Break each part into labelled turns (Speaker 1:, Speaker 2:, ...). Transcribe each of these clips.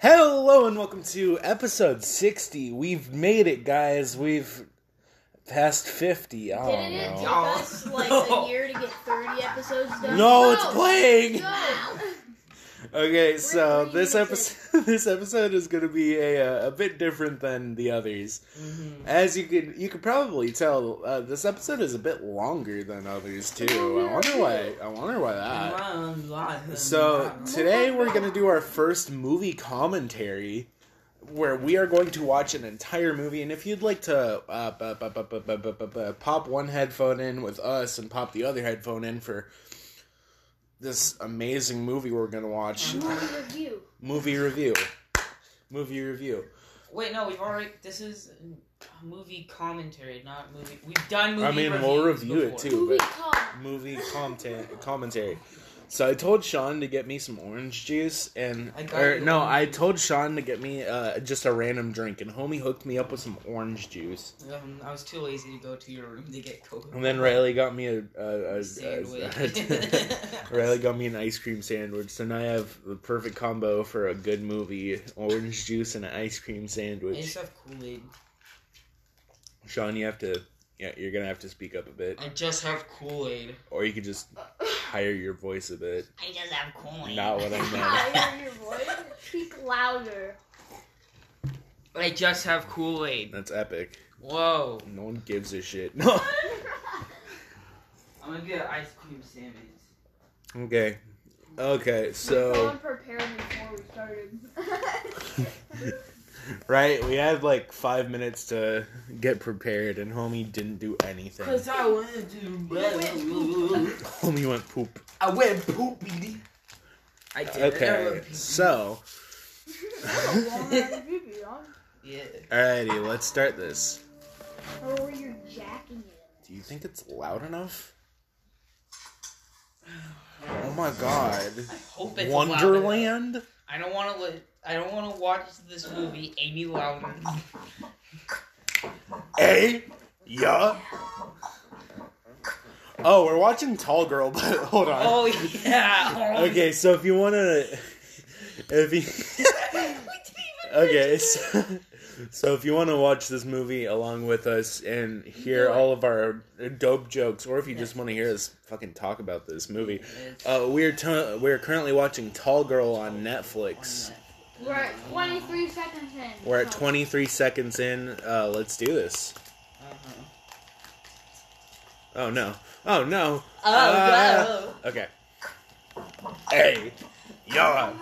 Speaker 1: Hello and welcome to episode 60. We've made it, guys. We've passed 50. I don't
Speaker 2: Didn't it take
Speaker 1: know.
Speaker 2: us like a year to get 30 episodes done?
Speaker 1: No, it's playing.
Speaker 2: No.
Speaker 1: Okay, so
Speaker 2: reading
Speaker 1: this
Speaker 2: it.
Speaker 1: episode this episode is going to be a uh, a bit different than the others. As you could you could probably tell, uh, this episode is a bit longer than others too. I wonder why. I wonder why that. Uh, So today we're going to do our first movie commentary, where we are going to watch an entire movie. And if you'd like to uh, bu- bu- bu- bu- bu- bu- bu- bu- pop one headphone in with us and pop the other headphone in for this amazing movie we're going to watch,
Speaker 2: Movie review.
Speaker 1: movie review, movie review.
Speaker 3: Wait, no, we've already. This is a movie commentary, not movie. We've done movie.
Speaker 1: I mean, we'll
Speaker 3: reviews
Speaker 1: review it
Speaker 3: before.
Speaker 1: too,
Speaker 2: Movie
Speaker 1: but
Speaker 2: call.
Speaker 1: movie content commentary. So I told Sean to get me some orange juice, and
Speaker 3: I got
Speaker 1: or
Speaker 3: you
Speaker 1: no,
Speaker 3: orange
Speaker 1: I
Speaker 3: juice.
Speaker 1: told Sean to get me uh, just a random drink, and homie hooked me up with some orange juice,
Speaker 3: Um, I was too lazy to go to your room to get Coke.
Speaker 1: and then Riley got me a, a, a,
Speaker 3: Sandwich.
Speaker 1: a Riley got me an ice cream sandwich. So now I have the perfect combo for a good movie: orange juice and an ice cream
Speaker 3: I just
Speaker 1: sandwich.
Speaker 3: have Kool Aid.
Speaker 1: Sean, you have to, yeah, you're gonna have to speak up a bit,
Speaker 3: I just have Kool Aid.
Speaker 1: or you could just higher your voice a bit.
Speaker 3: I just have Kool Aid.
Speaker 1: Not what I meant.
Speaker 2: Higher your voice. Speak louder.
Speaker 3: I just have Kool Aid.
Speaker 1: That's epic.
Speaker 3: Whoa.
Speaker 1: No one gives a shit. No.
Speaker 3: I'm gonna get ice cream sandwich.
Speaker 1: Okay. Okay,
Speaker 2: Someone
Speaker 1: so
Speaker 2: prepared before we started.
Speaker 1: right, we had like five minutes to get prepared, and homie didn't do anything.
Speaker 3: I wanted to.
Speaker 1: Homie went poop.
Speaker 3: I went poopy. I did. I
Speaker 1: Okay,
Speaker 3: went poopy.
Speaker 1: so
Speaker 3: Yeah.
Speaker 1: alrighty, let's start this.
Speaker 2: Or were you jacking it?
Speaker 1: Do you think it's loud enough? Oh my god,
Speaker 3: I hope it's loud enough.
Speaker 1: Wonderland!
Speaker 3: I don't want to. Li- I don't want to watch this movie any louder.
Speaker 1: Hey, Eh? yeah. Oh, we're watching Tall Girl, but hold on.
Speaker 3: Oh yeah. Oh,
Speaker 1: Okay, so if you wanna, if you, okay, so, so if you wanna watch this movie along with us and hear all of our dope jokes, or if you just wanna hear us fucking talk about this movie,
Speaker 3: Oh,
Speaker 1: uh, we're t- we're currently watching Tall Girl on Netflix.
Speaker 2: We're at 23 seconds in.
Speaker 1: We're at
Speaker 2: So,
Speaker 1: 23 seconds in. Uh, let's do this.
Speaker 3: Uh-huh.
Speaker 1: Oh no! Oh no!
Speaker 3: Oh,
Speaker 1: Uh,
Speaker 3: no.
Speaker 1: Okay. Hey, yeah.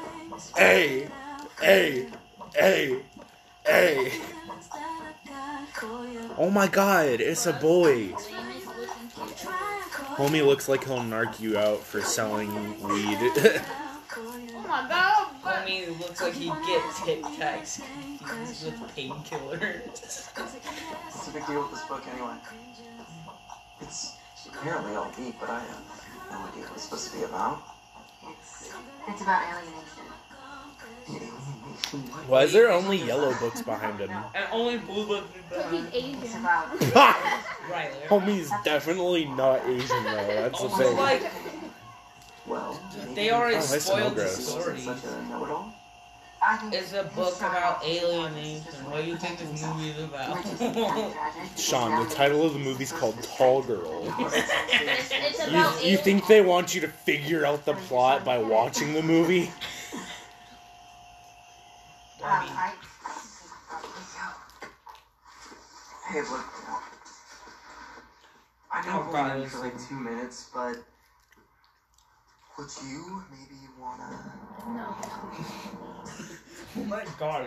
Speaker 1: Hey, hey, hey, hey. Oh my god, it's a boy.
Speaker 2: Liam is looking cute.
Speaker 1: Homie looks like he'll narc you out for selling weed.
Speaker 2: Oh my god, but
Speaker 3: Homie looks like he get Tic Tacs confused with painkillers.
Speaker 4: What's the big deal with this book anyway? It's apparently all deep, but I have no idea what it's supposed to be about.
Speaker 5: It's, it's about alienation.
Speaker 1: Why is there only yellow books behind him?
Speaker 3: And only blue book
Speaker 2: because he's
Speaker 5: It's
Speaker 2: Asian.
Speaker 5: about
Speaker 3: Riley.
Speaker 1: Homie's definitely not Asian though. That's the
Speaker 3: Almost
Speaker 1: thing.
Speaker 3: like
Speaker 4: Well,
Speaker 3: Oh, they already
Speaker 1: Oh, I smell
Speaker 3: spoiled the
Speaker 1: gross.
Speaker 3: story.
Speaker 4: Such a know-it-all.
Speaker 5: I think
Speaker 3: It's a book about alienation. What do you think this movie is about?
Speaker 1: Sean, the title of the movie's called Tall Girl.
Speaker 2: It's, it's
Speaker 1: You,
Speaker 2: about
Speaker 1: you think they want you to figure out the plot by watching the movie?
Speaker 3: Darby.
Speaker 4: Hey, look. I know
Speaker 3: Oh,
Speaker 4: we're
Speaker 3: God,
Speaker 4: in
Speaker 3: it's
Speaker 4: for like
Speaker 3: like-
Speaker 4: two minutes, but would you maybe wanna?
Speaker 2: No.
Speaker 3: Oh my god.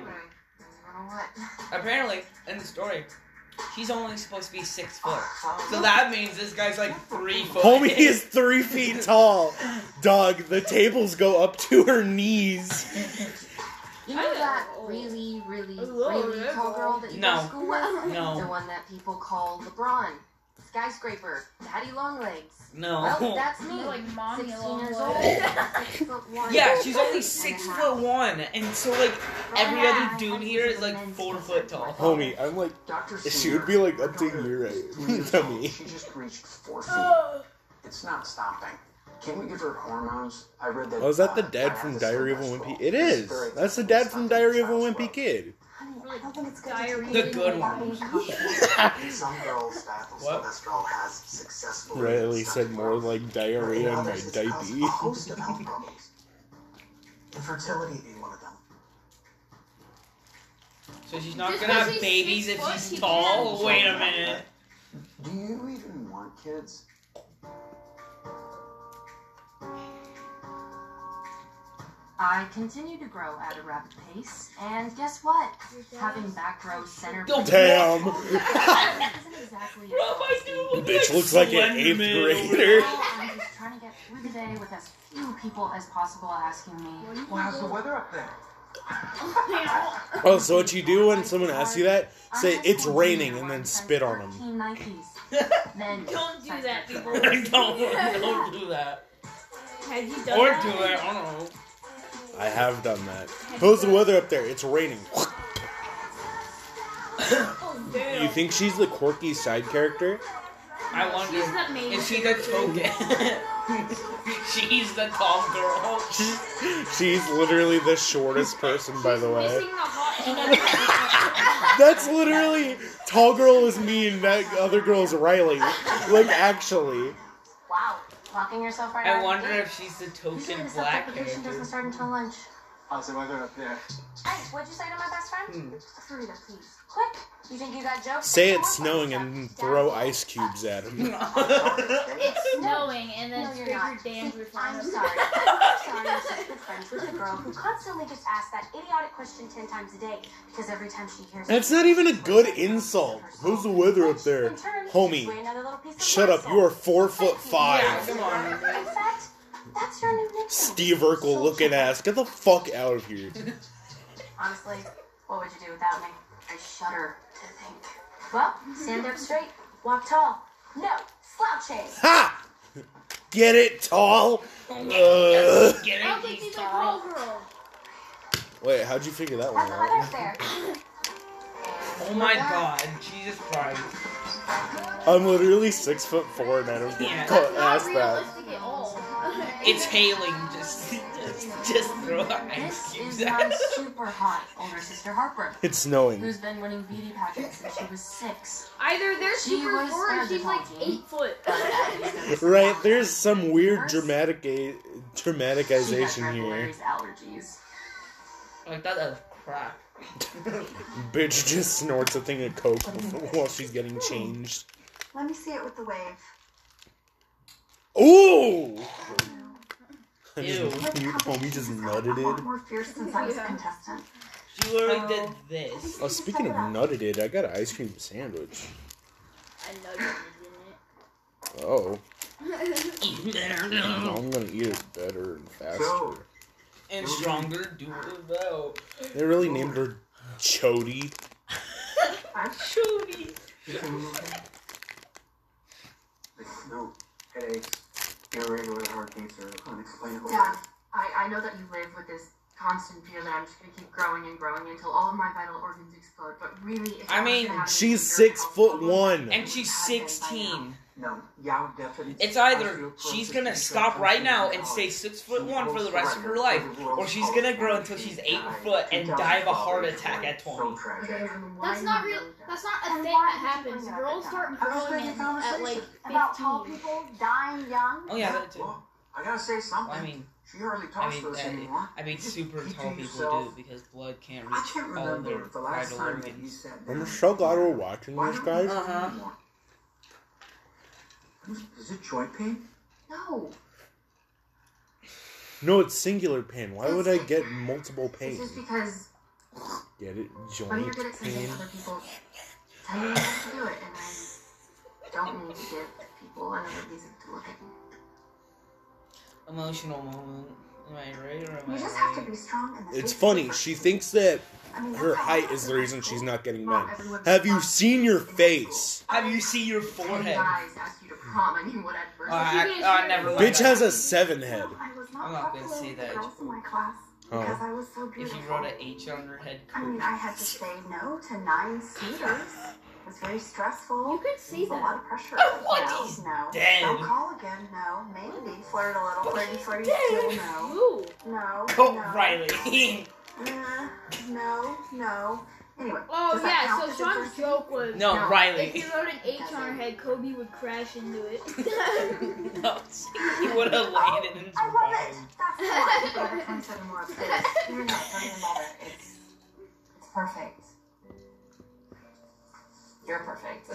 Speaker 3: Apparently, in the story, she's only supposed to be six foot.
Speaker 4: Oh.
Speaker 3: So that means this guy's like three foot.
Speaker 1: Homie is three feet tall. Dog, the tables go up to her knees.
Speaker 5: You know that really, really, really tall girl that you
Speaker 3: No.
Speaker 5: go to school with?
Speaker 3: No.
Speaker 5: The one that people call LeBron, Skyscraper, Daddy Longlegs. Well,
Speaker 3: No.
Speaker 5: that's me.
Speaker 2: More like mommy
Speaker 5: 16
Speaker 2: long
Speaker 5: years
Speaker 2: legs.
Speaker 5: old. six foot one.
Speaker 3: Yeah, she's only six foot one, and so like every other dude here is like four foot tall.
Speaker 1: Homie, I'm like,
Speaker 4: Doctor.
Speaker 1: She would be, like, up to your age, to me.
Speaker 4: She just reached four feet.
Speaker 2: Oh,
Speaker 4: It's not stopping. Can we give her hormones? I read that.
Speaker 1: Oh, is that the
Speaker 4: uh,
Speaker 1: dad from
Speaker 4: diaphragm
Speaker 1: Diary of a
Speaker 4: is
Speaker 1: Wimpy?
Speaker 4: cholesterol.
Speaker 1: It is.
Speaker 4: Very-
Speaker 1: That's the dad from Diary of a
Speaker 4: Child's
Speaker 1: Wimpy
Speaker 4: Play.
Speaker 1: Kid.
Speaker 6: Honey, I don't think it's good
Speaker 2: Diary.
Speaker 6: to
Speaker 3: The good one.
Speaker 4: Some girls'
Speaker 3: What?
Speaker 4: cholesterol has successful.
Speaker 1: Riley said more like diarrhea and my
Speaker 4: Others, it's caused a
Speaker 1: diabetes.
Speaker 4: host of health problems. Infertility being one of them.
Speaker 3: So she's not
Speaker 2: Just
Speaker 3: gonna
Speaker 2: 'cause
Speaker 3: have
Speaker 2: she's
Speaker 3: babies
Speaker 2: six
Speaker 3: if
Speaker 2: foot, she
Speaker 3: she's tall.
Speaker 4: can't.
Speaker 3: Wait a minute.
Speaker 4: Do you even want kids?
Speaker 5: I continue to grow at a rapid pace, and guess what? Having back row center.
Speaker 3: Don't-
Speaker 1: Damn.
Speaker 5: Isn't exactly. a
Speaker 3: What am I doing?
Speaker 1: Bitch looks like an eighth
Speaker 3: Slenderman.
Speaker 1: grader.
Speaker 5: I'm just trying to get through the day with as few people as possible asking me.
Speaker 4: Well, how's the weather up there?
Speaker 1: Oh, so what you do when someone asks you that? Say it's raining and then spit on them.
Speaker 5: then
Speaker 2: Don't do that, people.
Speaker 3: don't, don't do that.
Speaker 2: Have you done
Speaker 3: Or
Speaker 2: that?
Speaker 3: do it. I don't know.
Speaker 1: I have done that. How's the weather up there? It's raining.
Speaker 2: Oh, damn.
Speaker 1: You think she's the quirky side character?
Speaker 3: I wonder.
Speaker 2: She's the main
Speaker 3: Is she the token? she's the calm girl.
Speaker 1: She's literally the shortest person, by the way.
Speaker 2: Missing the hot.
Speaker 1: That's literally tall girl is me and that other girl is Riley. Like actually,
Speaker 5: Wow, locking yourself right out of
Speaker 3: I
Speaker 5: the
Speaker 3: wonder
Speaker 5: gate.
Speaker 3: if she's the
Speaker 5: Usually
Speaker 3: token
Speaker 5: this
Speaker 3: black
Speaker 5: application doesn't
Speaker 3: character.
Speaker 5: start until lunch.
Speaker 4: How's the weather up there?
Speaker 5: Hey, what'd you say to my best friend? Frida, please. Quick! You think you got jokes?
Speaker 1: say it's snowing and throw ice cubes at him.
Speaker 4: Uh,
Speaker 2: it's snowing and then
Speaker 5: No,
Speaker 2: it's
Speaker 5: you're
Speaker 2: Fraser
Speaker 5: not.
Speaker 2: Danvers.
Speaker 5: I'm sorry. I'm sorry I'm such good friends with the girl who constantly gets asked that idiotic question ten times a day because every time she hears
Speaker 1: That's not even a good insult. How's the weather up there,
Speaker 5: In turn, gives away
Speaker 1: homie?
Speaker 5: another little piece of
Speaker 1: Shut up!
Speaker 5: morsel.
Speaker 1: You are four foot
Speaker 3: Yeah,
Speaker 1: five.
Speaker 3: come on.
Speaker 5: In fact, that's your new nickname.
Speaker 1: Steve Urkel looking ass. Get the fuck out of here.
Speaker 5: Honestly, what would you do without me? I shudder to think. Well, stand up straight, walk tall. No, slouches.
Speaker 1: Ha! Get it, tall? Ugh.
Speaker 2: I
Speaker 3: Get
Speaker 2: don't
Speaker 3: it?
Speaker 2: think she's
Speaker 3: He's
Speaker 2: a
Speaker 3: tall.
Speaker 2: call girl.
Speaker 1: Wait, how'd you figure that
Speaker 5: How's
Speaker 1: one
Speaker 5: the
Speaker 1: out?
Speaker 5: weather up there?
Speaker 3: Oh my god, Jesus Christ.
Speaker 1: I'm literally six foot four and I don't get
Speaker 3: Yeah.
Speaker 1: caught
Speaker 2: It's not
Speaker 1: ass that.
Speaker 2: realistic at all.
Speaker 3: It's hailing, just just, just throw ice
Speaker 5: This
Speaker 3: cubes
Speaker 5: is
Speaker 3: at
Speaker 5: my
Speaker 3: us.
Speaker 5: super hot older sister Harper,
Speaker 1: It's snowing.
Speaker 5: who's been winning beauty pageants since she was six.
Speaker 2: Either they're
Speaker 5: She
Speaker 2: super
Speaker 5: was
Speaker 2: short or she's like
Speaker 5: sabotaging.
Speaker 2: eight foot.
Speaker 1: Right, there's some weird dramatic a- dramaticization here.
Speaker 5: Hilarious allergies.
Speaker 3: Like that is crap.
Speaker 1: Bitch just snorts a thing of coke while she's getting changed.
Speaker 6: Let me see it with the wave.
Speaker 1: Ooh!
Speaker 3: Ew.
Speaker 1: You homie just Oh, nutted
Speaker 6: A lot
Speaker 1: it.
Speaker 6: more fierce since I was a
Speaker 2: Yeah.
Speaker 6: contestant.
Speaker 3: She literally did this.
Speaker 1: Oh, speaking of nutted it, I got an ice cream sandwich.
Speaker 2: I know you
Speaker 1: Oh,
Speaker 2: didn't.
Speaker 1: I'm gonna eat it better and faster.
Speaker 4: So,
Speaker 3: And stronger, do it though.
Speaker 1: They really named her Chody.
Speaker 3: Shooty.
Speaker 4: you can move it. Like snow, headaches, irregular heartbeats, or unexplainable.
Speaker 5: Dad, I, I know that you live with this constant fear that I'm just gonna keep growing and growing until all of my vital organs explode. But really, if
Speaker 3: I
Speaker 5: was
Speaker 3: mean,
Speaker 5: gonna have
Speaker 1: she's
Speaker 5: a
Speaker 1: six
Speaker 5: health
Speaker 1: foot
Speaker 5: problem,
Speaker 1: one.
Speaker 5: I
Speaker 3: And she's
Speaker 5: would have had been by now.
Speaker 3: 16.
Speaker 4: No, yeah, definitely.
Speaker 3: It's either she's gonna stop right now and stay six foot one for the rest of her life, or she's gonna grow until she's eight foot and die of a heart attack at
Speaker 4: So
Speaker 3: twenty.
Speaker 5: Okay,
Speaker 4: tragic.
Speaker 5: then why
Speaker 2: That's
Speaker 5: do
Speaker 2: not
Speaker 5: you
Speaker 2: real.
Speaker 5: know that?
Speaker 2: That's not a
Speaker 6: And
Speaker 2: thing
Speaker 6: why
Speaker 2: that
Speaker 6: did you
Speaker 2: happens.
Speaker 6: bring that
Speaker 2: Girls
Speaker 6: up?
Speaker 2: start
Speaker 6: I was
Speaker 2: growing
Speaker 6: making
Speaker 2: in at like
Speaker 6: conversation about tall
Speaker 2: 15.
Speaker 6: people dying young.
Speaker 3: Oh yeah, that too.
Speaker 4: Well, I gotta say something.
Speaker 3: I mean,
Speaker 4: she hardly talks
Speaker 3: I mean, uh,
Speaker 4: to us
Speaker 3: I,
Speaker 4: anymore.
Speaker 3: I mean,
Speaker 4: You just
Speaker 3: super
Speaker 4: keep to
Speaker 3: tall people
Speaker 4: yourself.
Speaker 3: do because blood can't
Speaker 4: I
Speaker 3: reach
Speaker 4: can't
Speaker 3: all their
Speaker 4: remember the last
Speaker 3: vital
Speaker 4: time that you
Speaker 3: organs.
Speaker 4: said that.
Speaker 1: I'm so glad we're watching
Speaker 4: Why
Speaker 1: this,
Speaker 4: don't we uh,
Speaker 1: guys.
Speaker 4: do
Speaker 3: Uh-huh.
Speaker 4: that more? Is it joint pain?
Speaker 5: No,
Speaker 1: No, it's singular pain. Why would I get multiple pain?
Speaker 5: it's just because
Speaker 1: Get it?
Speaker 5: when you're
Speaker 1: Joint
Speaker 5: good at something,
Speaker 1: pain?
Speaker 5: other people tell you not to do it, and I don't need to give people another reason to look at me.
Speaker 3: Emotional moment. Am I right or am
Speaker 6: You
Speaker 3: I
Speaker 6: just have to
Speaker 3: right?
Speaker 6: be strong in the
Speaker 1: It's
Speaker 6: face of
Speaker 1: funny.
Speaker 6: adversity.
Speaker 1: She thinks that
Speaker 6: I mean,
Speaker 1: her
Speaker 6: that's how
Speaker 1: height
Speaker 6: it
Speaker 1: is the
Speaker 6: happens.
Speaker 1: reason she's not getting
Speaker 5: Not
Speaker 1: men.
Speaker 5: everyone's
Speaker 1: Have you
Speaker 5: not-
Speaker 1: seen your face?
Speaker 3: Have you seen your forehead?
Speaker 5: Guys ask you to prom, and you would at first.
Speaker 3: Oh, I, oh, never mind.
Speaker 1: Bitch has a seven head.
Speaker 6: No, I was
Speaker 3: I'm not
Speaker 6: not
Speaker 3: gonna
Speaker 6: popular
Speaker 3: say
Speaker 6: with the
Speaker 3: that.
Speaker 6: girls in my class because
Speaker 1: Oh.
Speaker 6: I was so
Speaker 3: If
Speaker 6: beautiful.
Speaker 3: you wrote an H on her head,
Speaker 6: I mean, I had to say no to nine suitors. It was very stressful.
Speaker 2: You could see
Speaker 6: It's a lot
Speaker 2: that.
Speaker 6: of pressure.
Speaker 3: Oh, what?
Speaker 6: No,
Speaker 3: He's
Speaker 6: no.
Speaker 3: dead.
Speaker 6: Don't call again. No, maybe flirt a little.
Speaker 3: But
Speaker 6: Flirty,
Speaker 3: he's
Speaker 6: flirty,
Speaker 3: dead. Oh,
Speaker 6: still
Speaker 2: Ooh.
Speaker 6: no. No.
Speaker 3: Colt
Speaker 6: no.
Speaker 3: Riley.
Speaker 6: Uh, no, no. Anyway.
Speaker 2: Oh
Speaker 6: does that
Speaker 2: yeah,
Speaker 6: count
Speaker 2: so
Speaker 6: as a
Speaker 2: Sean's
Speaker 6: person?
Speaker 2: joke was
Speaker 3: no,
Speaker 6: No.
Speaker 2: if
Speaker 3: Riley.
Speaker 2: you wrote an H on her head, Kobe would crash into it.
Speaker 3: no, he would have landed and
Speaker 6: I love it.
Speaker 3: survived.
Speaker 6: That's the one. You've got to find something more upstairs. You're not doesn't matter. It's it's perfect. You're perfect.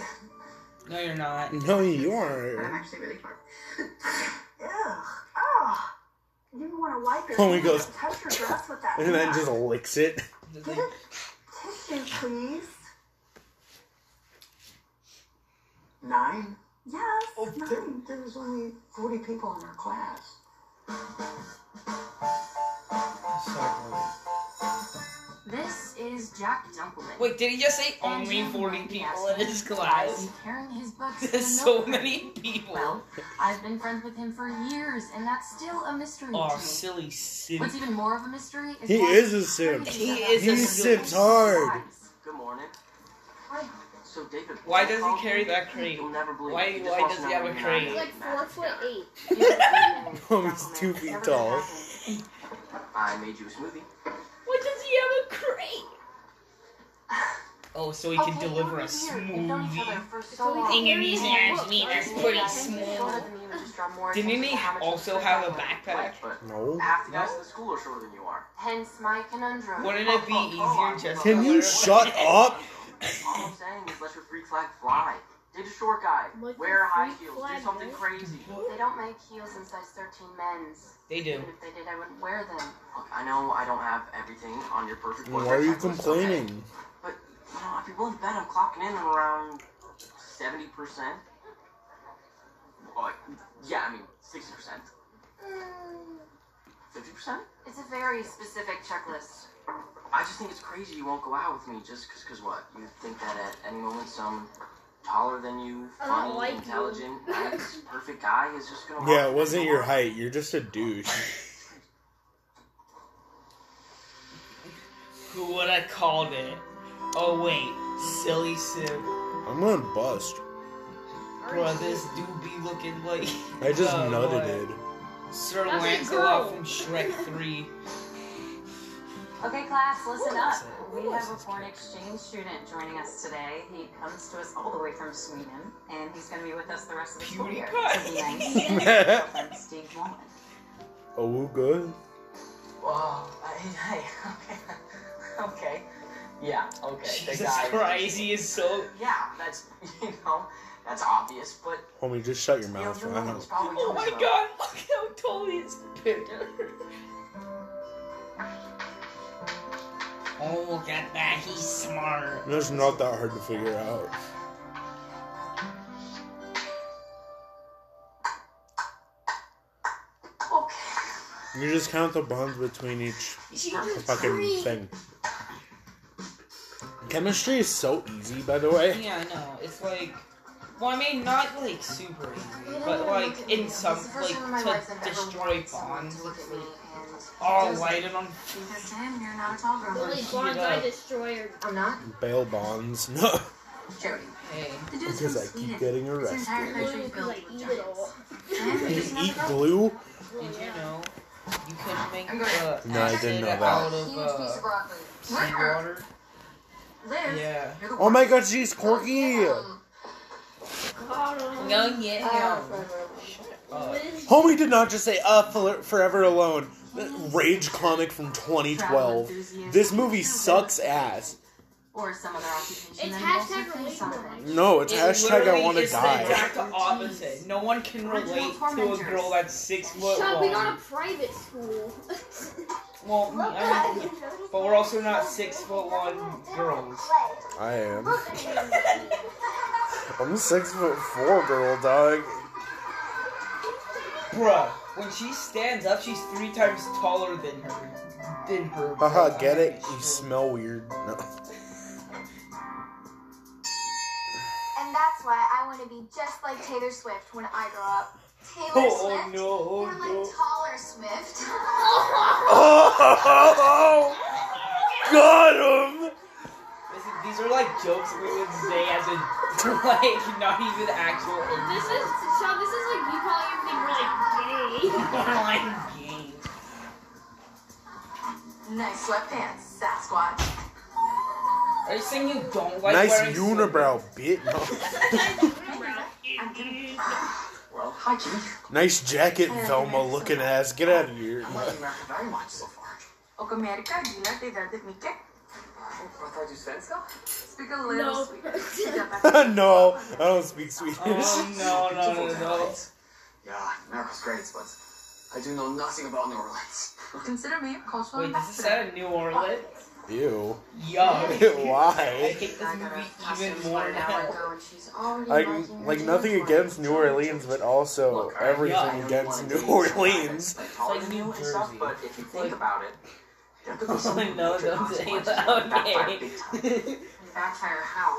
Speaker 3: No, you're not.
Speaker 1: No, you
Speaker 6: But I'm
Speaker 1: aren't.
Speaker 6: actually really far. Ugh. Oh. You didn't want to wipe your
Speaker 1: Oh, he
Speaker 6: hands.
Speaker 1: goes-
Speaker 6: Touch your dress with that.
Speaker 1: And then
Speaker 6: hand.
Speaker 1: just licks it.
Speaker 3: Just
Speaker 6: Get
Speaker 3: like,
Speaker 6: a tissue, please.
Speaker 4: Nine?
Speaker 6: Yes.
Speaker 4: Oh,
Speaker 6: mine.
Speaker 4: there, there was only 40 people in our class.
Speaker 5: This is Jack Dunkelman.
Speaker 3: Wait, did he just say
Speaker 5: And
Speaker 3: only
Speaker 5: Jim
Speaker 3: 40
Speaker 5: Ryan
Speaker 3: people
Speaker 5: asked
Speaker 3: in
Speaker 5: me
Speaker 3: his
Speaker 5: if I've
Speaker 3: class?
Speaker 5: been Carrying his books to the
Speaker 3: There's so
Speaker 5: milk crate.
Speaker 3: many people.
Speaker 5: Well, I've been friends with him for years, and that's still a mystery
Speaker 3: Oh,
Speaker 5: to me.
Speaker 3: silly Sid.
Speaker 5: What's even more of a mystery is
Speaker 1: He
Speaker 5: why
Speaker 1: is a
Speaker 5: he's
Speaker 1: simp.
Speaker 5: crazy
Speaker 3: He
Speaker 5: about
Speaker 3: is a
Speaker 5: it.
Speaker 3: He simp.
Speaker 1: simps hard.
Speaker 4: Good morning. Hi. So, David.
Speaker 3: Why
Speaker 4: Paul
Speaker 3: does he
Speaker 4: called
Speaker 3: carry
Speaker 4: me?
Speaker 3: that crate?
Speaker 4: You'll never believe
Speaker 3: Why-
Speaker 4: it. This
Speaker 3: why
Speaker 4: house
Speaker 3: does he have a
Speaker 4: never knew
Speaker 3: crate?
Speaker 4: I
Speaker 2: He's
Speaker 4: was
Speaker 2: like four foot eight.
Speaker 1: Homie's two feet tall.
Speaker 4: I made you a smoothie.
Speaker 3: Why does he have a crate? Oh, so he can
Speaker 5: Okay,
Speaker 3: deliver a
Speaker 5: over here. They've known each other
Speaker 3: smoothie.
Speaker 5: for so
Speaker 2: It's
Speaker 5: long.
Speaker 2: only-
Speaker 3: Ingenious ass meat that's pretty
Speaker 5: Sort
Speaker 3: small.
Speaker 5: of mean that just draw more
Speaker 3: Didn't
Speaker 5: attention
Speaker 3: he
Speaker 5: to how much of
Speaker 3: also
Speaker 5: a
Speaker 3: have a
Speaker 5: person I am.
Speaker 3: backpack?
Speaker 4: But
Speaker 1: No.
Speaker 4: half the guys
Speaker 3: No.
Speaker 4: in the school are shorter than you are.
Speaker 5: Hence my conundrum.
Speaker 3: Wouldn't it be easier just to
Speaker 1: Can you
Speaker 3: wear-
Speaker 1: shut up?
Speaker 4: All I'm saying is let your freak flag fly. Date a short guy.
Speaker 2: Let
Speaker 4: Wear
Speaker 2: your
Speaker 4: high
Speaker 2: freak
Speaker 4: heels.
Speaker 2: flag
Speaker 4: Do something
Speaker 2: go.
Speaker 4: crazy.
Speaker 5: They don't make heels in size 13 men's.
Speaker 3: They do.
Speaker 5: Even if they did, I wouldn't wear them.
Speaker 4: Look, I know I don't have everything on your perfect
Speaker 1: Why
Speaker 4: portrait
Speaker 1: are you
Speaker 4: checklist, okay?
Speaker 1: complaining?
Speaker 4: But, you know, I'd be willing to bet I'm clocking in around 70%. Well, yeah, I mean, 60%. 50%?
Speaker 5: It's a very specific checklist.
Speaker 4: I just think it's crazy you won't go out with me just because, because what? You think that at any moment some taller than you,
Speaker 2: I don't
Speaker 4: funny,
Speaker 2: like you.
Speaker 4: intelligent, nice, perfect guy is just gonna.
Speaker 1: Yeah,
Speaker 4: walk
Speaker 1: it wasn't
Speaker 4: in
Speaker 1: your
Speaker 4: the door?
Speaker 1: height. You're just a douche.
Speaker 3: Who would have called it? Oh, wait. Silly Sid.
Speaker 1: I'm gonna bust.
Speaker 3: Bro, this dude be looking like.
Speaker 1: I just
Speaker 3: Uh,
Speaker 1: nutted
Speaker 3: what?
Speaker 1: it.
Speaker 3: Sir
Speaker 2: That's a
Speaker 3: Lancelot
Speaker 2: girl.
Speaker 3: from Shrek 3.
Speaker 5: Okay, class, listen
Speaker 3: Who is
Speaker 5: up.
Speaker 3: it?
Speaker 5: We
Speaker 3: Who
Speaker 5: have
Speaker 3: is
Speaker 5: a
Speaker 3: this
Speaker 5: foreign
Speaker 3: character?
Speaker 5: exchange student joining us today. He comes to us all the way from Sweden, and he's going to be with us the rest of the school year.
Speaker 3: PewDiePie.
Speaker 5: He'll be 19. Girlfriend, Steve Wallman.
Speaker 1: Oh, good.
Speaker 4: Whoa! I, hey, okay, okay, yeah, okay. the
Speaker 3: Jesus
Speaker 4: guy,
Speaker 3: Christ, he is so.
Speaker 4: Yeah, that's you know, that's obvious, but
Speaker 1: Homie, just shut your
Speaker 4: you know,
Speaker 1: mouth.
Speaker 4: you're
Speaker 1: I
Speaker 4: the one who's
Speaker 1: don't.
Speaker 4: probably.
Speaker 3: Oh my
Speaker 4: doing it.
Speaker 3: god, look how tall he is compared to her. Oh, look at that, he's smart.
Speaker 1: That's not that hard to figure out. You just count the bonds between each
Speaker 3: She just
Speaker 1: fucking thing. Chemistry is so easy, by the way.
Speaker 3: Yeah, I know. It's like, well, I mean, not like super easy, but like in some
Speaker 5: It's the first time in my
Speaker 3: like
Speaker 5: life
Speaker 3: to
Speaker 5: I've ever
Speaker 3: destroy
Speaker 5: wanted someone
Speaker 3: bonds.
Speaker 5: to look at me, and
Speaker 3: Oh,
Speaker 5: doesn't.
Speaker 3: light it on.
Speaker 5: Because damn, you're not a tall girl.
Speaker 2: Really, Bonds, I destroyer.
Speaker 5: I'm not.
Speaker 1: Bail bonds. No.
Speaker 5: Jerry.
Speaker 3: Hey,
Speaker 5: The dude's
Speaker 1: Because
Speaker 5: from
Speaker 1: I
Speaker 5: Sweden.
Speaker 1: keep getting
Speaker 5: His
Speaker 1: arrested.
Speaker 5: entire country is
Speaker 2: Literally, 'cause I
Speaker 5: filled with
Speaker 2: eat it all.
Speaker 5: giants. And
Speaker 1: You
Speaker 5: there's another
Speaker 1: eat
Speaker 5: girl.
Speaker 1: glue?
Speaker 2: Well,
Speaker 3: did you
Speaker 2: yeah.
Speaker 3: know you could make
Speaker 5: I'm going-
Speaker 3: uh,
Speaker 1: No, I didn't
Speaker 3: acid
Speaker 1: know that.
Speaker 3: out
Speaker 5: Huge
Speaker 3: of
Speaker 5: piece
Speaker 3: uh,
Speaker 5: of broccoli.
Speaker 3: seawater?
Speaker 5: Liz,
Speaker 3: Yeah.
Speaker 5: you're the
Speaker 1: Oh my
Speaker 5: worst.
Speaker 1: god, she's quirky!
Speaker 5: Um,
Speaker 2: God,
Speaker 3: No, yeah.
Speaker 2: um,
Speaker 3: Uh,
Speaker 2: Liz,
Speaker 1: Homie did not just say, uh, for- forever alone. That Rage comic from
Speaker 5: travel
Speaker 1: 2012.
Speaker 5: enthusiast.
Speaker 1: This movie sucks ass.
Speaker 5: Or some other occupation.
Speaker 2: It's
Speaker 5: that involves
Speaker 2: hashtag
Speaker 5: your face
Speaker 2: relatable.
Speaker 5: on it.
Speaker 1: No, it's
Speaker 3: It
Speaker 1: hashtag I
Speaker 3: literally
Speaker 1: want to
Speaker 3: is
Speaker 1: die.
Speaker 3: The exact opposite. No one can relate to a girl that's six foot
Speaker 2: Chuck, we
Speaker 3: long.
Speaker 2: go to private school.
Speaker 3: Well, I mean, but we're also not six foot one girls.
Speaker 1: I am. I'm a six foot four girl, dog.
Speaker 3: Bruh, when she stands up, she's three times taller than her. Than her.
Speaker 1: Haha,
Speaker 3: I'm
Speaker 1: get
Speaker 3: pretty
Speaker 1: it? You
Speaker 3: sure.
Speaker 1: smell weird. No.
Speaker 6: And that's why I want to be just like Taylor Swift when I grow up. Taylor
Speaker 3: Oh, oh
Speaker 6: Swift?
Speaker 3: no,
Speaker 6: You're like
Speaker 3: oh
Speaker 6: taller Swift.
Speaker 1: Oh! Got him!
Speaker 3: no. This is the These are like jokes we would say as a like not even actual
Speaker 2: This is Sean. This is like you calling everything really gay.
Speaker 3: online game.
Speaker 5: Nice sweatpants, Sasquatch.
Speaker 3: Are you saying you don't like
Speaker 1: nice
Speaker 3: wearing
Speaker 1: unibrow, bit. No.
Speaker 5: I'm gonna
Speaker 4: Well, hi, Jimmy.
Speaker 1: nice jacket, Velma looking ass. Get out of here.
Speaker 4: I'm liking Raptor very much so far.
Speaker 5: och America gillar det där det mycket.
Speaker 4: Oh, I thought you said so.
Speaker 5: Speak a little
Speaker 2: No.
Speaker 1: no, I don't speak Swedish.
Speaker 3: Oh no no no
Speaker 4: Beautiful
Speaker 3: no!
Speaker 4: Netherlands. Yeah, America's great, but I do know nothing about New Orleans.
Speaker 5: Consider me a cultural
Speaker 3: Wait, does this
Speaker 5: ambassador.
Speaker 3: sound New Orleans?
Speaker 1: Ew.
Speaker 3: Yuck! I
Speaker 1: Why?
Speaker 3: hate this
Speaker 5: I got her
Speaker 3: movie
Speaker 5: costumes
Speaker 3: even more
Speaker 5: about an hour
Speaker 3: now.
Speaker 5: ago and she's already
Speaker 1: Like,
Speaker 5: liking her
Speaker 1: like
Speaker 5: new
Speaker 1: nothing
Speaker 5: uniform.
Speaker 1: against New Orleans, but also
Speaker 4: Look, I-
Speaker 3: yeah,
Speaker 1: Oh, everything
Speaker 4: I
Speaker 1: against
Speaker 4: don't
Speaker 1: New
Speaker 4: wanna be
Speaker 1: Orleans.
Speaker 4: like calling
Speaker 3: Like
Speaker 4: you
Speaker 3: New
Speaker 4: and stuff,
Speaker 3: Jersey.
Speaker 4: but if you think
Speaker 3: Like-
Speaker 4: about it, there could be some
Speaker 3: Oh no!
Speaker 4: major
Speaker 3: Don't say
Speaker 4: consequences
Speaker 3: that.
Speaker 4: backfire big time.
Speaker 3: Okay.
Speaker 5: Backfire how?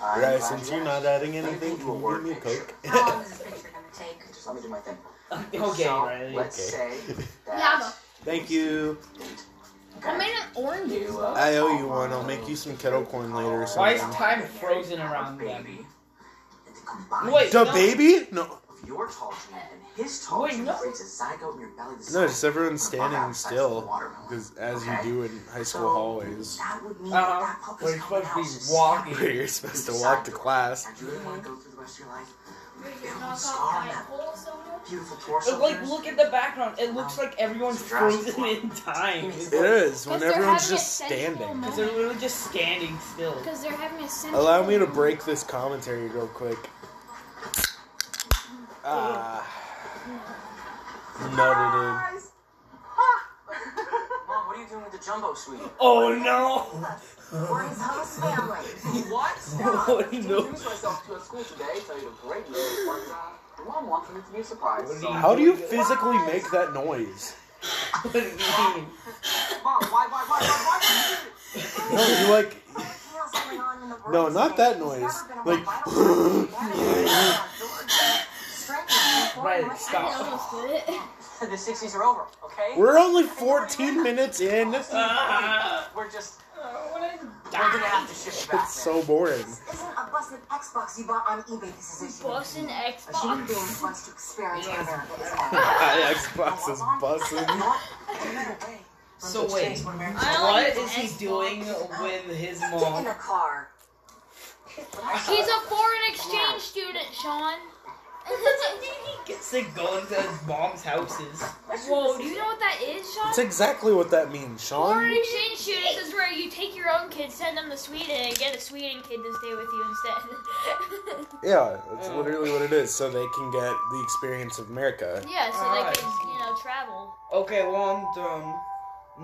Speaker 4: I'm
Speaker 1: Guys,
Speaker 4: glad
Speaker 1: since
Speaker 4: you
Speaker 1: you're
Speaker 4: asked.
Speaker 1: not adding
Speaker 4: Let me
Speaker 1: anything,
Speaker 4: give
Speaker 1: can
Speaker 4: you a
Speaker 1: you give
Speaker 4: word
Speaker 1: me a
Speaker 4: picture.
Speaker 1: Coke?
Speaker 5: How long is this picture gonna take?
Speaker 4: Just let me do my thing.
Speaker 3: okay,
Speaker 4: so,
Speaker 3: Riley.
Speaker 4: let's
Speaker 1: Okay.
Speaker 4: say
Speaker 2: Lava.
Speaker 4: that
Speaker 1: Thank you.
Speaker 2: I made an orange.
Speaker 4: you, uh,
Speaker 1: I owe you one. I'll make you some kettle corn later or
Speaker 3: Why is
Speaker 1: something.
Speaker 3: time frozen around them?
Speaker 4: baby. And the combined
Speaker 3: Wait.
Speaker 1: The baby? No.
Speaker 4: of your tall gene and his tall
Speaker 3: Wait,
Speaker 4: gene
Speaker 3: no.
Speaker 4: creates a zygote in your belly the
Speaker 1: No,
Speaker 4: size
Speaker 1: just everyone's
Speaker 4: of an above
Speaker 1: standing
Speaker 4: outside of the
Speaker 1: still.
Speaker 4: watermelon.
Speaker 1: Because as you do in high school hallways,
Speaker 4: That would mean
Speaker 3: Uh
Speaker 4: that
Speaker 3: huh.
Speaker 4: pup
Speaker 3: We're
Speaker 4: is coming
Speaker 3: supposed
Speaker 4: out
Speaker 3: to
Speaker 4: just
Speaker 3: be walking.
Speaker 1: where you're supposed to walk to class.
Speaker 4: And you really want to go through the rest of your life with
Speaker 2: Knock
Speaker 4: a built-in scar
Speaker 2: off
Speaker 4: on
Speaker 2: my
Speaker 4: that
Speaker 2: whole soda.
Speaker 4: beautiful torso.
Speaker 3: But like,
Speaker 4: of
Speaker 3: look at the background. It looks like everyone's frozen in time.
Speaker 4: yours.
Speaker 1: It is, when
Speaker 2: Because they're
Speaker 1: everyone's
Speaker 2: having a
Speaker 1: just
Speaker 2: sensual
Speaker 1: standing.
Speaker 2: moment.
Speaker 3: They're literally just standing still.
Speaker 2: Because they're having a sensual
Speaker 1: Allow me to
Speaker 2: moment.
Speaker 1: break this commentary real quick. Ah. Nutted in.
Speaker 4: Mom, what are you doing with the jumbo sweet?
Speaker 3: Oh no!
Speaker 5: Or his host family.
Speaker 4: what?
Speaker 3: Oh no!
Speaker 4: introduced myself to a school today, tell you the great news, but uh, your mom wants me to be a surprise.
Speaker 3: What do
Speaker 4: so-
Speaker 3: you-
Speaker 1: How do you physically make that noise?
Speaker 3: What do you mean?
Speaker 2: Oh,
Speaker 4: Mom, why, why, why, why, why?
Speaker 1: No, you like. No, not that noise. Like.
Speaker 3: Right,
Speaker 2: I
Speaker 3: stop.
Speaker 2: almost did it.
Speaker 4: The 60s are over, okay?
Speaker 1: We're only 14 minutes in.
Speaker 3: Ah,
Speaker 4: We're just,
Speaker 3: I wanna
Speaker 4: we're gonna
Speaker 3: die.
Speaker 4: have to shift back.
Speaker 1: It's so boring.
Speaker 5: Isn't a busted Xbox you bought on eBay this is issue.
Speaker 2: Boston
Speaker 5: A human being
Speaker 2: Xbox.
Speaker 5: wants to experience what America is all about.
Speaker 1: My Xbox is buzzing.
Speaker 3: So wait,
Speaker 2: I
Speaker 3: what
Speaker 2: like
Speaker 3: is he
Speaker 2: Xbox.
Speaker 3: doing with his
Speaker 5: Get in
Speaker 3: mom?
Speaker 5: the car.
Speaker 2: He's a foreign exchange student, Sean.
Speaker 3: Gets to go into his mom's houses.
Speaker 2: Whoa, do you know what that is, Sean?
Speaker 1: That's exactly what that means,
Speaker 2: Foreign
Speaker 1: Sean.
Speaker 2: exchange students is where you take your own kid, send them to Sweden, and get a Sweden kid to stay with you instead.
Speaker 1: Yeah, that's literally what it is, so they can get the experience of America.
Speaker 2: yeah, so
Speaker 3: Alright.
Speaker 2: they can, you know, travel.
Speaker 3: Okay, well I'm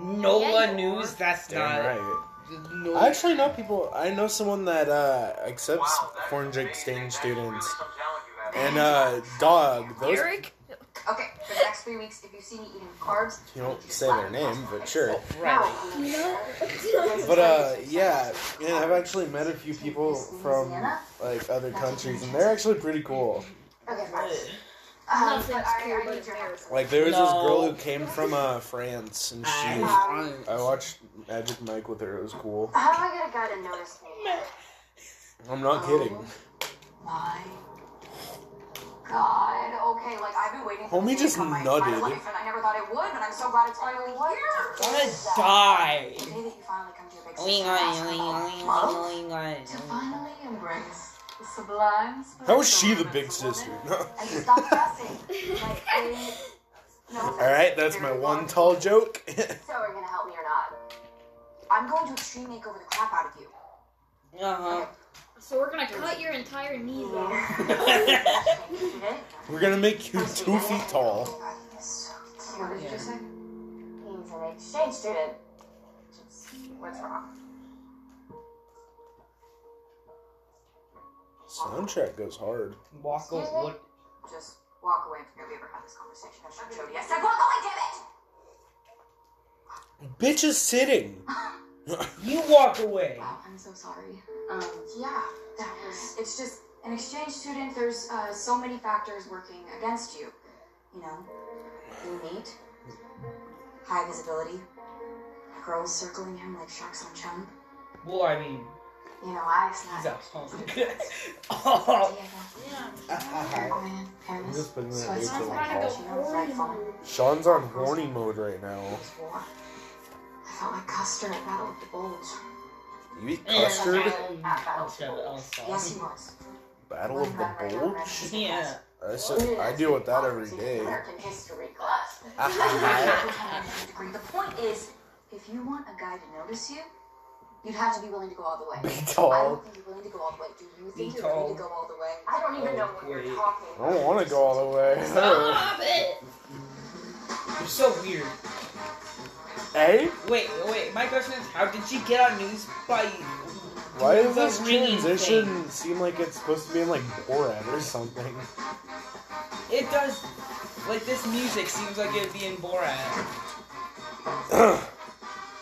Speaker 3: done. NOLA
Speaker 2: Yeah, you
Speaker 3: news.
Speaker 2: are.
Speaker 3: That's
Speaker 1: Damn
Speaker 3: not.
Speaker 1: right.
Speaker 3: No.
Speaker 1: I actually know people. I know someone that uh, accepts
Speaker 4: Wow, that's
Speaker 1: foreign
Speaker 4: amazing.
Speaker 1: exchange
Speaker 4: That is really
Speaker 1: students.
Speaker 4: some talent you have.
Speaker 1: And uh, dog, those
Speaker 2: Eric?
Speaker 5: Okay, for the next three weeks, if you see me eating carbs,
Speaker 1: you don't say their name, but
Speaker 4: Oh,
Speaker 1: sure.
Speaker 3: Right.
Speaker 1: But uh, yeah, and I've actually met a few people from like other countries, and they're actually pretty cool.
Speaker 5: Okay, fine. Um,
Speaker 2: Nothing's
Speaker 5: but I,
Speaker 2: cool
Speaker 5: I
Speaker 2: but
Speaker 5: need your help.
Speaker 2: America.
Speaker 1: Like there was this
Speaker 3: No.
Speaker 1: girl who came from uh, France, and she.
Speaker 5: Ah.
Speaker 1: I watched Magic Mike with her. It was cool.
Speaker 5: How do I get a guy to notice me?
Speaker 1: I'm not kidding.
Speaker 5: My God. Okay, like I've been waiting. For
Speaker 1: Homie
Speaker 5: this
Speaker 1: just
Speaker 5: week on my
Speaker 1: nutted.
Speaker 5: entire Life, and I never thought it would, but I'm so glad it's finally here.
Speaker 3: I'm gonna die.
Speaker 5: The day that you finally come to your big
Speaker 3: Oing, oing,
Speaker 5: sister's
Speaker 3: oing, oing,
Speaker 5: basketball love,
Speaker 3: oing,
Speaker 5: to
Speaker 3: oing.
Speaker 5: finally embrace the sublime.
Speaker 1: How was she the
Speaker 5: spirit of
Speaker 1: big
Speaker 5: woman
Speaker 1: sister?
Speaker 5: And stop pressing. like, I, no,
Speaker 1: All right, that's my one tall joke.
Speaker 5: So are you gonna help me or not? I'm going to extreme makeover the crap out of you.
Speaker 3: Uh
Speaker 2: So we're gonna cut your entire knees off.
Speaker 3: huh.
Speaker 5: Okay?
Speaker 1: We're gonna make you two feet tall.
Speaker 5: What did you just say? He's an exchange student. What's wrong?
Speaker 1: Soundtrack goes hard.
Speaker 3: Walk
Speaker 5: Excuse
Speaker 3: away.
Speaker 5: me? Just walk away and forget we ever had this conversation. I should Jody. I said walk away, damn it!
Speaker 1: Bitch is sitting.
Speaker 3: You walk away.
Speaker 5: Wow, Oh, I'm so sorry. Um, yeah, that was. It's just an exchange student. There's uh, so many factors working against you. You know, you neat, high visibility, girls circling him like sharks on chum.
Speaker 3: Well, I mean,
Speaker 5: You know, I just
Speaker 3: He's a
Speaker 5: not.
Speaker 3: punk. oh,
Speaker 2: Yeah.
Speaker 1: I'm just putting that
Speaker 5: it's
Speaker 1: way
Speaker 5: not
Speaker 1: too
Speaker 5: like
Speaker 1: long.
Speaker 5: that she knows I fall.
Speaker 1: Sean's on horny mode right now.
Speaker 5: I felt like Custer at Battle of the Bulge.
Speaker 1: You eat
Speaker 3: Yeah.
Speaker 1: custard?
Speaker 5: At Battle of the
Speaker 3: Trevor,
Speaker 5: Bulge.
Speaker 3: I'm sorry.
Speaker 5: Yes, he was.
Speaker 1: Battle of the Bulge?
Speaker 3: Yeah.
Speaker 1: I, should, I deal with that every day.
Speaker 5: American history class. Degree. The point is, if you want a guy to notice you, you'd have to be willing to go all the way.
Speaker 1: Be
Speaker 5: I
Speaker 1: tall.
Speaker 5: don't think you're willing to go all the way. Do you
Speaker 3: Be
Speaker 5: think you're willing to
Speaker 3: tall.
Speaker 5: go all the way?
Speaker 6: I don't even
Speaker 3: Oh,
Speaker 6: know what
Speaker 3: wait.
Speaker 6: you're talking
Speaker 1: I
Speaker 6: about.
Speaker 1: don't want to go all the way.
Speaker 2: Stop it!
Speaker 3: You're so weird.
Speaker 1: hey?
Speaker 3: Wait, wait. My question is, how did she get on news by?
Speaker 1: Why does this
Speaker 3: The ringing
Speaker 1: transition seem like it's supposed to be in like Borat or something?
Speaker 3: It does. Like this music seems like it'd be in Borat.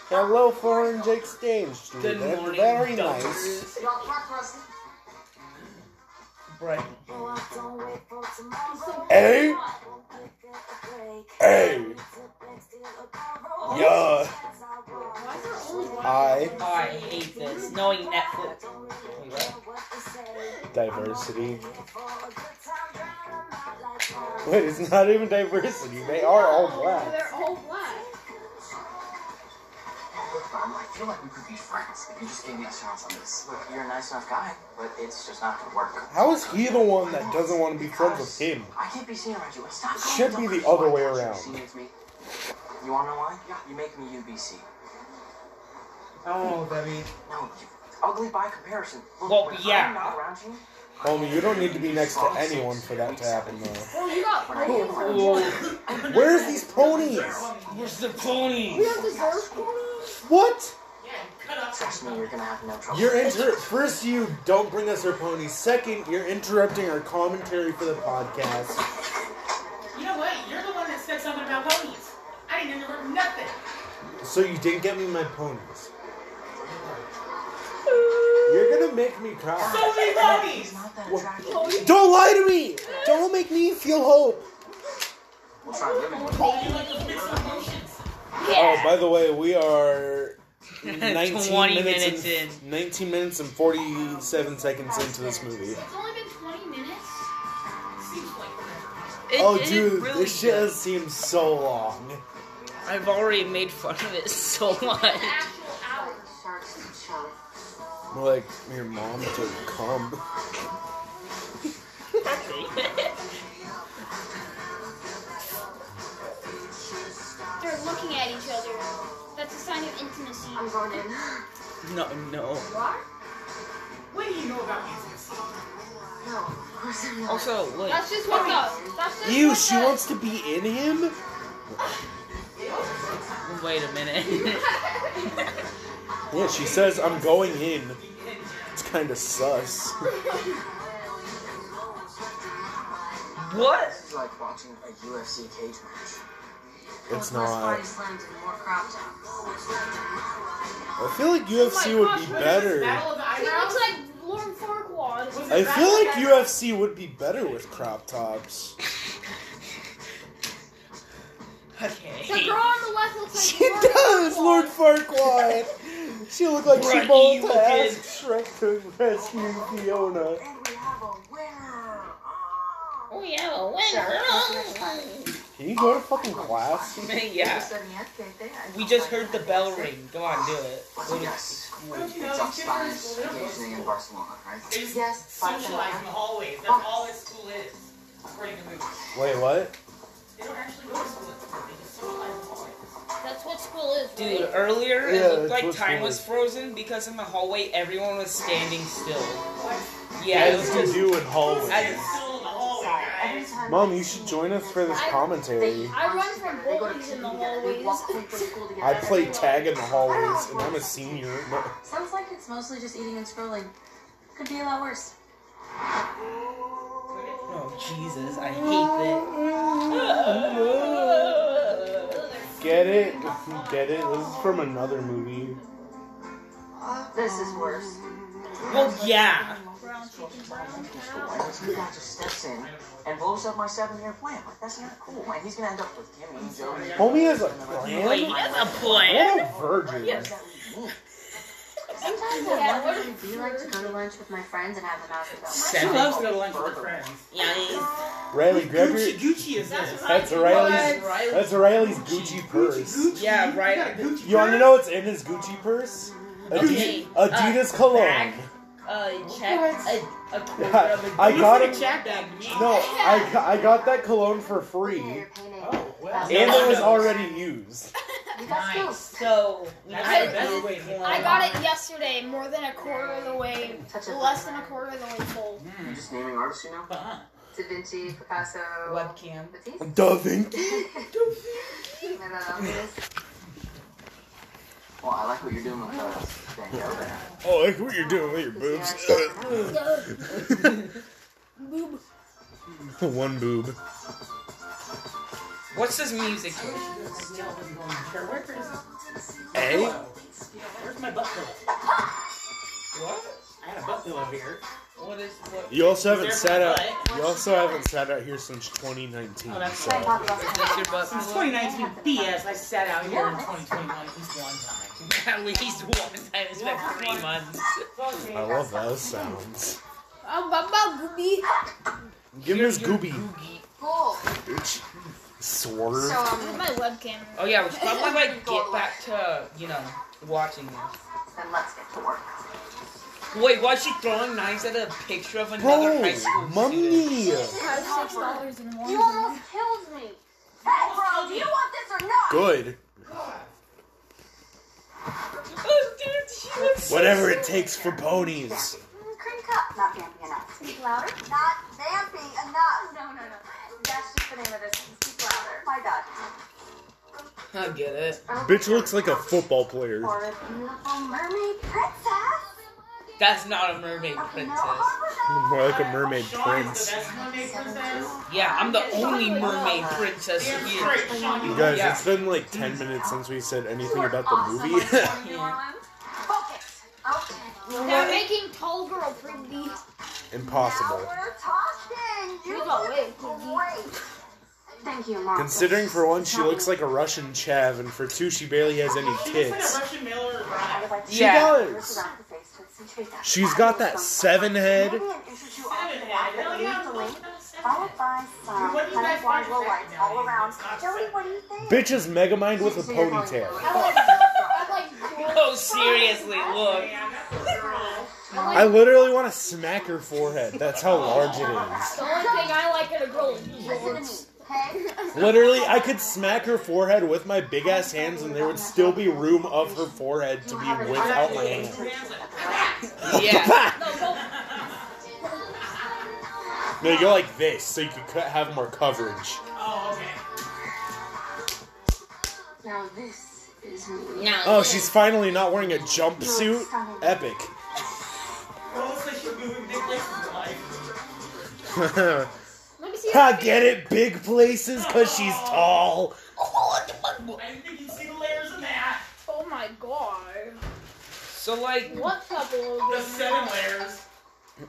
Speaker 1: Hello, foreign Jake Stage.
Speaker 3: Good
Speaker 1: They're
Speaker 3: morning,
Speaker 1: very nice.
Speaker 3: dumpsters.
Speaker 5: Y'all fuck Russ.
Speaker 3: Right.
Speaker 1: Hey? Hey! Yeah! I.
Speaker 3: Oh, I hate this. Knowing Netflix. Wait, what?
Speaker 1: Diversity. Wait, it's not even diversity. They are all black.
Speaker 2: They're all black.
Speaker 4: Um, I feel like we could be friends if you just gave me a chance on this. Look, you're a nice enough guy, but it's just not gonna work.
Speaker 1: How is he the one that doesn't want to be friends with him?
Speaker 4: I can't be seen around you. It's not
Speaker 1: It should be the other way around.
Speaker 4: Seen with me. You wanna know why? You make me UBC.
Speaker 3: I don't know
Speaker 1: Oh,
Speaker 3: what that means.
Speaker 4: No, you ugly by comparison. Look,
Speaker 3: Well,
Speaker 4: when
Speaker 3: yeah.
Speaker 4: I'm not around you,
Speaker 1: Homie, you don't need to be next to anyone for that to happen, though.
Speaker 2: Well, you got
Speaker 4: Cool.
Speaker 2: black.
Speaker 3: Whoa.
Speaker 1: Where's these ponies?
Speaker 3: Where's the pony?
Speaker 2: We don't deserve ponies.
Speaker 1: What?
Speaker 4: trust me, you're gonna have no trouble.
Speaker 1: You're inter- first. You don't bring us our ponies. Second, you're interrupting our commentary for the podcast.
Speaker 7: You know what? You're the one that said something about ponies. I didn't interrupt nothing.
Speaker 1: So you didn't get me my ponies. You're gonna make me cry.
Speaker 7: So many ponies!
Speaker 4: He's not that
Speaker 1: What?
Speaker 4: attractive.
Speaker 1: Don't lie to me. Don't make me feel hope.
Speaker 4: We'll try living with
Speaker 7: Oh, you like to mix emotions.
Speaker 1: Oh, by the way, we are 19
Speaker 3: 20
Speaker 1: minutes,
Speaker 3: minutes
Speaker 1: and, 19 minutes and 47 seconds into this movie.
Speaker 2: It's only been 20 minutes.
Speaker 7: Seems like
Speaker 3: It-
Speaker 1: oh,
Speaker 3: it
Speaker 1: dude,
Speaker 3: really
Speaker 1: this shit
Speaker 3: does.
Speaker 1: has seemed so long.
Speaker 3: I've already made fun of it so much.
Speaker 2: Actual hours.
Speaker 5: Sharks and Charlie.
Speaker 1: More like your mom to come.
Speaker 2: They're looking at each other. That's a sign of intimacy.
Speaker 5: I'm going in.
Speaker 3: no, no.
Speaker 7: What do you know about business?
Speaker 5: No, of course I'm
Speaker 1: Oh,
Speaker 5: not.
Speaker 3: Also, look.
Speaker 2: That's just what's up. That's just
Speaker 1: Ew,
Speaker 2: what's
Speaker 1: she
Speaker 2: up.
Speaker 1: wants to be in him?
Speaker 3: Wait a minute.
Speaker 1: Yeah, she says, I'm going in. It's kind of sus.
Speaker 3: what?
Speaker 4: It's like watching a UFC cage match.
Speaker 1: It's
Speaker 5: Less
Speaker 1: not.
Speaker 5: body slams and more crop tops.
Speaker 1: I feel like UFC
Speaker 2: Oh
Speaker 1: would be
Speaker 2: my gosh,
Speaker 7: What is
Speaker 1: better.
Speaker 7: This, battle of the
Speaker 2: She
Speaker 7: eyebrows?
Speaker 2: looks like Lauren Farquaad.
Speaker 7: Was
Speaker 1: I
Speaker 7: it
Speaker 1: feel like
Speaker 7: Battle of
Speaker 1: UFC would be better with crop tops.
Speaker 2: The
Speaker 3: Okay.
Speaker 2: girl on the left looks like
Speaker 1: She
Speaker 2: Lauren
Speaker 1: does,
Speaker 2: Farquaad.
Speaker 1: Lord Farquaad. she looked like she
Speaker 3: Right,
Speaker 1: about
Speaker 3: you
Speaker 1: to ask
Speaker 3: kid.
Speaker 1: Shrek to rescue Fiona.
Speaker 5: And we have a winner.
Speaker 2: We have a winner.
Speaker 1: Can you go to fucking class?
Speaker 3: yeah. We just heard the bell ring. Come on, do it.
Speaker 4: What's a guess?
Speaker 7: Don't you know
Speaker 4: It's up
Speaker 7: the
Speaker 4: Spanish
Speaker 7: difference is little?
Speaker 4: engaging in Barcelona, right?
Speaker 7: Eyebrows is
Speaker 5: Yes,
Speaker 7: socialized in the hallways. That's all this school is. According to the movie.
Speaker 1: Wait, what?
Speaker 7: They don't actually go to school. at school. They just socialize in the hallways.
Speaker 2: That's what school is,
Speaker 3: Dude,
Speaker 2: right?
Speaker 3: earlier
Speaker 1: Yeah,
Speaker 3: it looked
Speaker 1: it
Speaker 3: like
Speaker 1: was
Speaker 3: time
Speaker 1: cool.
Speaker 3: was frozen because in the hallway everyone was standing still.
Speaker 7: What?
Speaker 3: Yeah, it was
Speaker 1: As you
Speaker 3: just.
Speaker 1: do in
Speaker 3: I-
Speaker 1: hallways.
Speaker 7: They're still in the hallway, guys.
Speaker 1: Mom, you should join us for this commentary.
Speaker 2: I run from bullies in the hallways.
Speaker 1: I play tag in the hallways, and I'm a senior. No.
Speaker 5: Sounds like it's mostly just eating and scrolling. Could be a lot worse.
Speaker 3: Oh, Jesus, I hate that.
Speaker 1: Get it? Get it? This is from another movie.
Speaker 5: This is worse.
Speaker 3: Well, yeah.
Speaker 2: Brown chicken, brown
Speaker 4: Why
Speaker 2: cow.
Speaker 4: does he not just steps in and blows up my seven-year plan? Like that's not cool. And he's gonna end up with Kimmy and Joey.
Speaker 1: Homie has a
Speaker 3: Wait,
Speaker 1: plan?
Speaker 3: that's a plan.
Speaker 1: What a virgin.
Speaker 4: What does that even mean?
Speaker 5: Sometimes I
Speaker 2: Yeah,
Speaker 5: wonder
Speaker 2: what
Speaker 5: if you like to go to lunch with my friends and have them out to go.
Speaker 3: Sex.
Speaker 7: She
Speaker 3: Seven.
Speaker 7: loves to go to lunch with her friends.
Speaker 1: Riley, grab your.
Speaker 7: Gucci, Gucci is this.
Speaker 1: That's
Speaker 7: What?
Speaker 1: Riley's.
Speaker 3: Riley-
Speaker 1: That's Riley's Gucci
Speaker 7: Gucci,
Speaker 1: purse.
Speaker 7: Gucci.
Speaker 3: Yeah, right.
Speaker 7: You got a Gucci
Speaker 1: You want to
Speaker 7: purse?
Speaker 1: know what's in his Gucci purse?
Speaker 3: Okay,
Speaker 1: Adidas, Adidas
Speaker 3: uh,
Speaker 1: cologne.
Speaker 3: bag, uh, check, a, a quarter of a
Speaker 1: I
Speaker 3: Gucci.
Speaker 1: got
Speaker 7: Looks
Speaker 1: it.
Speaker 7: like a check bag to me.
Speaker 1: No, I, got- I got that cologne for free,
Speaker 5: Painted, painted.
Speaker 7: Oh, well.
Speaker 5: Um,
Speaker 1: and it was already used.
Speaker 5: You got
Speaker 7: Nice.
Speaker 5: skills.
Speaker 3: So
Speaker 7: That's
Speaker 2: I-
Speaker 7: the best way to
Speaker 2: I got it yesterday, more than a quarter of the way,
Speaker 5: Touch of
Speaker 2: less than a quarter of the way full.
Speaker 4: You're just naming artists, you know?
Speaker 3: Fun.
Speaker 5: Da Vinci, Picasso,
Speaker 3: Webcam.
Speaker 5: Matisse.
Speaker 1: Da Vinci.
Speaker 5: uh,
Speaker 4: Well, I like what you're doing with uh, the thing over there.
Speaker 1: Oh, like what you're doing with your
Speaker 2: Boob.
Speaker 1: One boob.
Speaker 3: What's this music?
Speaker 7: Where is it?
Speaker 1: Eh?
Speaker 7: Yeah, where's my butt pillow?
Speaker 3: What?
Speaker 7: I had a butt pillow here.
Speaker 3: What is what?
Speaker 1: You also
Speaker 3: Is
Speaker 1: haven't
Speaker 3: there
Speaker 1: sat out.
Speaker 3: my butt?
Speaker 1: You also haven't sat out here since 2019.
Speaker 7: Oh, that's
Speaker 1: so.
Speaker 3: Is your butt
Speaker 7: Since
Speaker 3: pillow?
Speaker 7: 2019 BS, I sat out here in 2021 at least one time.
Speaker 3: At least one time. It's been three months.
Speaker 1: I love those sounds.
Speaker 2: Um, bum, bum, goobie.
Speaker 1: Give him his
Speaker 3: Your
Speaker 1: goobie,
Speaker 3: Googie.
Speaker 5: Cool.
Speaker 1: bitch. Swerve.
Speaker 2: Where's
Speaker 5: So, um,
Speaker 2: my webcam?
Speaker 3: Oh yeah, we should probably like get back to you know watching this.
Speaker 5: then let's get to work.
Speaker 3: Wait, why is she throwing knives at a picture of another
Speaker 1: Bro,
Speaker 3: high school student?
Speaker 1: mummy.
Speaker 2: Five, six dollars in one.
Speaker 6: You almost killed me. Hey, bro, do you want this or not?
Speaker 1: Good.
Speaker 3: Oh, dude, she looks so
Speaker 1: Whatever it takes for ponies.
Speaker 6: Cream cup.
Speaker 5: Not vamping enough.
Speaker 6: Speak louder. Not vamping enough. No, no, no. That's just the name of this. Speak louder.
Speaker 5: My God.
Speaker 3: I get it.
Speaker 1: Bitch looks like a football player.
Speaker 5: Or
Speaker 6: Beautiful mermaid princess.
Speaker 3: That's not a mermaid princess.
Speaker 1: More like a mermaid
Speaker 7: Sean is the
Speaker 1: prince.
Speaker 7: best mermaid princess.
Speaker 3: Yeah, I'm the only mermaid princess
Speaker 7: Damn
Speaker 3: here.
Speaker 7: straight, Sean, you
Speaker 1: You guys,
Speaker 3: Yeah.
Speaker 1: it's been like 10 minutes since we said anything about the
Speaker 6: Awesome,
Speaker 1: movie.
Speaker 6: like Tony Orlando. Focus. Okay.
Speaker 2: They're making tall girl pretty.
Speaker 6: Now
Speaker 1: Impossible.
Speaker 6: we're talking. You
Speaker 2: We got
Speaker 6: look
Speaker 2: way too deep.
Speaker 6: great.
Speaker 5: Thank you, Mom.
Speaker 1: Considering for one, she looks like a Russian chav, and for two, she barely has any
Speaker 7: She looks
Speaker 1: tits.
Speaker 7: like a Russian male or a bride.
Speaker 5: I would like to
Speaker 1: She
Speaker 3: Yeah.
Speaker 1: does! She's got that seven head.
Speaker 5: Maybe an issue to all
Speaker 7: Seven
Speaker 5: the
Speaker 7: head. Hell
Speaker 5: that leads
Speaker 7: yeah, I'm
Speaker 5: the
Speaker 7: going
Speaker 5: link,
Speaker 7: to
Speaker 5: followed by some
Speaker 7: What do you guys
Speaker 5: kind of
Speaker 7: find
Speaker 5: low lights
Speaker 7: attractive
Speaker 5: all around.
Speaker 7: nowadays? It's not
Speaker 5: Jody,
Speaker 7: seven.
Speaker 5: what do you think?
Speaker 1: Bitch is Megamind with a ponytail.
Speaker 2: I like, I like,
Speaker 3: Oh, seriously, look.
Speaker 7: Yeah, that's a girl.
Speaker 1: I literally want to smack her forehead. That's how large it
Speaker 2: the only thing I like in a girl is jorts.
Speaker 6: Listen to me, okay?
Speaker 1: is. Literally, I could smack her forehead with my big ass hands, and there would still be room of her forehead to be without my hands.
Speaker 3: Yeah.
Speaker 1: No, you go like this, so you could cut, have more coverage.
Speaker 7: Oh, okay.
Speaker 5: Now this is me.
Speaker 1: Oh, she's finally not wearing a jumpsuit.
Speaker 5: You're stunning.
Speaker 1: Epic.
Speaker 7: Well, looks like she's moving big places in life.
Speaker 1: I
Speaker 2: Let me see. her face.
Speaker 1: get it, big places, cause she's tall.
Speaker 7: I didn't think you'd see the layers in that.
Speaker 2: Oh my god.
Speaker 3: So like,
Speaker 2: What couple?
Speaker 7: The seven layers.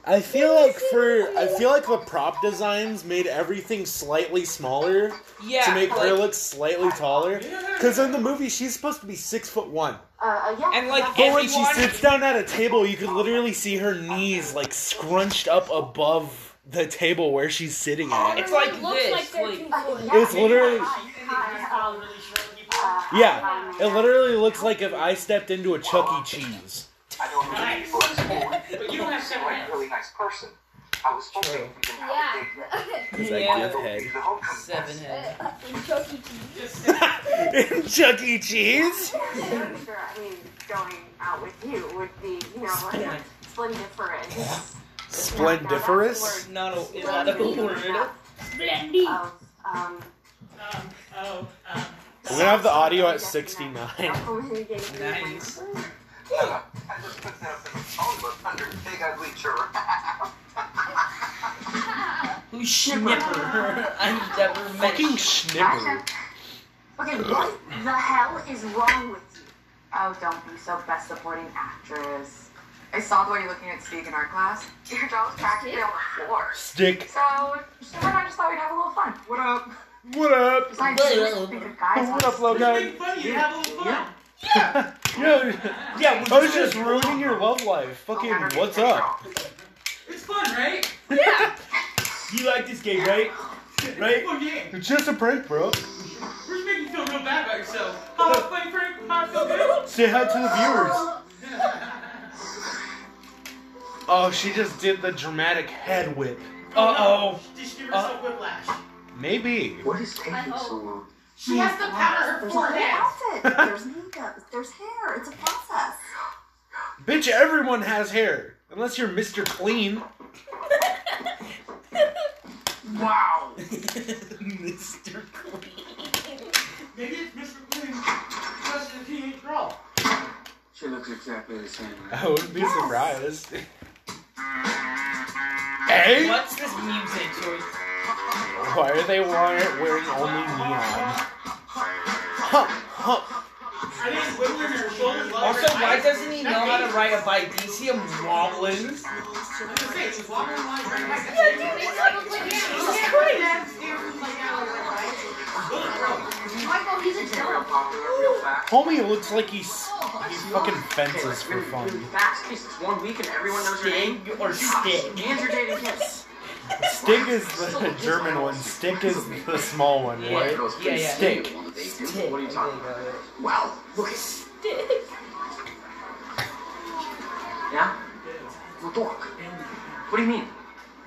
Speaker 1: I feel like for I feel like the prop designs made everything slightly smaller
Speaker 3: yeah.
Speaker 1: to make her
Speaker 3: like-
Speaker 1: look slightly taller. Cause in the movie she's supposed to be six foot one.
Speaker 5: Uh, uh, yeah.
Speaker 3: And like
Speaker 1: But when she
Speaker 3: everyone-
Speaker 1: sits down at a table, you can literally see her knees like scrunched up above the table where she's sitting at.
Speaker 3: It's like
Speaker 2: looks
Speaker 3: this,
Speaker 2: like they're
Speaker 3: like-
Speaker 2: too
Speaker 5: Uh,
Speaker 2: good.
Speaker 5: yeah.
Speaker 1: It's literally
Speaker 7: You think these girls are really short people?
Speaker 5: Uh,
Speaker 1: yeah.
Speaker 6: um,
Speaker 1: It literally looks like if I stepped into a Chuck E. Cheese.
Speaker 4: I know I'm really
Speaker 7: Nice.
Speaker 4: first born,
Speaker 7: But you don't have seven
Speaker 4: but I'm a
Speaker 7: layers.
Speaker 4: really nice person. I was hoping you can have a big head.
Speaker 1: Is
Speaker 3: Yeah.
Speaker 1: that gift
Speaker 4: You're the homecoming
Speaker 3: Seven
Speaker 4: best.
Speaker 3: head.
Speaker 2: In Chuck E. Cheese.
Speaker 7: Just seven.
Speaker 1: head? In Chuck E. Cheese?
Speaker 5: I'm sure, I mean, going out with you would be, you know, like, splendiferous.
Speaker 1: Splendiferous?
Speaker 3: Not a, is that a word?
Speaker 2: Blendy.
Speaker 5: Of, um,
Speaker 7: Um, oh, um,
Speaker 1: We're gonna have the audio at 69.
Speaker 3: Nice.
Speaker 4: I just put that up in the phone book under big ugly giraffe.
Speaker 3: Who's Schnipper? I've never met.
Speaker 1: Fucking
Speaker 3: Sch-
Speaker 5: Mm.
Speaker 1: schnipper.
Speaker 5: Okay, what the hell is wrong with you? Oh, don't be so best supporting actress. I saw the way you're looking at Speak in art class. Your jaw was practically on the floor.
Speaker 1: Stick.
Speaker 5: So, Shimmer and I just thought we'd have a little fun. What up?
Speaker 1: What up?
Speaker 5: Besides, you think of guys
Speaker 1: What up,
Speaker 5: want
Speaker 1: Logan?
Speaker 7: make fun of you, have a little fun.
Speaker 1: Yeah. Yo,
Speaker 3: Yeah,
Speaker 1: I was just ruining your love life. Fucking, what's up?
Speaker 7: It's fun, right?
Speaker 8: You like this game, right? Right?
Speaker 7: It's fun game.
Speaker 1: It's just a prank, bro.
Speaker 7: We're just making you feel real bad about yourself. How I play prank, how I feel good.
Speaker 1: Say hi to the viewers. Oh, she just did the dramatic head whip.
Speaker 3: Uh oh.
Speaker 7: Did she give herself whiplash?
Speaker 1: Maybe.
Speaker 4: What is taking
Speaker 2: hope.
Speaker 4: so long?
Speaker 7: She has to powder her
Speaker 5: There's a whole
Speaker 7: forehead.
Speaker 5: outfit. There's makeup. There's hair. It's a process.
Speaker 1: Bitch, everyone has hair. Unless you're Mr. Clean.
Speaker 4: Wow.
Speaker 3: Mr. Clean.
Speaker 7: Maybe it's Mr. Clean's question of teenage girl.
Speaker 4: She looks exactly the same.
Speaker 1: I wouldn't be surprised. hey?
Speaker 3: What's this music choice?
Speaker 1: Why are they wearing, wearing only neon? Huh, huh.
Speaker 7: I think it's wiggling her shoulders. while
Speaker 3: Also,
Speaker 7: her
Speaker 3: why
Speaker 7: eyes-
Speaker 3: doesn't he know how to ride a bike? Do you see him wobbling?
Speaker 7: I was gonna say, she's walking along her eyes.
Speaker 2: It's like a play
Speaker 7: You can't put that stairs like that with her eyes.
Speaker 2: Michael, he's a
Speaker 4: Isn't it real
Speaker 2: killer.
Speaker 4: popular, real fast?
Speaker 1: Homie looks like he's he fucking fences for fun.
Speaker 4: Facts, case it's one week and everyone knows your name.
Speaker 3: Stig or stick?
Speaker 4: And you're dating him.
Speaker 1: Stig is the German one. Stick is the small one,
Speaker 3: Yeah,
Speaker 1: right?
Speaker 3: yeah, yeah.
Speaker 1: Stick.
Speaker 3: Stick.
Speaker 4: What are you talking about? Wow, look at Yeah? Well, dork. What do you mean?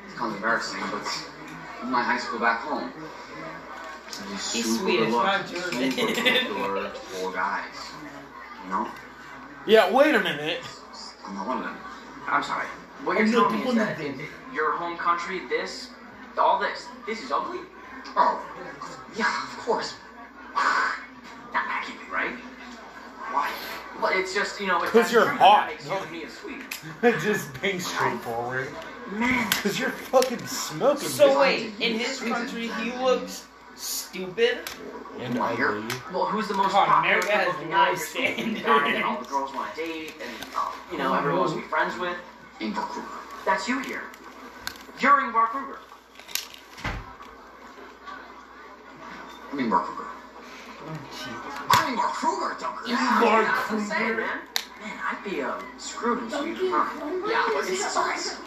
Speaker 4: It's kind of embarrassing, but my high school back home.
Speaker 3: He's Swedish, not German.
Speaker 4: Super cool guys. You know?
Speaker 1: Yeah, wait a minute.
Speaker 4: I'm not Oh, one of them. I'm sorry. What you're telling me is that in your home country, this, all this, this is ugly? Oh, yeah, of course. Not accurate, right? Why? Well, it's just, you know, it's
Speaker 1: 'Cause
Speaker 4: not
Speaker 1: you're
Speaker 4: true,
Speaker 1: hot.
Speaker 4: That makes you me a Swede.
Speaker 1: Just being straightforward.
Speaker 4: Man.
Speaker 1: Cause you're fucking smoking.
Speaker 3: So wait, in his country, he looks stupid.
Speaker 1: and
Speaker 4: Well, you're-
Speaker 1: ugly.
Speaker 4: Well, who's the most
Speaker 3: God,
Speaker 4: popular
Speaker 3: America has
Speaker 4: looking guy
Speaker 3: no
Speaker 4: in your school?
Speaker 3: standards.
Speaker 4: Guy that all the girls want to date, and uh, you know everyone wants to be friends with. Ingvar Kruger. That's you here. You're Ingvar Kruger. I'm Ingvar Kruger. I'm Ingvar Kruger, Dunker.
Speaker 3: Ingvar
Speaker 4: yeah, I'm
Speaker 3: Kruger.
Speaker 4: Saying, man. man, I'd be um, screwed in Sweden. huh? Yeah, look, it's just-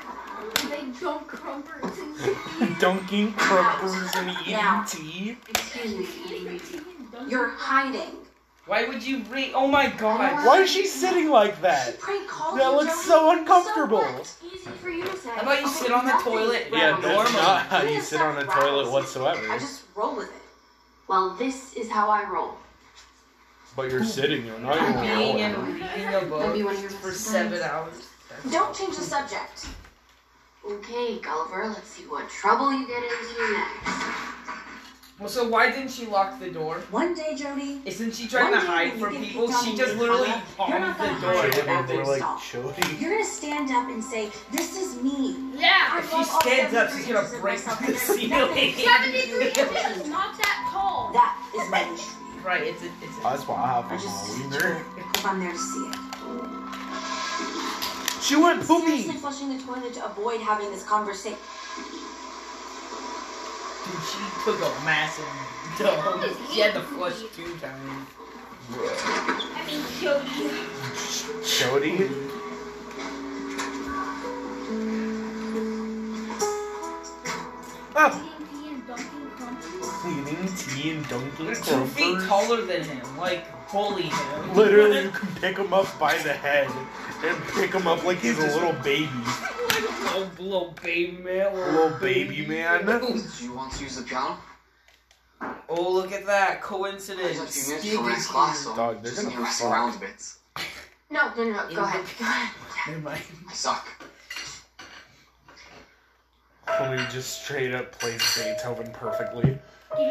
Speaker 6: They jump crumpers and
Speaker 1: Dunking crumpers and E eating tea.
Speaker 5: You're hiding.
Speaker 3: Why would you re- Oh my god.
Speaker 1: Why is she sitting like that?
Speaker 5: Prank called
Speaker 1: That
Speaker 5: you,
Speaker 1: looks
Speaker 5: Joey.
Speaker 1: so uncomfortable.
Speaker 6: easy for you to say.
Speaker 3: How about you sit on the toilet?
Speaker 1: Yeah, that's
Speaker 3: normal.
Speaker 1: not how you sit on a toilet
Speaker 5: I
Speaker 1: whatsoever.
Speaker 5: just roll with it. Well, this is how I roll.
Speaker 1: But you're sitting, you're not even
Speaker 3: Being
Speaker 1: rolling.
Speaker 3: and reading a
Speaker 5: Maybe
Speaker 3: book
Speaker 5: one of your
Speaker 3: for
Speaker 5: best
Speaker 3: seven
Speaker 5: friends.
Speaker 3: hours.
Speaker 5: Don't change the subject. Okay, Gulliver, let's see what trouble you get into next.
Speaker 3: Well, so why didn't she lock the door?
Speaker 5: One day, Jody.
Speaker 3: Isn't she trying to
Speaker 5: One day
Speaker 3: hide from
Speaker 5: when you get
Speaker 3: people?
Speaker 5: kicked out
Speaker 3: She
Speaker 5: of
Speaker 3: just
Speaker 5: your
Speaker 3: literally
Speaker 5: club, you're
Speaker 3: palmed
Speaker 5: not
Speaker 3: the
Speaker 5: gonna
Speaker 3: door. and
Speaker 5: hide it.
Speaker 1: Jody,
Speaker 3: everything.
Speaker 1: we're like, Jody.
Speaker 5: You're gonna stand up and say, This is me.
Speaker 2: Yeah.
Speaker 5: I
Speaker 3: If she
Speaker 5: love all
Speaker 3: stands up,
Speaker 5: 73
Speaker 3: she's gonna
Speaker 5: inches of
Speaker 3: break
Speaker 5: myself,
Speaker 3: the
Speaker 5: and there's nothing-
Speaker 2: 73 inches, not that tall.
Speaker 5: That is my issue.
Speaker 3: Right, it's a, it's a,
Speaker 1: That's why I have
Speaker 5: I
Speaker 1: a
Speaker 5: just
Speaker 1: wiener.
Speaker 5: hope I'm there to see it.
Speaker 1: She went
Speaker 5: Seriously
Speaker 1: poopy.
Speaker 5: flushing the toilet to avoid having this conversation.
Speaker 3: dude, she took a massive dump. She had to flush two times.
Speaker 2: I mean, Jody.
Speaker 1: Jody. Ah,
Speaker 2: D&D and Dunkin' Crumpers.
Speaker 1: cleaning tea and dunking
Speaker 3: You're two feet
Speaker 1: crumpers.
Speaker 3: taller than him. Like, bully him.
Speaker 1: Literally, you can pick him up by the head and pick him up like he's a little baby.
Speaker 3: little, little baby man.
Speaker 1: Little baby man.
Speaker 4: Do you want to use the piano?
Speaker 3: Oh, look at that.
Speaker 4: I
Speaker 3: Coincidence.
Speaker 4: have a
Speaker 3: Stig
Speaker 4: few minutes for my
Speaker 3: is
Speaker 4: class,
Speaker 3: here.
Speaker 4: so
Speaker 1: Dog, they're
Speaker 4: just
Speaker 1: gonna
Speaker 4: need to mess
Speaker 1: fuck.
Speaker 4: around a bit.
Speaker 5: No, no, no,
Speaker 3: In
Speaker 5: go
Speaker 3: the-
Speaker 5: ahead. Go ahead.
Speaker 3: Never mind.
Speaker 4: I suck.
Speaker 1: Chloe just straight up plays Beethoven perfectly. Hey,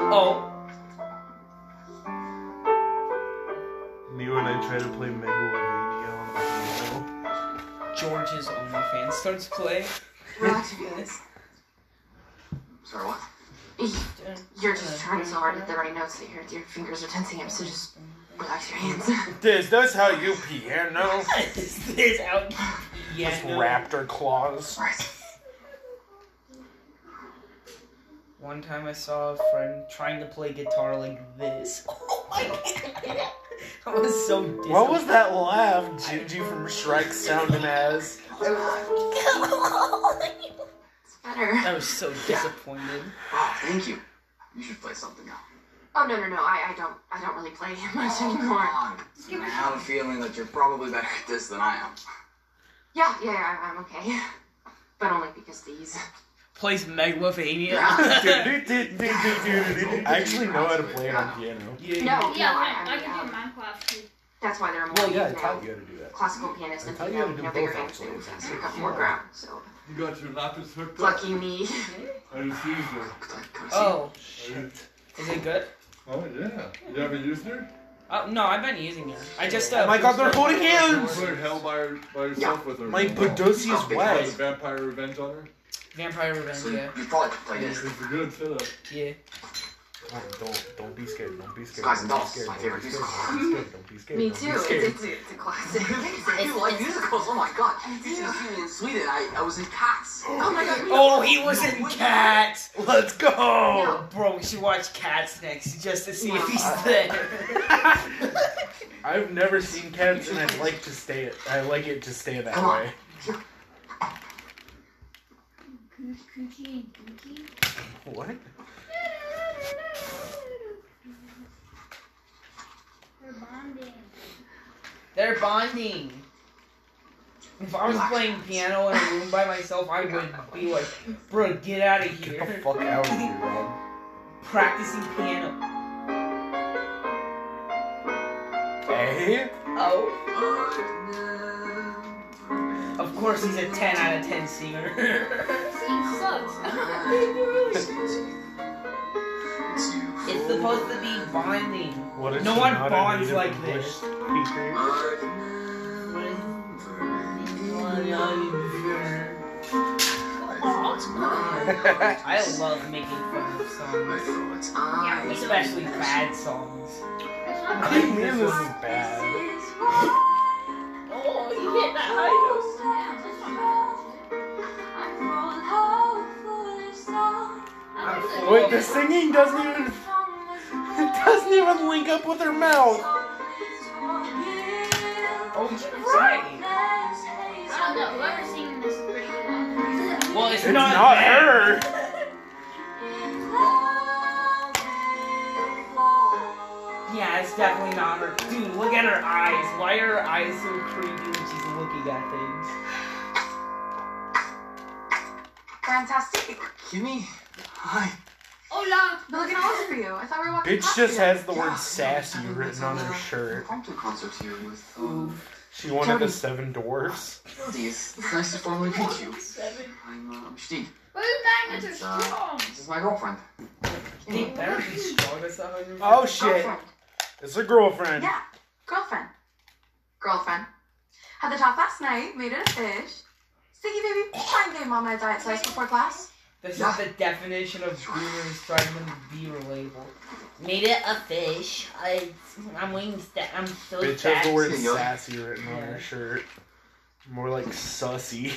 Speaker 3: Oh,
Speaker 1: me when I try to play Megalovania on the piano.
Speaker 3: George's OnlyFans starts play.
Speaker 5: Relax, you guys.
Speaker 4: Sorry, what?
Speaker 5: You're just trying so hard at the right notes that your, your fingers are tensing up, so just relax your hands.
Speaker 1: This, that's how you piano.
Speaker 3: is this out? Yeah.
Speaker 1: With raptor claws.
Speaker 4: Alright.
Speaker 3: One time I saw a friend trying to play guitar like this. Oh my god! I was so disappointed.
Speaker 1: What was that laugh Juju from Shrek sounding as?
Speaker 6: It's better.
Speaker 3: I was so disappointed.
Speaker 4: Oh, thank you. You should play something now.
Speaker 6: Oh no no no! I, I don't I don't really play much anymore.
Speaker 4: I have a feeling that you're probably better at this than I am.
Speaker 6: Yeah yeah, yeah I, I'm okay, but only because these.
Speaker 3: Plays Megalomania.
Speaker 1: I actually know how to play it on piano.
Speaker 6: No,
Speaker 3: yeah.
Speaker 6: no,
Speaker 2: Yeah,
Speaker 6: I,
Speaker 2: I, I
Speaker 6: I,
Speaker 2: can
Speaker 6: um,
Speaker 2: do Minecraft too.
Speaker 6: that's why there are more
Speaker 1: Well, yeah, I
Speaker 6: people
Speaker 1: taught
Speaker 6: now.
Speaker 1: you how to do that.
Speaker 6: classical pianist
Speaker 1: I
Speaker 6: and
Speaker 1: taught you how to
Speaker 6: people
Speaker 1: do
Speaker 6: have
Speaker 1: both,
Speaker 6: bigger hands
Speaker 1: actually.
Speaker 6: than us. We got more ground, so
Speaker 8: You got your lapis hooked up?
Speaker 6: lucky me.
Speaker 8: I just used it.
Speaker 3: Oh,
Speaker 8: I just-
Speaker 3: is it good?
Speaker 8: Oh yeah. You haven't used it?
Speaker 3: Uh, no, I've been using it. I just. Uh,
Speaker 1: Oh my god, they're holding
Speaker 8: You
Speaker 1: hands!
Speaker 8: played Hell by, her- by yourself with her.
Speaker 1: My
Speaker 8: right?
Speaker 1: Podosi
Speaker 4: Oh,
Speaker 1: is
Speaker 4: big
Speaker 8: Oh, the
Speaker 1: wet.
Speaker 8: vampire revenge on her?
Speaker 3: Vampire
Speaker 4: So
Speaker 3: Revenge.
Speaker 4: you,
Speaker 3: Yeah,
Speaker 4: you probably could play
Speaker 8: It's
Speaker 4: this.
Speaker 8: a good setup.
Speaker 3: yeah.
Speaker 1: Oh, Don't, don't be scared, don't be scared.
Speaker 4: Guys,
Speaker 1: don't be
Speaker 4: dolls,
Speaker 1: scared,
Speaker 4: my
Speaker 1: don't
Speaker 4: favorite
Speaker 1: be
Speaker 4: musical.
Speaker 1: scared, don't be scared, don't be scared,
Speaker 6: Me
Speaker 1: don't be
Speaker 6: too. It's,
Speaker 1: scared.
Speaker 6: it's, it's a classic.
Speaker 4: You like musicals? Oh my god! This is me in Sweden. I, I was in Cats.
Speaker 6: Oh my god.
Speaker 3: Oh, he was in Cats.
Speaker 1: Let's go!
Speaker 3: Oh, bro, we should watch Cats next just to see if he's there.
Speaker 1: I've never seen cats, and I'd like to stay. It. I like it to stay that
Speaker 4: Come on.
Speaker 1: way.
Speaker 2: Coochie and Dookie.
Speaker 1: What?
Speaker 2: They're bonding.
Speaker 3: They're bonding. If I was playing piano in a room by myself, I would be like, bro, get out of
Speaker 1: Get the
Speaker 3: here.
Speaker 1: fuck out of here, man.
Speaker 3: Practicing piano.
Speaker 1: Hey,
Speaker 3: Oh. Of course, he's a 10 out of 10 singer.
Speaker 2: He sucks.
Speaker 3: it's supposed to be bonding.
Speaker 1: what if
Speaker 3: No one
Speaker 1: Sonata
Speaker 3: bonds
Speaker 1: needed
Speaker 3: like
Speaker 1: English
Speaker 3: this.
Speaker 1: speakers?
Speaker 3: I love making fun of songs,
Speaker 2: Yeah, we don't.
Speaker 3: especially bad songs.
Speaker 2: It's not
Speaker 1: I
Speaker 2: good.
Speaker 1: think this is bad.
Speaker 2: Oh, you hit that high note. That's not bad.
Speaker 3: I'm full
Speaker 1: Wait,
Speaker 3: of-
Speaker 1: the singing doesn't even. It doesn't even link up with her mouth.
Speaker 3: Oh, you're right.
Speaker 2: I don't know. Whoever's singing this is pretty good.
Speaker 3: Well, it's,
Speaker 1: It's not her.
Speaker 3: Yeah, it's definitely not her. Dude, look at her eyes. Why are her eyes so creepy when she's looking at things?
Speaker 6: Fantastic.
Speaker 4: Kimmy, hi.
Speaker 2: Hola.
Speaker 6: But look at all for you. I thought we were walking.
Speaker 1: Bitch just has the word sassy written on her shirt.
Speaker 4: Impromptu concert here with um,
Speaker 1: She wanted the seven dwarfs.
Speaker 4: These. It's nice to formally meet you.
Speaker 2: Seven.
Speaker 4: I'm, uh, I'm Steve.
Speaker 2: Those magnets are strong.
Speaker 4: This is my girlfriend.
Speaker 3: Think therapy strong as 100
Speaker 1: Oh shit!
Speaker 6: Girlfriend.
Speaker 1: It's her girlfriend.
Speaker 6: Yeah, girlfriend. Girlfriend. Had the top last night. Made it a fish. Sticky baby. Trying to mom my diet slice before class.
Speaker 3: This is the definition of boomers trying to be relatable. Made it a fish. I, I'm waiting. St- I'm so
Speaker 1: Bitch has
Speaker 3: sad.
Speaker 1: the word
Speaker 4: Sassy, yo.
Speaker 1: sassy written on her shirt. More like sussy.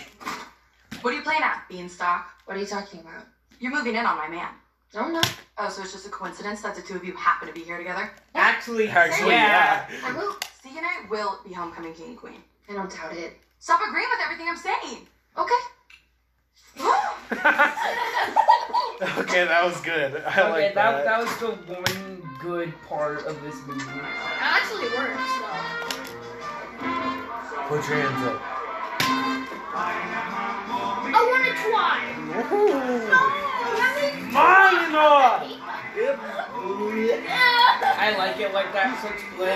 Speaker 6: What are you playing at, Beanstalk? What are you talking about? You're moving in on my man. No, no. Oh, so it's just a coincidence that the two of you happen to be here together?
Speaker 3: Actually,
Speaker 1: Actually,
Speaker 3: yeah.
Speaker 1: yeah.
Speaker 6: I will. Zeke and I will be homecoming king and queen. I don't doubt it. Stop agreeing with everything I'm saying. Okay.
Speaker 1: okay, that was good. I
Speaker 3: okay,
Speaker 1: like
Speaker 3: that,
Speaker 1: that.
Speaker 3: that was the one good part of this movie.
Speaker 2: It actually works though.
Speaker 1: Put your hands up.
Speaker 2: I want to try.
Speaker 1: Minor!
Speaker 3: I like it like that. Such play.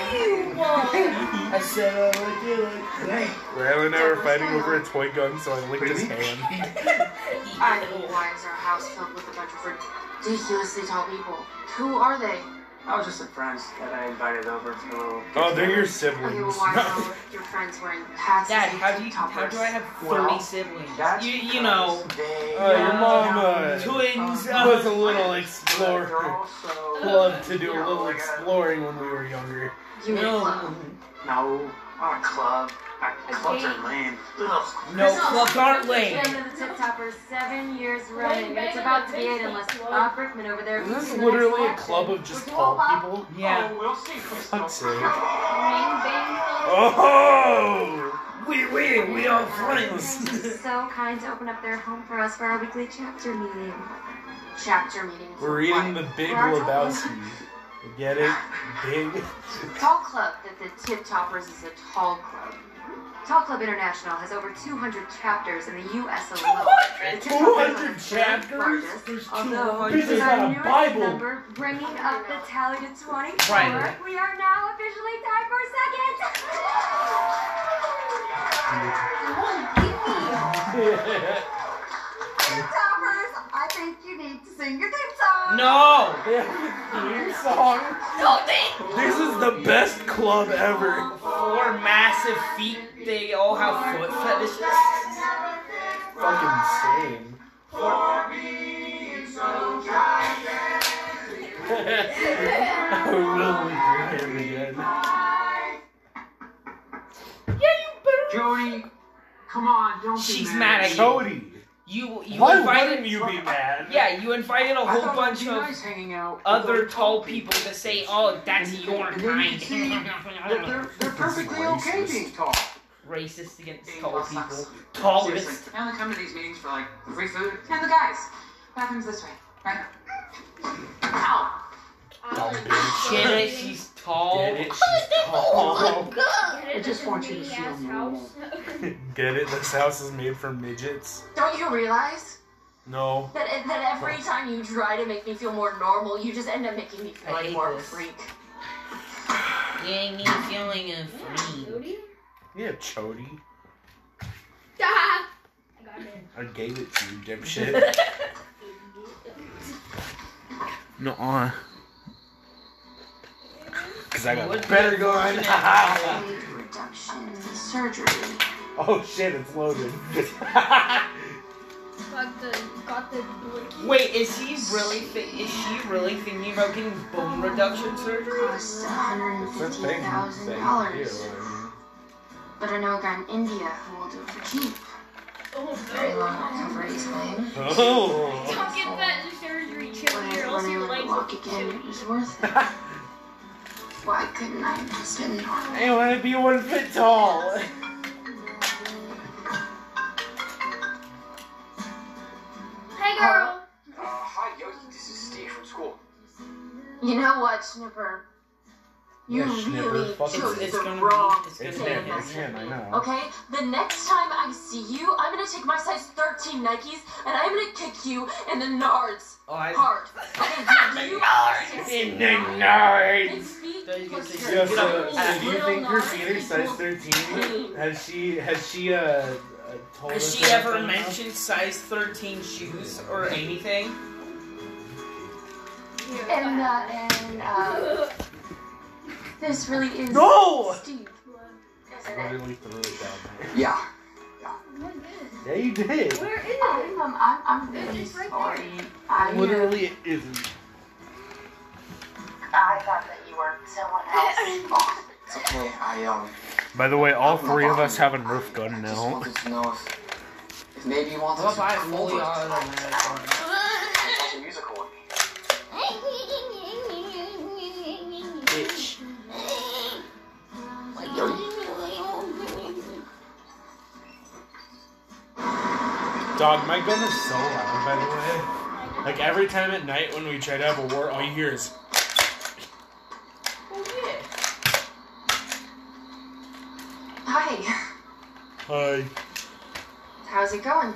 Speaker 3: I said I like it like that.
Speaker 1: Riley and I were fighting over a toy gun, so I licked his hand.
Speaker 6: I mean, why is our house filled with a bunch of ridiculously tall people? Who are they?
Speaker 4: I was just some friends that I invited over for a little.
Speaker 1: Oh, they're your
Speaker 6: Okay, well,
Speaker 1: siblings. Oh,
Speaker 6: why are all of your friends wearing hats?
Speaker 3: Dad,
Speaker 6: and
Speaker 3: how do you? How do I have 30
Speaker 4: Well,
Speaker 3: siblings?
Speaker 4: That's
Speaker 3: You, you
Speaker 4: because
Speaker 3: know,
Speaker 4: They,
Speaker 1: Oh, your mama.
Speaker 3: twins,
Speaker 9: He's, uh,
Speaker 1: was a little explorer.
Speaker 4: also.
Speaker 1: Loved to do a little exploring when we were younger.
Speaker 6: You
Speaker 3: No,
Speaker 4: No, not a club. Uh, Clubs
Speaker 6: Okay.
Speaker 4: are lame. Ugh.
Speaker 3: no, clubs aren't lame.
Speaker 6: Been in the tip top for seven years
Speaker 2: Wait,
Speaker 6: running. and It's
Speaker 2: wait,
Speaker 6: about to
Speaker 2: wait,
Speaker 6: be it
Speaker 2: wait,
Speaker 6: unless
Speaker 2: wait.
Speaker 6: Bob Brickman over there.
Speaker 1: Isn't
Speaker 6: leads
Speaker 1: this
Speaker 6: to the next
Speaker 1: literally a
Speaker 6: election.
Speaker 1: club of just
Speaker 6: We're
Speaker 1: tall
Speaker 6: all
Speaker 1: people?
Speaker 3: Yeah.
Speaker 4: Oh, we'll see. Please don't.
Speaker 1: Fuck's sake.
Speaker 10: Bang, bang,
Speaker 1: Oh!
Speaker 3: We we we are friends.
Speaker 6: Thank you so kind to open up their home for us for our weekly chapter meeting. Chapter meeting. for
Speaker 1: We're reading
Speaker 6: what?
Speaker 1: the Big
Speaker 6: For our tall-
Speaker 1: Lebowski. You Get it? Big.
Speaker 6: Tall Club that the Tip Toppers is a tall club. Tall Club International has over 200 chapters in the U.S. alone. The Tip Top Club is the
Speaker 9: 200
Speaker 6: third
Speaker 9: chapters?
Speaker 6: largest,
Speaker 3: There's
Speaker 6: Although,
Speaker 3: 200.
Speaker 6: this is our
Speaker 9: This is not
Speaker 6: newest
Speaker 9: a Bible.
Speaker 6: number, bringing up the tally to 24.
Speaker 3: Right.
Speaker 6: We are now officially tied for second.
Speaker 10: Tip Toppers, I think you need to sing your theme song.
Speaker 3: No.
Speaker 1: Your song. This is the best club ever.
Speaker 3: Four massive feet. They all have foot fetishes.
Speaker 1: Fucking insane. I will regret it again.
Speaker 4: Jody, come on, don't
Speaker 3: She's
Speaker 4: be mad.
Speaker 3: mad at you.
Speaker 1: Cody,
Speaker 3: You you
Speaker 1: why wouldn't
Speaker 3: invited
Speaker 1: you be mad?
Speaker 3: yeah you invited a
Speaker 4: I thought
Speaker 3: whole
Speaker 4: it would
Speaker 3: bunch
Speaker 4: be
Speaker 3: of
Speaker 4: nice hanging out with
Speaker 3: other tall people to say oh that's your
Speaker 4: And then you
Speaker 3: kind.
Speaker 4: see that they're, they're perfectly okay being tall.
Speaker 3: Racist against
Speaker 4: Being
Speaker 3: tall
Speaker 4: tall
Speaker 3: people.
Speaker 4: sucks.
Speaker 3: Tallest.
Speaker 4: Seriously. I only come to these meetings for like free food.
Speaker 6: Now the guys, bathrooms this way, right?
Speaker 4: Ow!
Speaker 1: Dumb bitch.
Speaker 3: Get it? She's tall.
Speaker 1: Get it? She's tall.
Speaker 2: I just want you to see house.
Speaker 1: Get it? This house is made for midgets.
Speaker 6: Don't you realize
Speaker 1: No.
Speaker 6: that, that every time you try to make me feel more normal, you just end up making me feel
Speaker 3: I
Speaker 6: like
Speaker 3: hate
Speaker 6: more
Speaker 3: this.
Speaker 6: freak?
Speaker 3: Getting me feeling a free.
Speaker 1: Yeah, Chody.
Speaker 2: Ah!
Speaker 1: I gave it to you, dipshit. no, uh. Because I got
Speaker 3: What
Speaker 1: better
Speaker 3: the-
Speaker 1: going.
Speaker 6: Weight reduction surgery.
Speaker 1: oh shit, it's loaded.
Speaker 2: Got the got the blicky.
Speaker 3: Wait, is he really? Thi- is she really thinking about getting bone reduction surgery?
Speaker 6: Cost
Speaker 1: That's big.
Speaker 6: $150,000. But I know a guy in India who will do it for cheap. Very long recovery time.
Speaker 1: Oh.
Speaker 2: Don't get that surgery
Speaker 6: When
Speaker 2: chair
Speaker 6: I
Speaker 2: or else
Speaker 6: when
Speaker 2: your
Speaker 6: I
Speaker 2: legs
Speaker 6: would
Speaker 2: will
Speaker 6: walk
Speaker 2: be
Speaker 6: again,
Speaker 2: too.
Speaker 6: it was worth
Speaker 1: Oh.
Speaker 6: it. Why couldn't I have just been normal?
Speaker 1: I want to be one foot tall.
Speaker 2: Hey
Speaker 6: Oh,
Speaker 2: girl.
Speaker 4: Uh, hi, Yogi. This is Steve from school.
Speaker 6: You know what, Snipper? You
Speaker 1: Yeah, Snipper,
Speaker 6: really
Speaker 1: fuck
Speaker 6: chose
Speaker 1: it.
Speaker 3: It's
Speaker 6: the
Speaker 3: gonna be-
Speaker 6: wrong
Speaker 3: it's
Speaker 6: thing.
Speaker 3: gonna
Speaker 1: It's
Speaker 3: be
Speaker 1: him,
Speaker 3: him.
Speaker 1: it's him, I know.
Speaker 6: Okay, the next time I see you, I'm gonna take my size 13 Nikes and I'm gonna kick you in the nards
Speaker 3: Oh, I.
Speaker 6: hard. I'm gonna give you
Speaker 1: In the nards.
Speaker 6: It's feet
Speaker 3: There you go,
Speaker 6: plus
Speaker 3: Stacey.
Speaker 1: Yeah,
Speaker 6: your
Speaker 1: so,
Speaker 6: little
Speaker 3: Uh,
Speaker 1: so uh, do you think her
Speaker 6: nards
Speaker 1: theater size
Speaker 6: equals-
Speaker 1: 13? Has she, has she, uh, uh, told
Speaker 3: Has
Speaker 1: us
Speaker 3: she
Speaker 1: that
Speaker 3: ever
Speaker 1: somehow?
Speaker 3: mentioned size 13 shoes or anything?
Speaker 6: And, uh, and, uh, this really is
Speaker 3: No!
Speaker 6: Steve. Isn't
Speaker 1: I
Speaker 6: it?
Speaker 1: literally threw it down
Speaker 4: Yeah.
Speaker 1: there. Yeah, you did.
Speaker 2: Where is it?
Speaker 6: I'm, I'm, I'm
Speaker 2: It's
Speaker 6: really
Speaker 2: just right
Speaker 6: sorry.
Speaker 2: there.
Speaker 6: I, uh,
Speaker 1: Literally, it isn't.
Speaker 6: I thought that you were someone else.
Speaker 4: Oh, it's okay. I um.
Speaker 1: By the way, all
Speaker 4: three of us have a Nerf gun now. I just wanted to know if, if maybe you wanted
Speaker 3: Well,
Speaker 4: to
Speaker 3: I
Speaker 4: come
Speaker 3: fully
Speaker 4: over to
Speaker 3: automatic.
Speaker 4: watch a musical with me.
Speaker 3: Bitch.
Speaker 4: Like Yogi.
Speaker 1: Dog, my gun is so loud, by the way. Like, every time at night when we try to have a war, all you hear is.
Speaker 6: Hi,
Speaker 1: Hi,
Speaker 6: how's it going?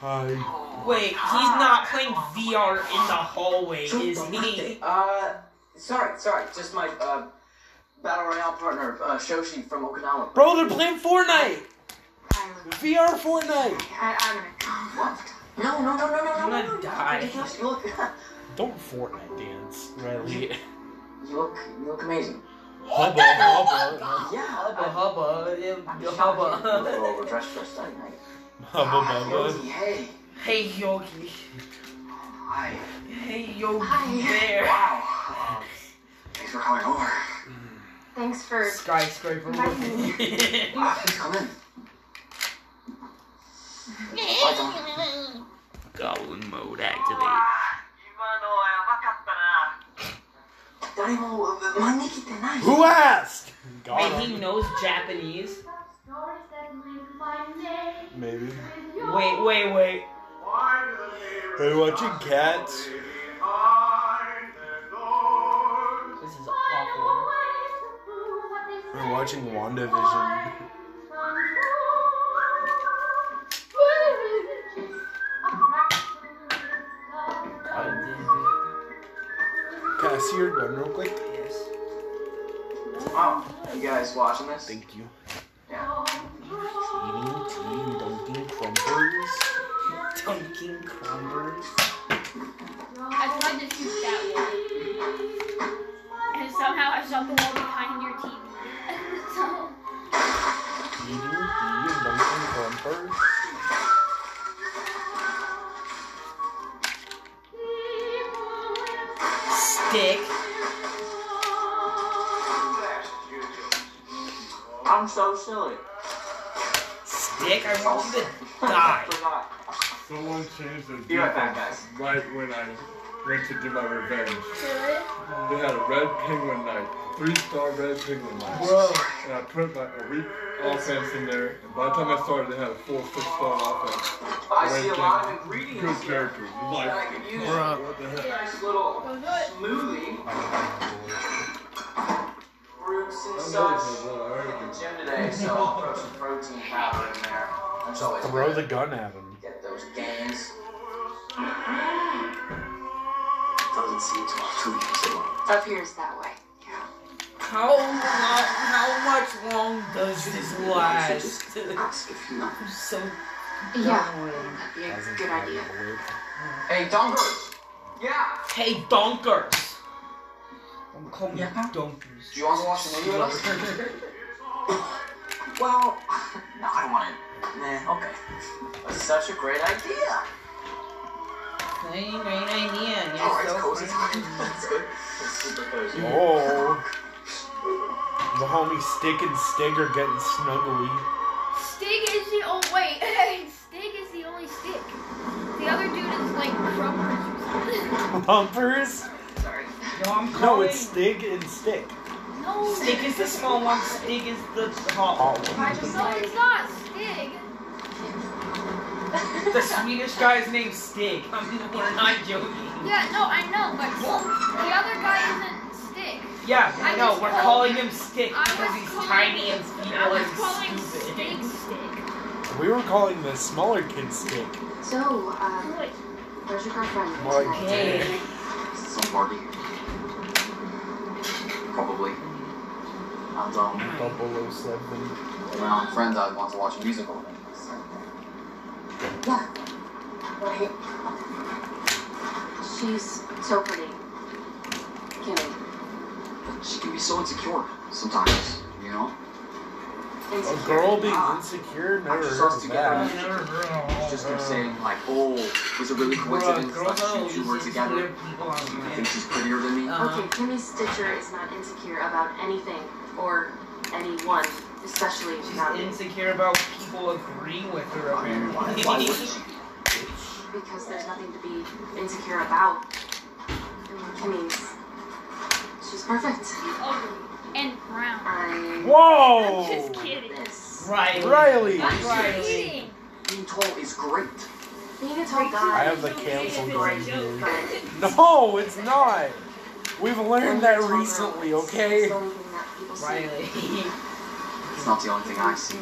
Speaker 1: hi.
Speaker 3: Wait, he's not playing VR in the hallway, is he?
Speaker 4: Uh, sorry, sorry. Just my uh, battle royale partner, uh, Shoshi from Okinawa.
Speaker 1: Bro, they're playing Fortnite!
Speaker 6: Hi, Luke.
Speaker 1: VR Fortnite!
Speaker 6: I, I'm gonna come.
Speaker 4: What? No, no, no, no, no,
Speaker 3: I'm
Speaker 4: no, no,
Speaker 3: gonna
Speaker 4: no.
Speaker 3: die.
Speaker 4: Yoshi, Look, you
Speaker 1: Don't Fortnite dance, Riley.
Speaker 4: look, you look amazing. Uh,
Speaker 1: Hubba, hubba,
Speaker 4: Yeah,
Speaker 3: The
Speaker 4: I
Speaker 3: hubba,
Speaker 4: bet.
Speaker 3: the
Speaker 4: shocked you look a
Speaker 3: hubba.
Speaker 4: little overdressed for a Sunday night.
Speaker 1: hubba,
Speaker 4: Ah,
Speaker 1: bubba.
Speaker 4: Yogi, hey.
Speaker 3: Hey, Yogi.
Speaker 4: Hi.
Speaker 3: Hey, yo,
Speaker 5: Hi.
Speaker 3: there.
Speaker 4: Wow. Thanks for coming over.
Speaker 5: Thanks for.
Speaker 3: Skyscraper.
Speaker 4: Wow, Ah, please come in.
Speaker 3: Goblin mode activate.
Speaker 5: 誰も
Speaker 4: uh,
Speaker 5: 招きてない。
Speaker 1: Who asked?
Speaker 3: Man, he knows Japanese.
Speaker 8: Maybe.
Speaker 3: Wait, wait, wait.
Speaker 8: Are you watching Cats?
Speaker 3: This is awful.
Speaker 1: We're watching WandaVision.
Speaker 3: I
Speaker 1: Can I see your gun real quick?
Speaker 3: did this.
Speaker 4: Wow. You guys watching this?
Speaker 1: Thank you.
Speaker 4: Yeah.
Speaker 1: Eating tea and dunking crumpers.
Speaker 3: Dunking Crumbers.
Speaker 2: I tried to shoot that one. And somehow I shot the one behind your teeth. so,
Speaker 1: Eating tea and dunking crumpers.
Speaker 3: Stick.
Speaker 4: I'm so silly.
Speaker 3: Stick. I want you to die.
Speaker 4: I forgot.
Speaker 8: Someone changed their
Speaker 4: Be right back,
Speaker 8: defense right when I went to do my revenge.
Speaker 2: really?
Speaker 8: They had a red penguin night, three star red penguin night.
Speaker 1: Bro.
Speaker 8: And I put my a weak offense in there, and by the time I started, they had a full six star offense.
Speaker 4: I see a lot of
Speaker 8: Good
Speaker 4: ingredients here.
Speaker 8: character. Like,
Speaker 4: I could use.
Speaker 8: bruh, what the heck?
Speaker 4: Nice little
Speaker 2: Go do it.
Speaker 4: smoothie. Fruits
Speaker 1: Oh,
Speaker 4: and
Speaker 8: That
Speaker 4: such.
Speaker 8: was really good.
Speaker 4: Gym today, so I'll throw some protein powder in there. That's always
Speaker 1: Throw
Speaker 4: good.
Speaker 1: the gun at him.
Speaker 4: Get those Mm-hmm. gains. Doesn't seem to have two years ago.
Speaker 5: Up here is that way.
Speaker 3: How long? How much long does this last?
Speaker 4: Ask if you
Speaker 3: I'm so
Speaker 5: Yeah,
Speaker 3: done.
Speaker 5: that'd be a good idea.
Speaker 4: Hey, Dunkers! Yeah!
Speaker 3: Hey, Dunkers. Don't call me Dunkers.
Speaker 4: Do you want to watch the movie with us? Well, no, I don't want it. Nah, okay. That's such a great idea!
Speaker 3: Hey, great idea. You're
Speaker 4: Alright, Oh, it's
Speaker 3: so
Speaker 4: cozy time.
Speaker 3: funny.
Speaker 4: That's good. That's super cozy.
Speaker 1: Oh. The homie Stick and Stig are getting snuggly.
Speaker 2: Stig is the oh wait, Stig is the only stick. The other dude is like Crumpers.
Speaker 1: Bumpers?
Speaker 4: Sorry.
Speaker 3: No, I'm
Speaker 1: No,
Speaker 3: calling.
Speaker 1: it's Stig and Stick.
Speaker 2: no,
Speaker 3: Stick is the small one. Stick is the hot one.
Speaker 1: Oh,
Speaker 2: no, it's not Stig.
Speaker 3: The Swedish guy's name's Stig. I mean, we're not joking.
Speaker 2: Yeah, no, I know, but the other guy isn't Stig.
Speaker 3: Yeah,
Speaker 2: I
Speaker 3: no,
Speaker 2: was
Speaker 3: we're
Speaker 2: calling-
Speaker 3: calling him Stick
Speaker 2: I
Speaker 3: because
Speaker 2: was
Speaker 3: he's
Speaker 2: calling-
Speaker 3: tiny and
Speaker 2: I
Speaker 3: feeble
Speaker 2: was calling
Speaker 3: and
Speaker 2: Stig
Speaker 3: stupid.
Speaker 2: Stig.
Speaker 1: we were calling the smaller kid Stick.
Speaker 5: So, uh,
Speaker 2: Wait,
Speaker 5: where's your girlfriend
Speaker 1: Boy.
Speaker 5: tonight?
Speaker 3: Hey,
Speaker 4: Some party. Probably. I don't.
Speaker 1: Bubble 07.
Speaker 4: Around friends, I'd want to watch a musical.
Speaker 5: Yeah. Right. She's so pretty. Kimmy.
Speaker 4: She can be so insecure sometimes, you know?
Speaker 1: A
Speaker 5: Insecure. Uh,
Speaker 1: girl being
Speaker 6: Ah.
Speaker 1: insecure? Never heard of that.
Speaker 3: I've never heard of all
Speaker 4: She just kept
Speaker 3: that.
Speaker 4: saying, like, oh, was it really
Speaker 3: Bruh,
Speaker 4: coincidence
Speaker 3: girls
Speaker 4: that
Speaker 3: are
Speaker 4: you two were
Speaker 3: always
Speaker 4: together?
Speaker 3: insecure people out
Speaker 4: I
Speaker 3: there.
Speaker 4: think she's prettier than
Speaker 6: Uh,
Speaker 4: me.
Speaker 3: Uh-huh.
Speaker 5: Okay, Kimmy Stitcher is not insecure about anything or anyone, especially not
Speaker 3: She's
Speaker 5: me,
Speaker 3: insecure about people agreeing with her.
Speaker 4: I mean, why, why wouldn't
Speaker 3: apparently.
Speaker 4: she?
Speaker 5: because there's nothing to be insecure about. I mean, Kimmy's. She's perfect.
Speaker 2: he's ugly and brown.
Speaker 5: I.
Speaker 2: I'm
Speaker 1: Whoa!
Speaker 2: just kidding.
Speaker 5: This.
Speaker 3: Riley.
Speaker 1: Riley!
Speaker 2: I'm
Speaker 3: Riley.
Speaker 2: just kidding.
Speaker 4: Being tall is great.
Speaker 5: Being a tall
Speaker 1: I
Speaker 5: guy,
Speaker 1: have the cancel gun here.
Speaker 5: but.
Speaker 1: No, it's not! We've learned that recently, okay?
Speaker 5: It's the only thing that people see.
Speaker 3: Riley.
Speaker 4: It's not the only thing I see.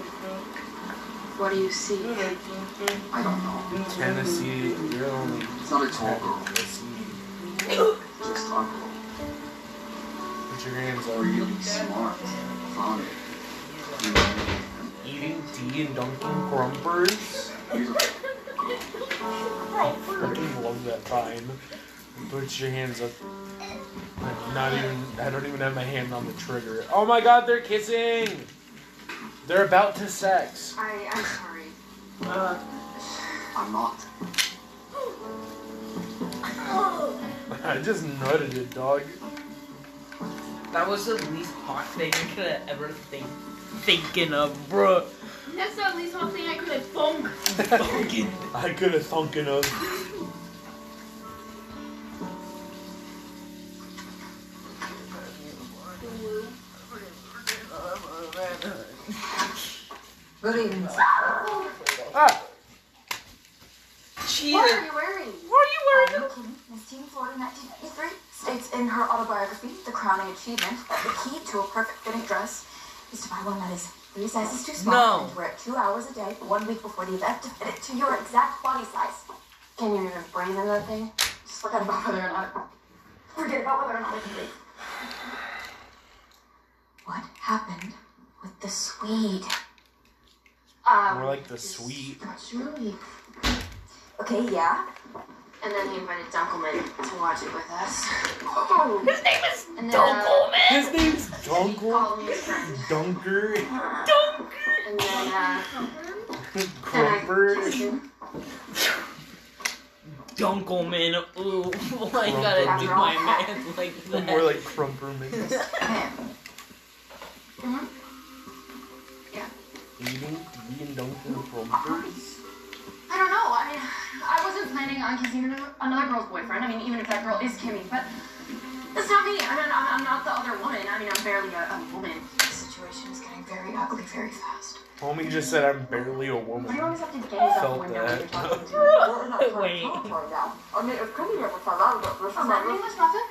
Speaker 5: What do you see?
Speaker 4: I don't know.
Speaker 1: Tennessee, you're only
Speaker 4: It's not a tall girl,
Speaker 1: Tennessee.
Speaker 4: just a girl.
Speaker 1: Put your hands over you.
Speaker 4: Really smart, funny,
Speaker 1: Eating tea and dunking crumpers?
Speaker 4: beautiful.
Speaker 1: Freaking love that time. Put your hands up. I'm not even. I don't even have my hand on the trigger. Oh my god, they're kissing! They're about to sex.
Speaker 5: I, I'm sorry.
Speaker 4: I'm not.
Speaker 1: I just nutted it, dog.
Speaker 3: That was the least hot thing I could have ever think thinking of, bro.
Speaker 2: That's the least one thing I could have thunk.
Speaker 3: Fucking
Speaker 1: I could have thunken us. Ah,
Speaker 5: What are
Speaker 3: cheater.
Speaker 5: you wearing?
Speaker 3: What are you
Speaker 5: Anna McKinney, Miss Teen Florida 1983, states in her autobiography, The Crowning Achievement, that the key to a perfect fitting dress is to buy one that is three sizes too small
Speaker 3: No.
Speaker 5: and wear it two hours a day for one week before the event to fit it to your exact body size. Can you even breathe in that thing? Just forget about whether or not. Forget about whether or not I can breathe. What happened with the Swede?
Speaker 1: more
Speaker 5: Um,
Speaker 1: like the sweet.
Speaker 5: not Julie. Okay, yeah. And then he invited Dunkelman to watch it with us.
Speaker 2: His name is
Speaker 5: And then, uh,
Speaker 2: Dunkelman.
Speaker 1: His name's
Speaker 5: he
Speaker 1: Dunkel.
Speaker 5: called me his friend.
Speaker 1: Dunker.
Speaker 5: And then, uh, then I kissed
Speaker 1: Grumper.
Speaker 5: him.
Speaker 3: Dunkelman. Ooh, why you
Speaker 1: Rumpel.
Speaker 3: gotta do my man like that?
Speaker 1: More like Crumperman. Eating D and Dunkel Crumpers.
Speaker 5: I don't know. I mean, I wasn't planning on kissing another- another girl's boyfriend. I mean, even if that girl is Kimmy, but that's not me. I mean, I'm, I'm not the other woman. I mean, I'm barely a, a woman. The situation is getting very ugly very fast.
Speaker 1: Homie just said I'm barely a
Speaker 5: Why do you
Speaker 1: woman.
Speaker 5: always have to gaze out
Speaker 1: Felt
Speaker 5: the window
Speaker 1: that.
Speaker 5: when you're talking to me?
Speaker 3: Wait.
Speaker 5: Oh, Is that an English muffin?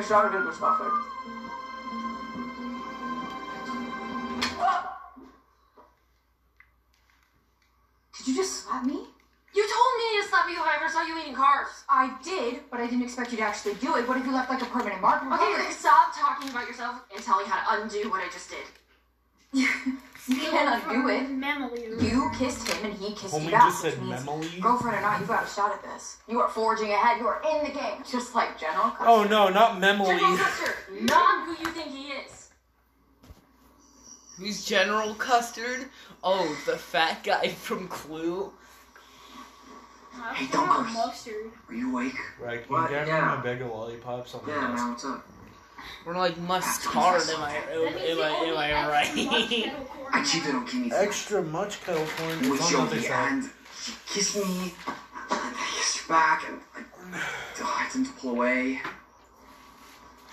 Speaker 11: It's not an English muffin.
Speaker 5: Did you just slap me? You told me to slap you if I ever saw you eating carbs. I did, but I didn't expect you to actually do it. What if you left like a permanent mark? Okay, stop talking about yourself and tell me how to undo what I just did. you can't undo it.
Speaker 2: Mammaloo.
Speaker 5: You kissed him and he kissed
Speaker 1: Homie
Speaker 5: you back,
Speaker 1: just said
Speaker 5: which means
Speaker 1: Memely.
Speaker 5: girlfriend or not, you've got a shot at this. You are forging ahead. You are in the game, just like General Custer.
Speaker 1: Oh no, not Memely.
Speaker 5: General Custer, not who you think he is.
Speaker 3: Who's General Custard? Oh, the fat guy from Clue.
Speaker 2: Hey, Dunkel. Mustard.
Speaker 4: Are you awake?
Speaker 1: Right, can you
Speaker 4: What?
Speaker 1: get
Speaker 4: Yeah.
Speaker 1: my bag of lollipops on the
Speaker 4: Yeah,
Speaker 1: desk?
Speaker 4: man, what's up?
Speaker 3: We're like mustard. Am I? Am, am I? Am I right?
Speaker 4: I cheated on Kimmy
Speaker 1: Extra much kettle corn is
Speaker 4: with
Speaker 1: on the other
Speaker 4: Joey,
Speaker 1: side.
Speaker 4: and she kissed me, and I kissed her back, and I, I didn't pull away.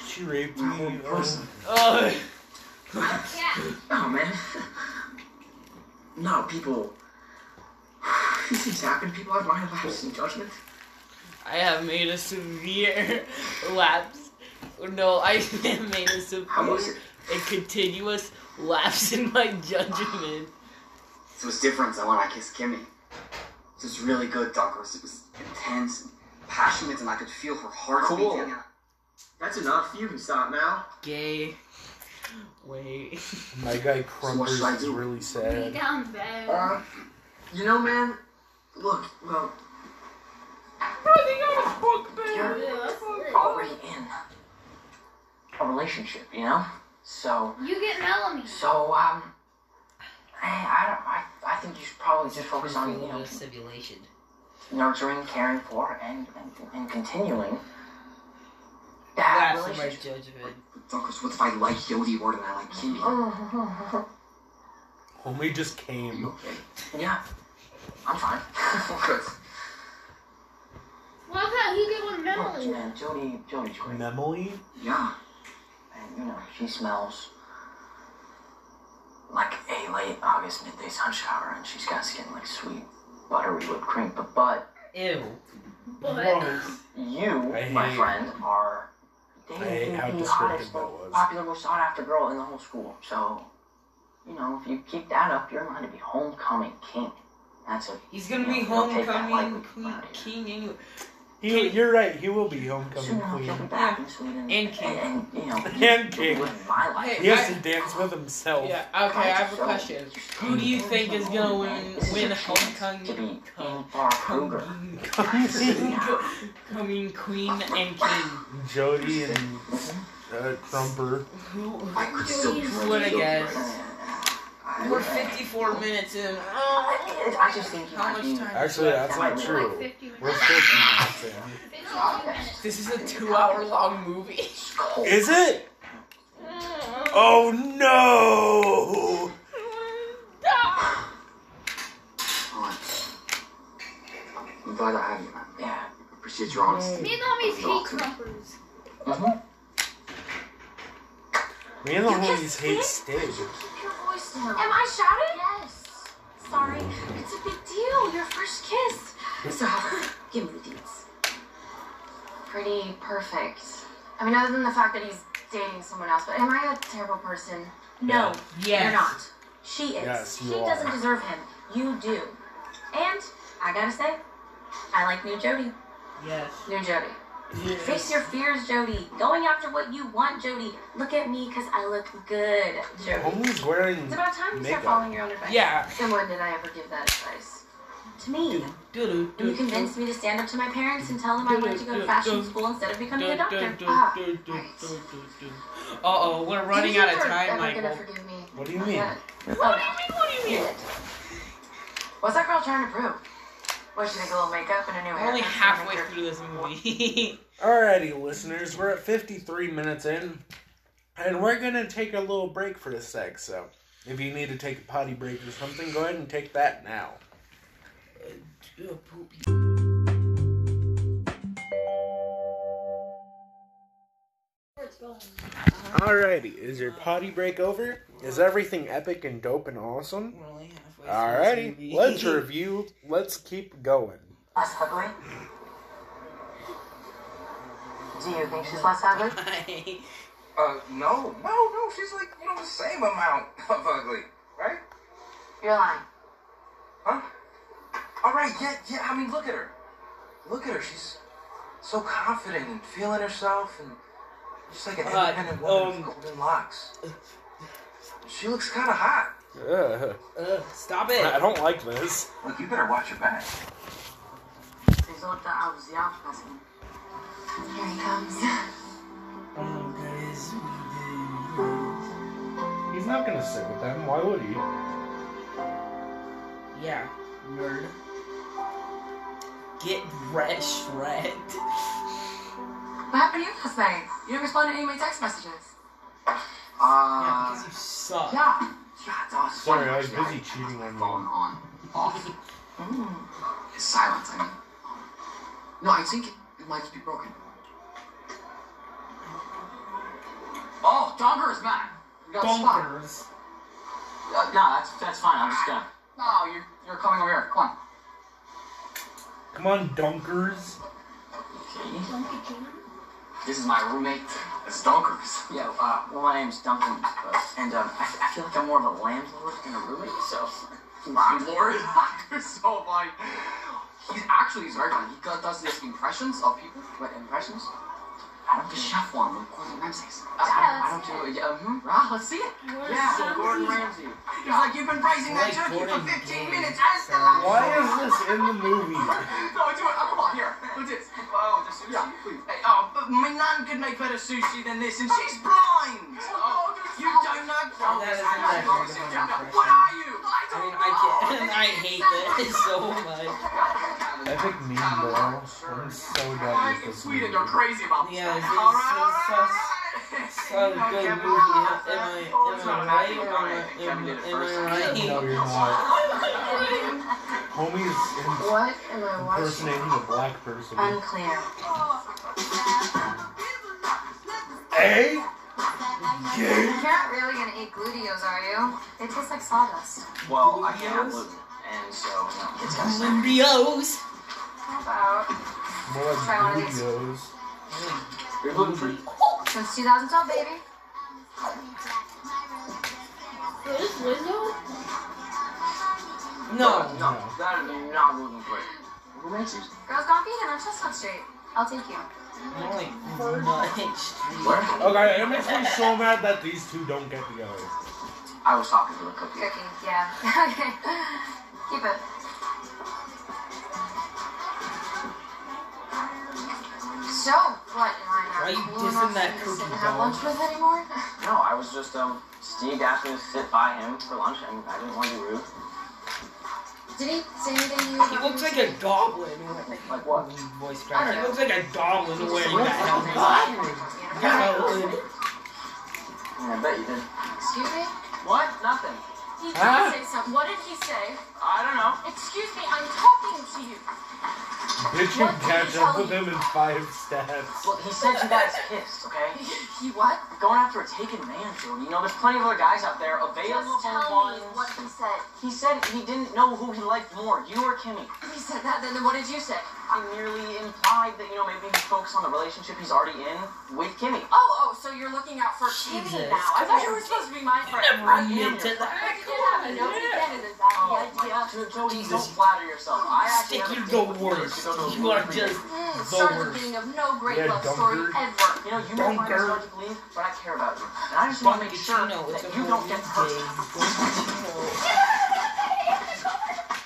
Speaker 1: She raped
Speaker 4: I'm a whole
Speaker 1: me.
Speaker 4: person.
Speaker 3: Oh,
Speaker 2: Yeah.
Speaker 4: Oh man. No, people. These things happen. People have minor lapses in judgment.
Speaker 3: I have made a severe lapse. No, I have made a
Speaker 4: How was it?
Speaker 3: severe and continuous lapse in my judgment.
Speaker 4: It was different than when I kissed Kimmy. It was really good, Douglas. It was intense and passionate, and I could feel her heart
Speaker 11: Cool.
Speaker 4: beating. That's enough. You can stop now.
Speaker 3: Gay. Wait.
Speaker 1: My guy
Speaker 4: what
Speaker 1: Crumpers
Speaker 4: should I
Speaker 1: is
Speaker 4: do?
Speaker 1: really
Speaker 2: Lay
Speaker 1: sad.
Speaker 2: down bad.
Speaker 4: Uh, you know, man. Look, well, you're already in a relationship, you know. So,
Speaker 3: Uh,
Speaker 2: You get Melanie.
Speaker 4: so um, I, I don't. I, I think you should probably just focus on you know
Speaker 3: simulation.
Speaker 4: nurturing, caring for, and and, and continuing. That
Speaker 3: Lapse in my
Speaker 4: relationship.
Speaker 3: judgment.
Speaker 4: Douglas, what if I like Yodi more than I like Kimmy?
Speaker 1: Homie just came.
Speaker 4: Okay. Yeah. I'm fine. Good.
Speaker 2: Well, how you get one
Speaker 4: Look,
Speaker 3: uh,
Speaker 2: Melanie?
Speaker 4: man, Jody, Jody's great.
Speaker 1: Memely?
Speaker 4: Yeah. And, you know, she smells like a late August midday sun shower, and she's got skin like sweet, buttery whipped cream. But, but
Speaker 3: Ew.
Speaker 2: But
Speaker 4: you,
Speaker 1: I
Speaker 4: my
Speaker 1: hate-
Speaker 4: friend, are
Speaker 1: hate
Speaker 4: dating
Speaker 1: how
Speaker 4: the
Speaker 1: descriptive
Speaker 4: hottest,
Speaker 1: that
Speaker 4: most
Speaker 1: was.
Speaker 4: popular, most sought after girl in the whole school. So, you know, if you keep that up, you're going to be homecoming king. That's a
Speaker 3: He's gonna be
Speaker 4: you know, don't take that
Speaker 3: homecoming
Speaker 4: lightly.
Speaker 3: queen, king anyway.
Speaker 1: He, you're right, he will be
Speaker 4: Soon
Speaker 1: homecoming
Speaker 4: enough, you'll be
Speaker 1: queen.
Speaker 4: back in Sweden.
Speaker 3: And king.
Speaker 4: And, and, you know,
Speaker 1: And king.
Speaker 4: you'll live My life.
Speaker 1: He has to dance with himself.
Speaker 3: Yeah, okay, I have a question. Who do you think is gonna win
Speaker 4: This is
Speaker 3: win
Speaker 4: your chance to
Speaker 3: homecoming
Speaker 4: be Ingvar Kruger.
Speaker 3: coming,
Speaker 4: Yeah.
Speaker 3: coming queen and king?
Speaker 1: Jody and uh, Crumper.
Speaker 3: Who
Speaker 4: I could still
Speaker 3: who would I guess?
Speaker 4: I
Speaker 3: We're 54 minutes in.
Speaker 5: I, I just think you
Speaker 3: How much
Speaker 5: might be-
Speaker 3: time?
Speaker 1: Actually, that's not
Speaker 2: Like
Speaker 1: true.
Speaker 2: 50
Speaker 1: We're
Speaker 2: minutes.
Speaker 1: 50 minutes in.
Speaker 2: 52 minutes.
Speaker 3: This is a two-hour-long movie.
Speaker 1: Is it? Oh no!
Speaker 4: I'm glad I have you, man.
Speaker 5: Yeah.
Speaker 4: Appreciate your honesty. Mm-hmm.
Speaker 2: Me and the homies hate crumpers.
Speaker 1: Me and the homies hate Stig.
Speaker 12: Keep your voice down.
Speaker 6: Am I shouting?
Speaker 12: Yes.
Speaker 6: Sorry, it's a big deal. Your first kiss.
Speaker 5: So, give me the deeds.
Speaker 6: Pretty perfect. I mean, other than the fact that he's dating someone else, but am I a terrible person? No,
Speaker 3: Yes.
Speaker 6: you're not. She is.
Speaker 1: Yes, you
Speaker 6: she
Speaker 1: are.
Speaker 6: doesn't deserve him. You do. And I gotta say, I like new Jody.
Speaker 3: Yes.
Speaker 6: New Jody. Face your fears, Jody. Going after what you want, Jody. Look at me, cause I look good, Jody.
Speaker 1: Homie's wearing
Speaker 6: It's about time you start
Speaker 1: makeup.
Speaker 6: following your own advice.
Speaker 3: Yeah.
Speaker 6: And when did I ever give that advice? To me.
Speaker 3: Doo-doo,
Speaker 6: You
Speaker 3: doo-doo.
Speaker 6: convinced me to stand up to my parents and tell them I went to go to fashion school instead of becoming a doctor. Ah, right.
Speaker 3: Uh oh, we're running
Speaker 6: Do you
Speaker 3: out of
Speaker 6: think
Speaker 3: time,
Speaker 6: you're ever gonna
Speaker 3: Michael.
Speaker 6: forgive me?
Speaker 1: What do you
Speaker 6: Not
Speaker 1: mean?
Speaker 6: yet. Oh, no. You did. What's that girl trying to prove? What, she think a little makeup and a new
Speaker 3: We're
Speaker 6: hair?
Speaker 3: only halfway through this movie.
Speaker 1: Alrighty, listeners, we're at 53 minutes in, and we're gonna take a little break for a sec. So, if you need to take a potty break or something, go ahead and take that now. Alrighty, is your potty break over? Is everything epic and dope and awesome?
Speaker 3: We're only halfway through this
Speaker 1: Alrighty,
Speaker 3: movie.
Speaker 1: let's review. Let's keep going.
Speaker 5: Less ugly? Do you think she's less ugly?
Speaker 4: Uh, no, no, no. She's like you know the same amount of ugly, right?
Speaker 5: You're lying.
Speaker 4: Huh? All right, yeah, yeah. I mean, look at her. Look at her. She's so confident and feeling herself, and just like an
Speaker 3: Uh,
Speaker 4: independent woman
Speaker 3: um,
Speaker 4: with golden locks. She looks kind of hot.
Speaker 1: Ugh,
Speaker 3: Ugh, stop
Speaker 1: I
Speaker 3: it.
Speaker 1: don't like this.
Speaker 4: Look, you better watch your back.
Speaker 5: Sie sollte auf sie aufpassen.
Speaker 6: Here he comes.
Speaker 1: He's not gonna sit with them. Why would he?
Speaker 3: Yeah, nerd. Get red shred.
Speaker 6: What happened to you last night? You didn't respond to any of my text messages.
Speaker 3: Yeah,
Speaker 4: Uh,
Speaker 3: because you suck.
Speaker 6: Yeah.
Speaker 4: yeah, that was
Speaker 1: Sorry, I was
Speaker 4: funny.
Speaker 1: busy cheating on
Speaker 4: phone
Speaker 1: you.
Speaker 4: on, off. Mm. It's silence, I mean. No, I think it might be broken. Oh, Donker is back. You got spot.
Speaker 3: Bonkers.
Speaker 4: Uh, nah, that's, that's fine. I'm just gonna. No, you're, you're coming over here. Come on.
Speaker 1: Come on, dunkers.
Speaker 4: This is my roommate. It's Dunkers. Yeah, uh, well, my name's Duncan, uh, and um, I, I feel like I'm more of a landlord than a roommate, so. Landlord? You're so funny. He's actually he's very funny. He got- does these impressions of people. What impressions? I don't do chef one with Gordon Ramsay's. I, I, I don't do it. Yeah, hmm Rah, let's see it. Yeah, so Gordon Ramsay. He's like, you've been praising that
Speaker 3: Like
Speaker 4: turkey
Speaker 3: Gordon
Speaker 4: for 15
Speaker 3: Ramsay.
Speaker 4: minutes. I still love
Speaker 1: Why is this in the movie?
Speaker 4: no, do it. Oh, uh, Come on, here. What's this? Oh, the sushi? Yeah, please. Hey, oh, but my nan could make better sushi than this, and she's blind! Oh, you don't know. Oh,
Speaker 3: That is
Speaker 4: I
Speaker 3: not a
Speaker 4: don't know.
Speaker 3: good impression.
Speaker 4: What are you? I
Speaker 3: I
Speaker 4: don't
Speaker 3: mean,
Speaker 4: know.
Speaker 3: I can't. I hate this so much.
Speaker 1: I think Mean Girls. I'm so done
Speaker 4: Right,
Speaker 1: with
Speaker 4: and
Speaker 1: this
Speaker 4: sweet,
Speaker 1: movie.
Speaker 4: and you're crazy about this.
Speaker 3: Yeah, this is
Speaker 4: All
Speaker 3: so-
Speaker 4: right, all right,
Speaker 3: so-
Speaker 4: all right.
Speaker 3: So good movie. Am
Speaker 4: Okay,
Speaker 3: I, am I,
Speaker 4: well, oh, it's
Speaker 3: am I
Speaker 4: not
Speaker 3: right?
Speaker 4: happy,
Speaker 3: Am
Speaker 4: all
Speaker 3: I,
Speaker 4: right. Kevin
Speaker 3: am
Speaker 4: did it
Speaker 3: I, am I
Speaker 1: No,
Speaker 3: right?
Speaker 1: you're not. Homie's
Speaker 6: What am I watching?
Speaker 1: impersonating a black person.
Speaker 6: Unclear.
Speaker 1: Hey?
Speaker 6: You're not really gonna eat gluteos, are you? They taste like sawdust.
Speaker 4: first. Well, I can't have gluten, and so, uh, no, it's gotta stay.
Speaker 3: Embryos.
Speaker 6: How about
Speaker 1: More like
Speaker 6: Try one of these.
Speaker 1: videos.
Speaker 4: You're gluten free.
Speaker 6: since 2012, baby?
Speaker 2: Is Lizzo?
Speaker 3: No.
Speaker 4: No, that is not gluten free. Roommates?
Speaker 6: Girls Gone Vegan on Chestnut Street. I'll take you.
Speaker 3: I'm like much.
Speaker 4: Where?
Speaker 1: Okay, it makes me so mad that these two don't get together.
Speaker 4: I was talking to a cookie.
Speaker 6: Cooking, yeah. okay. Keep it. So, what am I not
Speaker 3: Why you
Speaker 6: cool
Speaker 3: dissing
Speaker 6: enough
Speaker 3: that
Speaker 6: to sit
Speaker 3: cookie
Speaker 6: and have
Speaker 3: dog?
Speaker 6: lunch with anymore?
Speaker 4: No, I was just um Steve asked me to sit by him for lunch, and I didn't want to be rude.
Speaker 5: Did he say anything you
Speaker 3: He looks like a goblin. when-
Speaker 4: Like what?
Speaker 3: Voice crack. He looks like a goblin wearing that. Goblin.
Speaker 4: I bet you did.
Speaker 5: Excuse me?
Speaker 4: What? Nothing.
Speaker 6: He did
Speaker 1: Huh?
Speaker 6: say something. What did he say?
Speaker 4: I don't know.
Speaker 6: Excuse me, I'm talking to you.
Speaker 13: Bitch, you catch up with him in five steps.
Speaker 4: Well, he said you guys kissed, okay?
Speaker 6: He what?
Speaker 4: Going after a taken Manfield. You know, there's plenty of other guys out there available
Speaker 5: Just tell me
Speaker 4: ones.
Speaker 5: what he said.
Speaker 4: He said he didn't know who he liked more, you or Kimmy.
Speaker 6: He said that, then, then what did you say?
Speaker 4: I merely implied that, you know, maybe he's focused on the relationship he's already in with Kimmy.
Speaker 6: Oh, oh, so you're looking out for Kimmy
Speaker 3: Jesus.
Speaker 6: now. I thought you were supposed to be my friend.
Speaker 3: Never
Speaker 6: I am
Speaker 3: admit to that.
Speaker 6: your friend. I did have a note
Speaker 3: Yeah.
Speaker 6: again, and is that
Speaker 4: Oh,
Speaker 6: the idea?
Speaker 4: my- Dude, Jody,
Speaker 3: Jesus.
Speaker 4: don't flatter yourself. I actually
Speaker 3: Stick,
Speaker 4: have a
Speaker 3: you're
Speaker 4: date
Speaker 3: the
Speaker 4: with Liz
Speaker 3: worst.
Speaker 4: to go to a
Speaker 3: You are
Speaker 4: movie.
Speaker 3: just
Speaker 6: Mm,
Speaker 3: the
Speaker 6: starts
Speaker 3: worst.
Speaker 6: being of no great
Speaker 1: Yeah,
Speaker 6: love
Speaker 1: dunker.
Speaker 6: story ever.
Speaker 4: You know, you may find this hard to believe, but I care about you. And I just want to make sure
Speaker 3: Bucatino. It's a Oh
Speaker 4: that you don't get hurt.
Speaker 3: Bucatino.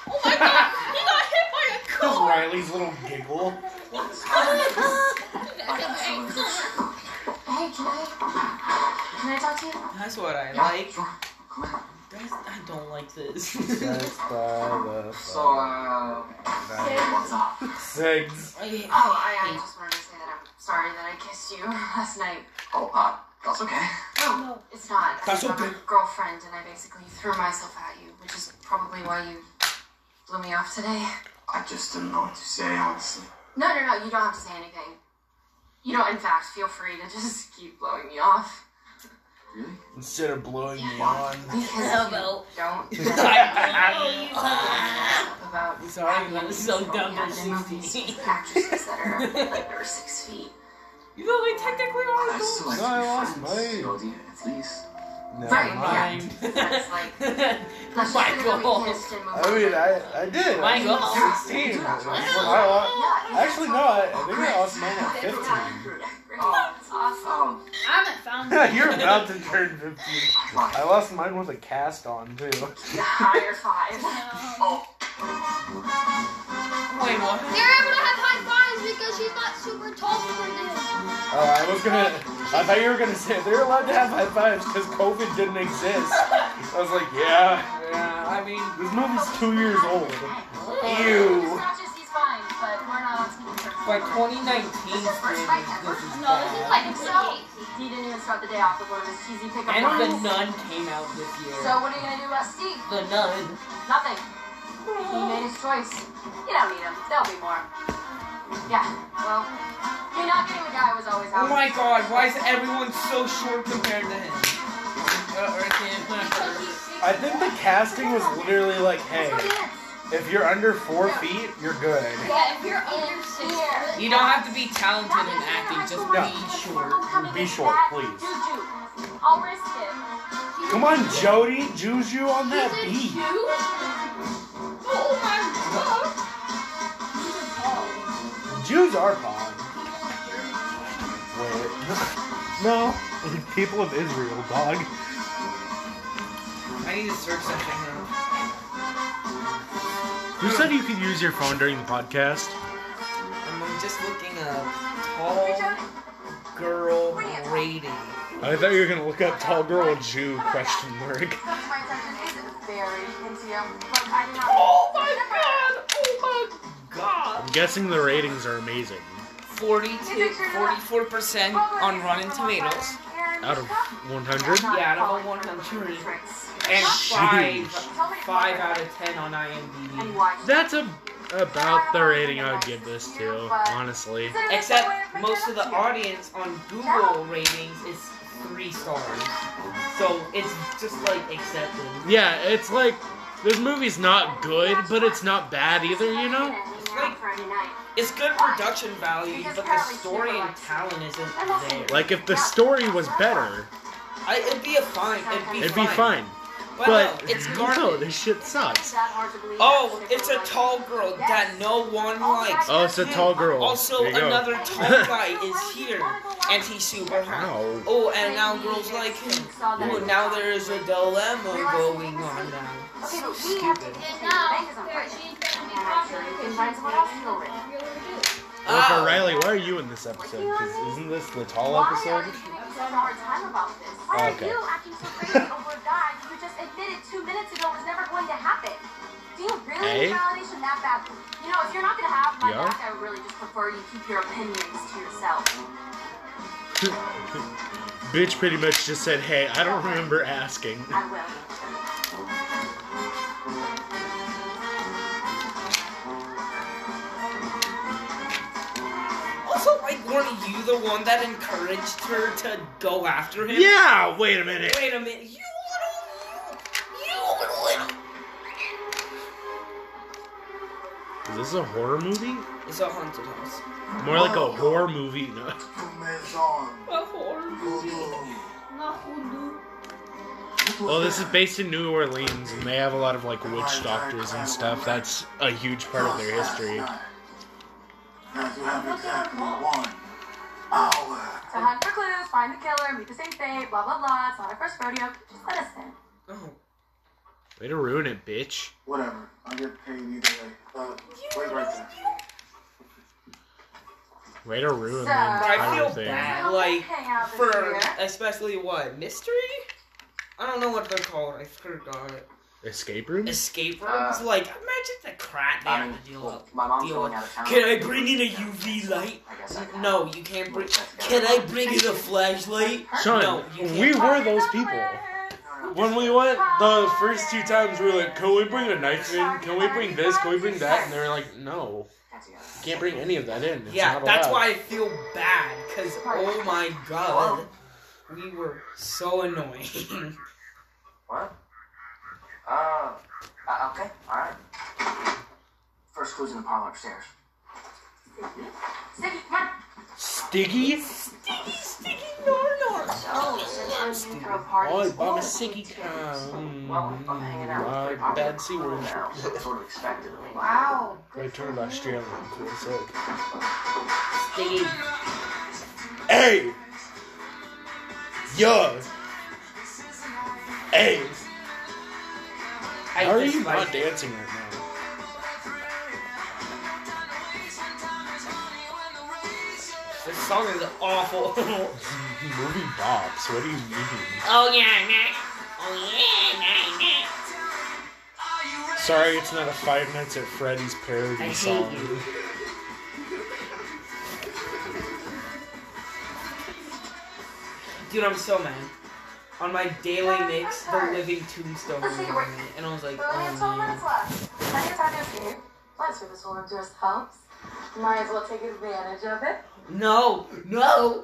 Speaker 2: Oh my god, he got hit by a
Speaker 1: That's
Speaker 2: car!
Speaker 1: Riley's little giggle.
Speaker 5: Hey, can I? Can I talk to you?
Speaker 6: Oh,
Speaker 3: That's what I like.
Speaker 4: Sure. Come on.
Speaker 3: That's, I don't like this.
Speaker 1: That's by the
Speaker 4: So, uh, what's up?
Speaker 1: Segs.
Speaker 3: I,
Speaker 6: Oh, I, I
Speaker 3: hate-
Speaker 6: just wanted to say that I'm sorry that I kissed you last night.
Speaker 4: Oh, uh, that's okay.
Speaker 5: Oh,
Speaker 6: No, it's not.
Speaker 3: That's
Speaker 6: I'm
Speaker 3: okay.
Speaker 6: a girlfriend, and I basically threw myself at you, which is probably why you blew me off today.
Speaker 4: I just didn't know what to say, honestly.
Speaker 6: No, no, no, you don't have to say anything. You know, in fact, feel free to just keep blowing me off.
Speaker 4: Really?
Speaker 1: Instead of blowing me on.
Speaker 6: Because
Speaker 3: Oh,
Speaker 6: you
Speaker 3: well.
Speaker 6: don't
Speaker 3: I
Speaker 6: know about
Speaker 3: Sorry, that was so
Speaker 6: acting
Speaker 3: dumb for
Speaker 6: acting movies
Speaker 3: 16.
Speaker 6: with Actresses that are under six feet.
Speaker 3: You know, we technically are
Speaker 4: I still like
Speaker 1: No, I lost
Speaker 4: to be friends,
Speaker 1: mine.
Speaker 4: Jody, at least.
Speaker 1: Never
Speaker 6: Right,
Speaker 1: mind.
Speaker 3: adults.
Speaker 6: That's like- Let's just say that
Speaker 3: Michael.
Speaker 6: we kissed and moved
Speaker 1: I mean,
Speaker 6: on.
Speaker 1: I, I did. I
Speaker 3: My
Speaker 1: was
Speaker 3: God.
Speaker 1: 16. I,
Speaker 6: Yeah,
Speaker 1: I, actually, no, I, I think I lost mine at 15.
Speaker 6: Oh, that's awesome.
Speaker 4: Um,
Speaker 2: I'm a found
Speaker 1: You're about to turn 15. I lost mine with a cast on, too.
Speaker 6: The higher five.
Speaker 4: oh,
Speaker 3: Wait, what?
Speaker 2: They're able to have high fives because she's not super tall for this.
Speaker 1: Oh, I was gonna. I thought you were gonna say they're allowed to have high fives because COVID didn't exist. I was like, yeah.
Speaker 3: Yeah, I mean,
Speaker 1: This movie's two years old.
Speaker 6: It's
Speaker 1: Ew.
Speaker 6: not just he's fine, but we're not
Speaker 3: by 2019 standards, this is
Speaker 2: No, this is
Speaker 3: bad.
Speaker 2: like so.
Speaker 6: He didn't even start the day off with one of his cheesy pickup
Speaker 3: And
Speaker 6: lines.
Speaker 3: The Nun came out this
Speaker 6: So
Speaker 3: year.
Speaker 6: what are you gonna do about Steve?
Speaker 3: The Nun.
Speaker 6: Nothing. He made his choice. You don't need him. There'll be more. Yeah. Well, you're not getting the guy who was always
Speaker 3: Oh
Speaker 6: out.
Speaker 3: my god, why is everyone so short compared to him? Uh, I can't- Uh,
Speaker 1: I think the casting was literally like, hey, if you're under four feet, you're good.
Speaker 2: Yeah, if you're under six,
Speaker 6: Here.
Speaker 3: You don't have to be talented in acting, just be short.
Speaker 1: Be short, please.
Speaker 6: Juju. I'll risk it.
Speaker 1: Come on, Jody, Juju on that beat.
Speaker 2: Oh my
Speaker 1: Jews are fine. Wait. No. People of Israel, dog.
Speaker 3: I need to search something now.
Speaker 1: You said you could use your phone during the podcast.
Speaker 3: I'm just looking up tall girl rating.
Speaker 1: I thought you were gonna look up tall girl Jew question mark.
Speaker 5: My attention is very into you.
Speaker 6: Look, I do not.
Speaker 3: Oh my god! Oh my god!
Speaker 1: I'm guessing the ratings are amazing.
Speaker 3: 42, 44% on Rotten Tomatoes.
Speaker 1: Out of 100?
Speaker 3: Yeah, out of a 100.
Speaker 6: Tricks.
Speaker 3: And
Speaker 1: Jeez.
Speaker 3: 5, 5 out of 10 on IMDb.
Speaker 6: And watch.
Speaker 1: That's a, about the rating I would give this to, honestly.
Speaker 3: Except most of the audience on Google ratings is 3 stars. So it's just like accepted.
Speaker 1: Yeah, it's like, this movie's not good, but it's not bad either, you know?
Speaker 6: Like Friday night.
Speaker 3: It's good production value, but the story and talent isn't there.
Speaker 1: Like, if the story was better,
Speaker 3: I, it'd be a fine. It'd be
Speaker 1: it'd be
Speaker 3: fine.
Speaker 1: fine.
Speaker 3: Well,
Speaker 1: But,
Speaker 3: no, it's
Speaker 1: no,
Speaker 3: garbage.
Speaker 1: this shit sucks.
Speaker 6: That hard to believe.
Speaker 3: Oh, it's a tall girl that no one likes.
Speaker 1: Oh, it's a tall girl.
Speaker 3: Hmm. Also,
Speaker 1: There you go.
Speaker 3: another tall guy is here, and he's super hot.
Speaker 1: Ow.
Speaker 3: Oh, and now girls like him. Oh, now there is a dilemma going on now.
Speaker 6: Okay, but we have to
Speaker 3: Stupid.
Speaker 6: get
Speaker 2: god. And now,
Speaker 6: the bank is on
Speaker 2: there-
Speaker 6: Friday.
Speaker 2: she's gonna be popular because she's
Speaker 6: Mine's what else you know.
Speaker 2: gonna be able to do it.
Speaker 1: Well,
Speaker 3: Oh.
Speaker 1: Riley, why are you in this episode? Because isn't this the tall episode?
Speaker 6: Why are you such a hard time about this. Why
Speaker 1: Okay.
Speaker 6: are you acting so crazy over a guy you just admitted two minutes ago was never going to happen? Do you really
Speaker 1: Hey.
Speaker 6: need validation that badly? You know, if you're not gonna have my
Speaker 1: Yeah.
Speaker 6: back, I would really just prefer you keep your opinions to yourself.
Speaker 1: Bitch pretty much just said, hey, I don't remember asking.
Speaker 6: I will.
Speaker 3: Also, like, weren't you the one that encouraged her to go after him?
Speaker 1: Yeah, wait a minute.
Speaker 3: Wait a minute, you little, you, you little.
Speaker 1: Is this a horror movie?
Speaker 3: It's a haunted house.
Speaker 1: More like a horror movie. No.
Speaker 2: A horror movie. La Hulu.
Speaker 1: Well, this is based in New Orleans, and they have a lot of like witch doctors and stuff. That's a huge part of their history.
Speaker 6: So hunt for clues, find the killer, meet the safe fate, blah blah blah. It's not our first rodeo. Just let us in.
Speaker 3: Oh,
Speaker 1: Way to ruin it, bitch.
Speaker 11: Whatever. I'll get paid either way. Uh, wait right there.
Speaker 1: Way to ruin
Speaker 6: So-
Speaker 1: the
Speaker 3: I
Speaker 1: entire
Speaker 3: feel
Speaker 1: thing.
Speaker 3: bad, like, for especially what mystery? I don't know what they're called. I forgot.
Speaker 1: Escape room?
Speaker 3: Escape rooms.
Speaker 4: Uh,
Speaker 3: like, imagine the crap they
Speaker 4: I
Speaker 3: have
Speaker 4: mean,
Speaker 3: to deal
Speaker 4: well,
Speaker 3: with.
Speaker 4: my mom's
Speaker 3: deal
Speaker 4: going
Speaker 3: with.
Speaker 4: out of town.
Speaker 3: Can I bring in a UV light?
Speaker 4: I guess I can.
Speaker 3: No, you can't bring. Can I bring in a flashlight?
Speaker 1: Sean,
Speaker 3: no, you can't.
Speaker 1: we were those people. When we went the first two times, we were like, "Can we bring a knife in? Can we bring this? Can we bring that?" And they were like, "No, you can't bring any of that in." It's
Speaker 3: Yeah,
Speaker 1: not
Speaker 3: that's
Speaker 1: allowed."
Speaker 3: why I feel bad. Cause oh my god, we were so annoying.
Speaker 4: What? Uh, uh okay, alright. First clue's in the parlor upstairs.
Speaker 6: Ziggy, come on.
Speaker 1: Stiggy.
Speaker 3: sticky, sticky, no,
Speaker 6: Oh, sometimes you throw parties.
Speaker 4: Well, I'm hanging out with
Speaker 1: Uh,
Speaker 4: pretty popular
Speaker 1: bad C word.
Speaker 4: now, so it's sort of expected.
Speaker 6: Wow.
Speaker 1: I turned last year on cool sick.
Speaker 3: Sticky.
Speaker 1: Hey, yo, hey,
Speaker 3: I
Speaker 1: how are you
Speaker 3: despise
Speaker 1: not
Speaker 3: it.
Speaker 1: dancing right now?
Speaker 3: This song is awful. oh
Speaker 1: Movie bops. What do you mean?
Speaker 3: yeah, nah. oh yeah, nah, nah.
Speaker 1: Sorry, it's not a Five Nights at Freddy's parody
Speaker 3: I hate
Speaker 1: song.
Speaker 3: you. Dude, I'm so mad. On my daily mix, the living tombstone was on it, and I was like,
Speaker 6: We only have 12 minutes
Speaker 3: oh
Speaker 6: left. Plenty of time to escape. Let's do this one to ourselves. Might as well take advantage of it.
Speaker 3: no, no,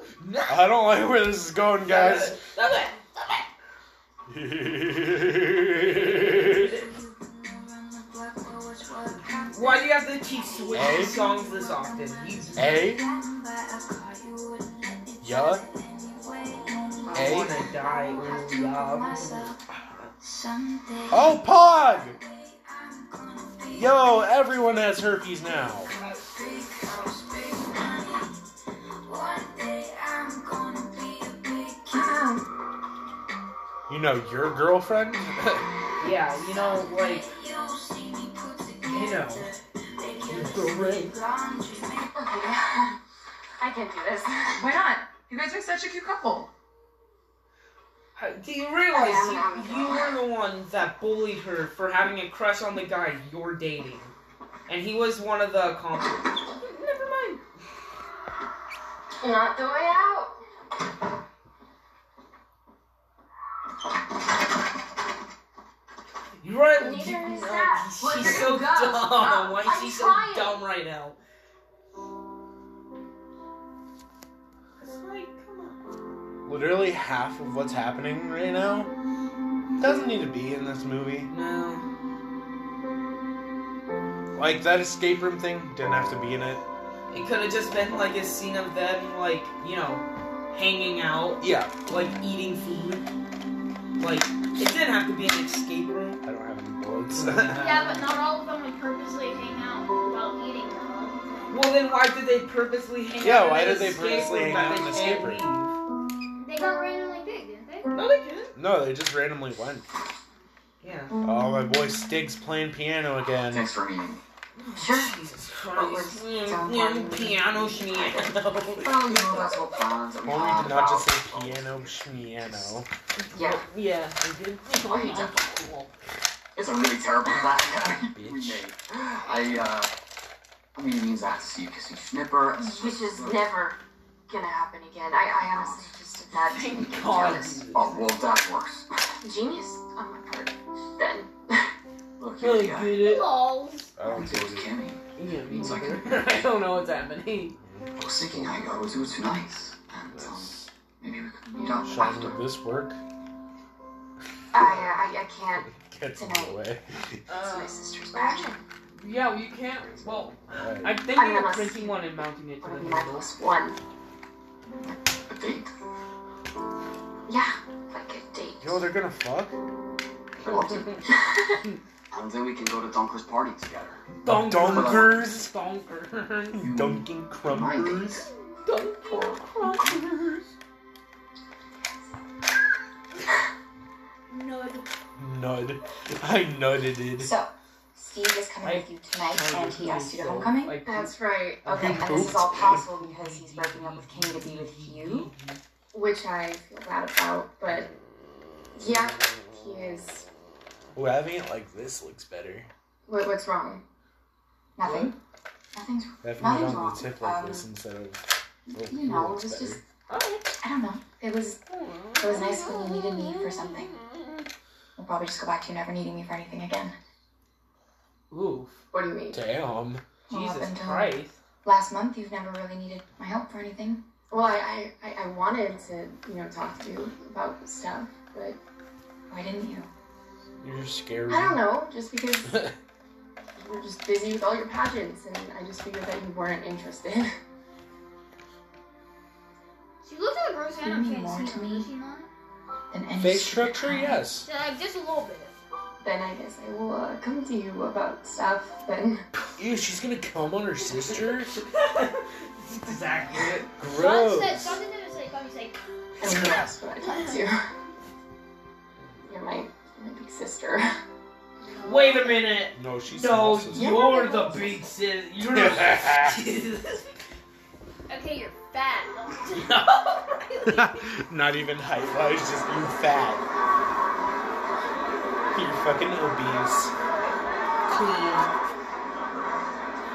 Speaker 3: no, no.
Speaker 1: I don't like where this is going, guys.
Speaker 3: Stop it, stop it. Why do you have to keep switching
Speaker 1: Hey.
Speaker 3: songs this often? You-
Speaker 1: hey, yeah,
Speaker 3: I
Speaker 1: Hey.
Speaker 3: want to die. Ooh, love.
Speaker 1: oh, Pog. Yo, everyone has herpes now. You know your girlfriend?
Speaker 3: Yeah, you know, like, you know, the ring.
Speaker 6: Okay. I can't do this.
Speaker 7: Why not? You guys are such a cute couple.
Speaker 3: Uh, Do you realize you, you were the one that bullied her for having a crush on the guy you're dating? And he was one of the accomplices. Never mind.
Speaker 6: Not the way out.
Speaker 3: You're right.
Speaker 6: Neither
Speaker 3: you-
Speaker 6: is
Speaker 3: uh,
Speaker 6: that. Well,
Speaker 3: She's
Speaker 6: you're
Speaker 3: so
Speaker 6: gonna go.
Speaker 3: dumb. Why is
Speaker 6: I'm
Speaker 3: she so
Speaker 6: trying.
Speaker 3: dumb right now? It's like, come on.
Speaker 1: Literally half of what's happening right now doesn't need to be in this movie.
Speaker 3: No.
Speaker 1: Like that escape room thing didn't have to be in it.
Speaker 3: It could have just been like a scene of them, like, you know, hanging out,
Speaker 1: Yeah,
Speaker 3: like eating food. Like, it didn't have to be an escape room.
Speaker 1: I don't have any bullets.
Speaker 2: Yeah, but not all of them would purposely hang out while eating.
Speaker 3: Well, then why did they purposely hang
Speaker 1: Yeah,
Speaker 3: out? in
Speaker 1: why
Speaker 3: an
Speaker 1: did they
Speaker 3: escape
Speaker 1: purposely
Speaker 3: room
Speaker 1: hang
Speaker 3: that
Speaker 1: out in
Speaker 3: they
Speaker 1: an escape
Speaker 3: can't
Speaker 2: They got randomly big, didn't they?
Speaker 3: leave? No, they didn't.
Speaker 1: no, they just randomly went.
Speaker 3: Yeah.
Speaker 1: Oh, my boy Stig's playing piano again.
Speaker 4: Thanks for meeting me.
Speaker 11: Sure.
Speaker 3: Jesus
Speaker 11: But
Speaker 3: Christ.
Speaker 11: with
Speaker 3: Mm,
Speaker 11: Don
Speaker 3: mm,
Speaker 11: Juan-
Speaker 3: Piano schmiano.
Speaker 11: Well, you know that's what bonds are
Speaker 1: Molly
Speaker 11: all
Speaker 1: did not just
Speaker 11: about.
Speaker 1: say piano schmiano.
Speaker 11: Yeah.
Speaker 3: Yeah. I did.
Speaker 11: Oh, you did.
Speaker 3: Cool.
Speaker 4: It's a really terrible laugh we made. I, uh, I mean, it means I have to see you kissing Snipper. It's
Speaker 11: Which is
Speaker 4: just,
Speaker 11: never gonna happen again. I, I honestly just did not
Speaker 3: Thank
Speaker 11: to be
Speaker 3: God.
Speaker 11: honest.
Speaker 4: oh, well, that works.
Speaker 11: Genius on my part. Then.
Speaker 4: Look,
Speaker 3: I
Speaker 4: yeah,
Speaker 3: get it.
Speaker 2: Balls.
Speaker 1: I don't
Speaker 4: it
Speaker 1: get
Speaker 4: was
Speaker 1: it.
Speaker 4: Kenny.
Speaker 3: Yeah, me
Speaker 4: It's like-
Speaker 3: neither. I don't know what's happening.
Speaker 4: I was thinking I go to tonight, and um, maybe we could meet up
Speaker 1: Sean,
Speaker 4: after.
Speaker 1: would this work?
Speaker 11: I, I, I can't.
Speaker 1: Get in
Speaker 3: Oh.
Speaker 1: the way.
Speaker 11: It's
Speaker 3: Uh,
Speaker 11: my sister's wedding.
Speaker 3: yeah, we can't. Well,
Speaker 1: Alright.
Speaker 3: I'm thinking of printing one and mounting it to
Speaker 11: One
Speaker 3: the
Speaker 11: of my
Speaker 3: handle.
Speaker 11: plus one.
Speaker 4: A date?
Speaker 11: Yeah, like a date.
Speaker 1: Yo, they're gonna fuck?
Speaker 4: I love it. And then we can go to Donker's party together.
Speaker 1: Dunkers?
Speaker 3: Donker.
Speaker 1: Dunking
Speaker 4: My
Speaker 1: crumpers?
Speaker 4: date.
Speaker 3: Donker Crumpers.
Speaker 2: No.
Speaker 1: Nud. I nutted it.
Speaker 5: So, Steve is coming with you tonight, and he asked you to homecoming.
Speaker 3: Like,
Speaker 11: That's right.
Speaker 5: Okay, and this is all possible because he's breaking up with Kenny to be with you.
Speaker 11: Which I feel bad about, but yeah, he is.
Speaker 1: Ooh, having it like this looks better.
Speaker 11: What, what's wrong?
Speaker 5: Nothing. Nothing's.
Speaker 1: Having
Speaker 5: Nothing's
Speaker 1: it on
Speaker 5: wrong.
Speaker 1: the tip like
Speaker 5: Um,
Speaker 1: this instead of. Oh,
Speaker 5: You know, it
Speaker 1: looks
Speaker 5: was
Speaker 1: better.
Speaker 5: just.
Speaker 3: alright.
Speaker 5: I don't know. It was. It was nice when you needed me for something. We'll probably just go back to you never needing me for anything again.
Speaker 3: Oof.
Speaker 11: What do you mean?
Speaker 1: Damn.
Speaker 5: Well, up
Speaker 3: Jesus
Speaker 5: until
Speaker 3: Christ.
Speaker 5: Last month, you've never really needed my help for anything.
Speaker 11: Well, I, I, I- I wanted to, you know, talk to you about stuff, but
Speaker 5: Why didn't you?
Speaker 1: You're scary.
Speaker 11: I don't know, just because you were just busy with all your pageants, and I just figured that you weren't interested.
Speaker 2: She looks like a gross
Speaker 5: You
Speaker 2: animal.
Speaker 5: mean
Speaker 2: Can't
Speaker 5: more
Speaker 2: see
Speaker 5: to
Speaker 2: her,
Speaker 5: me?
Speaker 2: does she not?
Speaker 5: Than any
Speaker 1: Face
Speaker 5: stupid
Speaker 1: structure,
Speaker 5: crime?
Speaker 1: yes.
Speaker 2: Yeah, like, just a little bit.
Speaker 11: then I guess I will uh, come to you about stuff. Then
Speaker 1: Ew, she's gonna come on her sister?
Speaker 3: exactly. it.
Speaker 2: Sean
Speaker 1: Gross.
Speaker 2: said something to say, like, he's like,
Speaker 11: I mean, that's what I talk to you. You're my, my big sister.
Speaker 3: Wait a minute.
Speaker 1: No, she's
Speaker 3: No,
Speaker 1: also-
Speaker 11: Yeah.
Speaker 3: you're the big sis. You're the.
Speaker 2: okay, you're fat.
Speaker 1: Not even height wise, just you fat. You're fucking obese.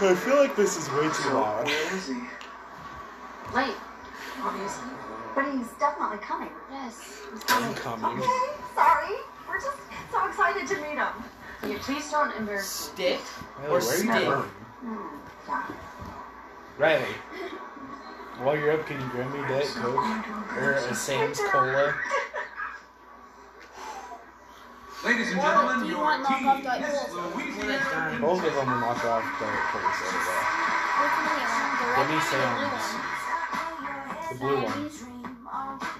Speaker 1: I feel like this is way too loud.
Speaker 4: Where is he?
Speaker 11: Like, obviously.
Speaker 6: But he's definitely coming.
Speaker 2: yes.
Speaker 1: I'm coming.
Speaker 6: Sorry. We're just so excited to meet him.
Speaker 11: You please don't embarrass
Speaker 3: Stick
Speaker 1: Riley, where
Speaker 3: or
Speaker 1: are you
Speaker 3: stick.
Speaker 1: going? Riley, while you're up, can you grab me that Coke or a Sam's Cola?
Speaker 14: Ladies and
Speaker 2: Or
Speaker 14: gentlemen,
Speaker 2: do you
Speaker 14: your
Speaker 2: want knock off
Speaker 14: team,
Speaker 2: that
Speaker 14: Miss
Speaker 2: wolf?
Speaker 14: Louisiana
Speaker 1: Both of them will knock off Diet Coke soda. Let
Speaker 2: Let
Speaker 1: me say on this. The blue one.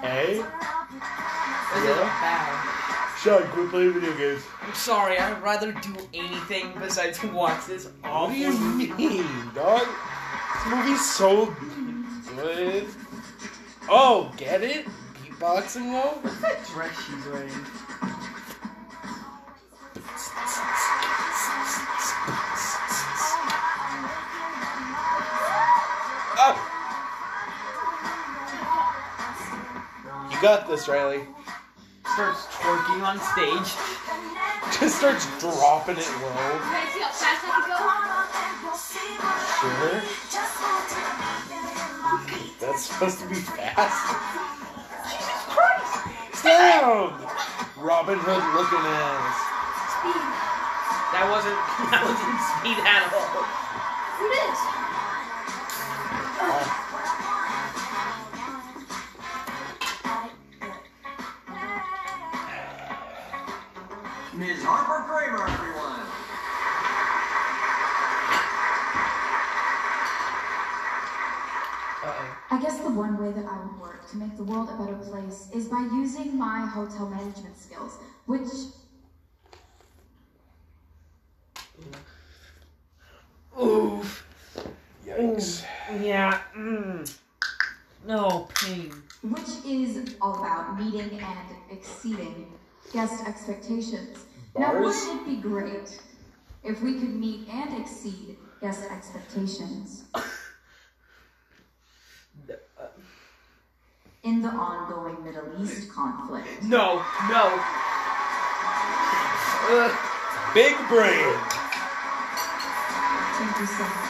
Speaker 1: Hey?
Speaker 3: Is it bad?
Speaker 1: Sean, quit playing video games.
Speaker 3: I'm sorry. I'd rather do anything besides watch this
Speaker 1: What do you
Speaker 3: awful
Speaker 1: mean, dog? This movie's so good. Oh, get it? Beatboxing low?
Speaker 3: dress she's wearing.
Speaker 1: Oh! You got this, Riley.
Speaker 3: Starts twerking on stage.
Speaker 1: Just starts dropping it low.
Speaker 2: You guys see how fast I can go?
Speaker 1: Sure. That's supposed to be fast. Jesus Christ! Damn! Robin Hood looking ass.
Speaker 3: That wasn't that wasn't speed at all.
Speaker 2: Who this?
Speaker 4: Ms. Harper Kramer, everyone.
Speaker 6: I guess the one way that I would work to make the world a better place is by using my hotel management skills, which
Speaker 1: Yikes.
Speaker 3: Yeah. Mm. No pain.
Speaker 6: which is all about meeting and exceeding guest expectations. Now,
Speaker 15: Bars?
Speaker 6: wouldn't it be great if we could meet and exceed guest expectations in the ongoing Middle East conflict?
Speaker 3: No, no.
Speaker 15: Big brain.
Speaker 6: Thank you so much.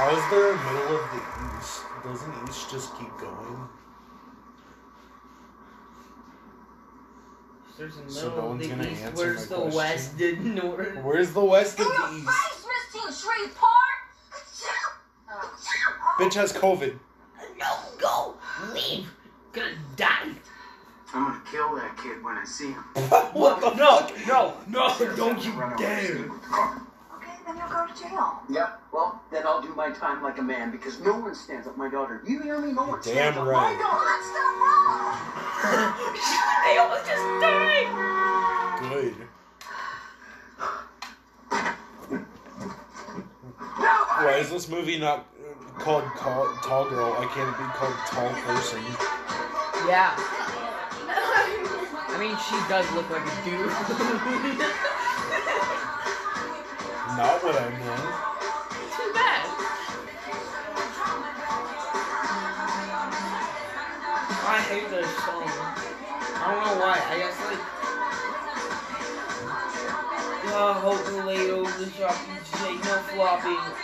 Speaker 1: How is there a middle of the East? Doesn't East just keep going?
Speaker 3: There's a middle
Speaker 1: So no
Speaker 3: of
Speaker 1: one's gonna
Speaker 3: the east.
Speaker 1: answer
Speaker 3: Where's
Speaker 1: my
Speaker 3: the
Speaker 1: question.
Speaker 3: west and north?
Speaker 1: Where's the West and the East?
Speaker 5: Face, Miss Teen Shreveport!
Speaker 1: Bitch has COVID.
Speaker 3: No, go! Leave! Gonna die!
Speaker 4: I'm gonna kill that kid when I see him.
Speaker 3: What the no, no, no, don't you
Speaker 4: dare!
Speaker 5: Then you'll go to jail.
Speaker 4: Yeah, well, then I'll do my time like a man because no one stands up my daughter. You hear me? No one
Speaker 1: Damn
Speaker 4: stands up
Speaker 1: right.
Speaker 4: my daughter.
Speaker 5: What's the wrong?
Speaker 3: I almost just died!
Speaker 1: Good. Why is this movie not uh, called call, Tall Girl? Why can't it be called Tall Person?
Speaker 3: Yeah. I mean, she does look like a dude.
Speaker 1: Not what I meant.
Speaker 3: Too bad. I hate this song. I don't know why. I guess like. Uh, hope the late over the shop and shake, no flopping.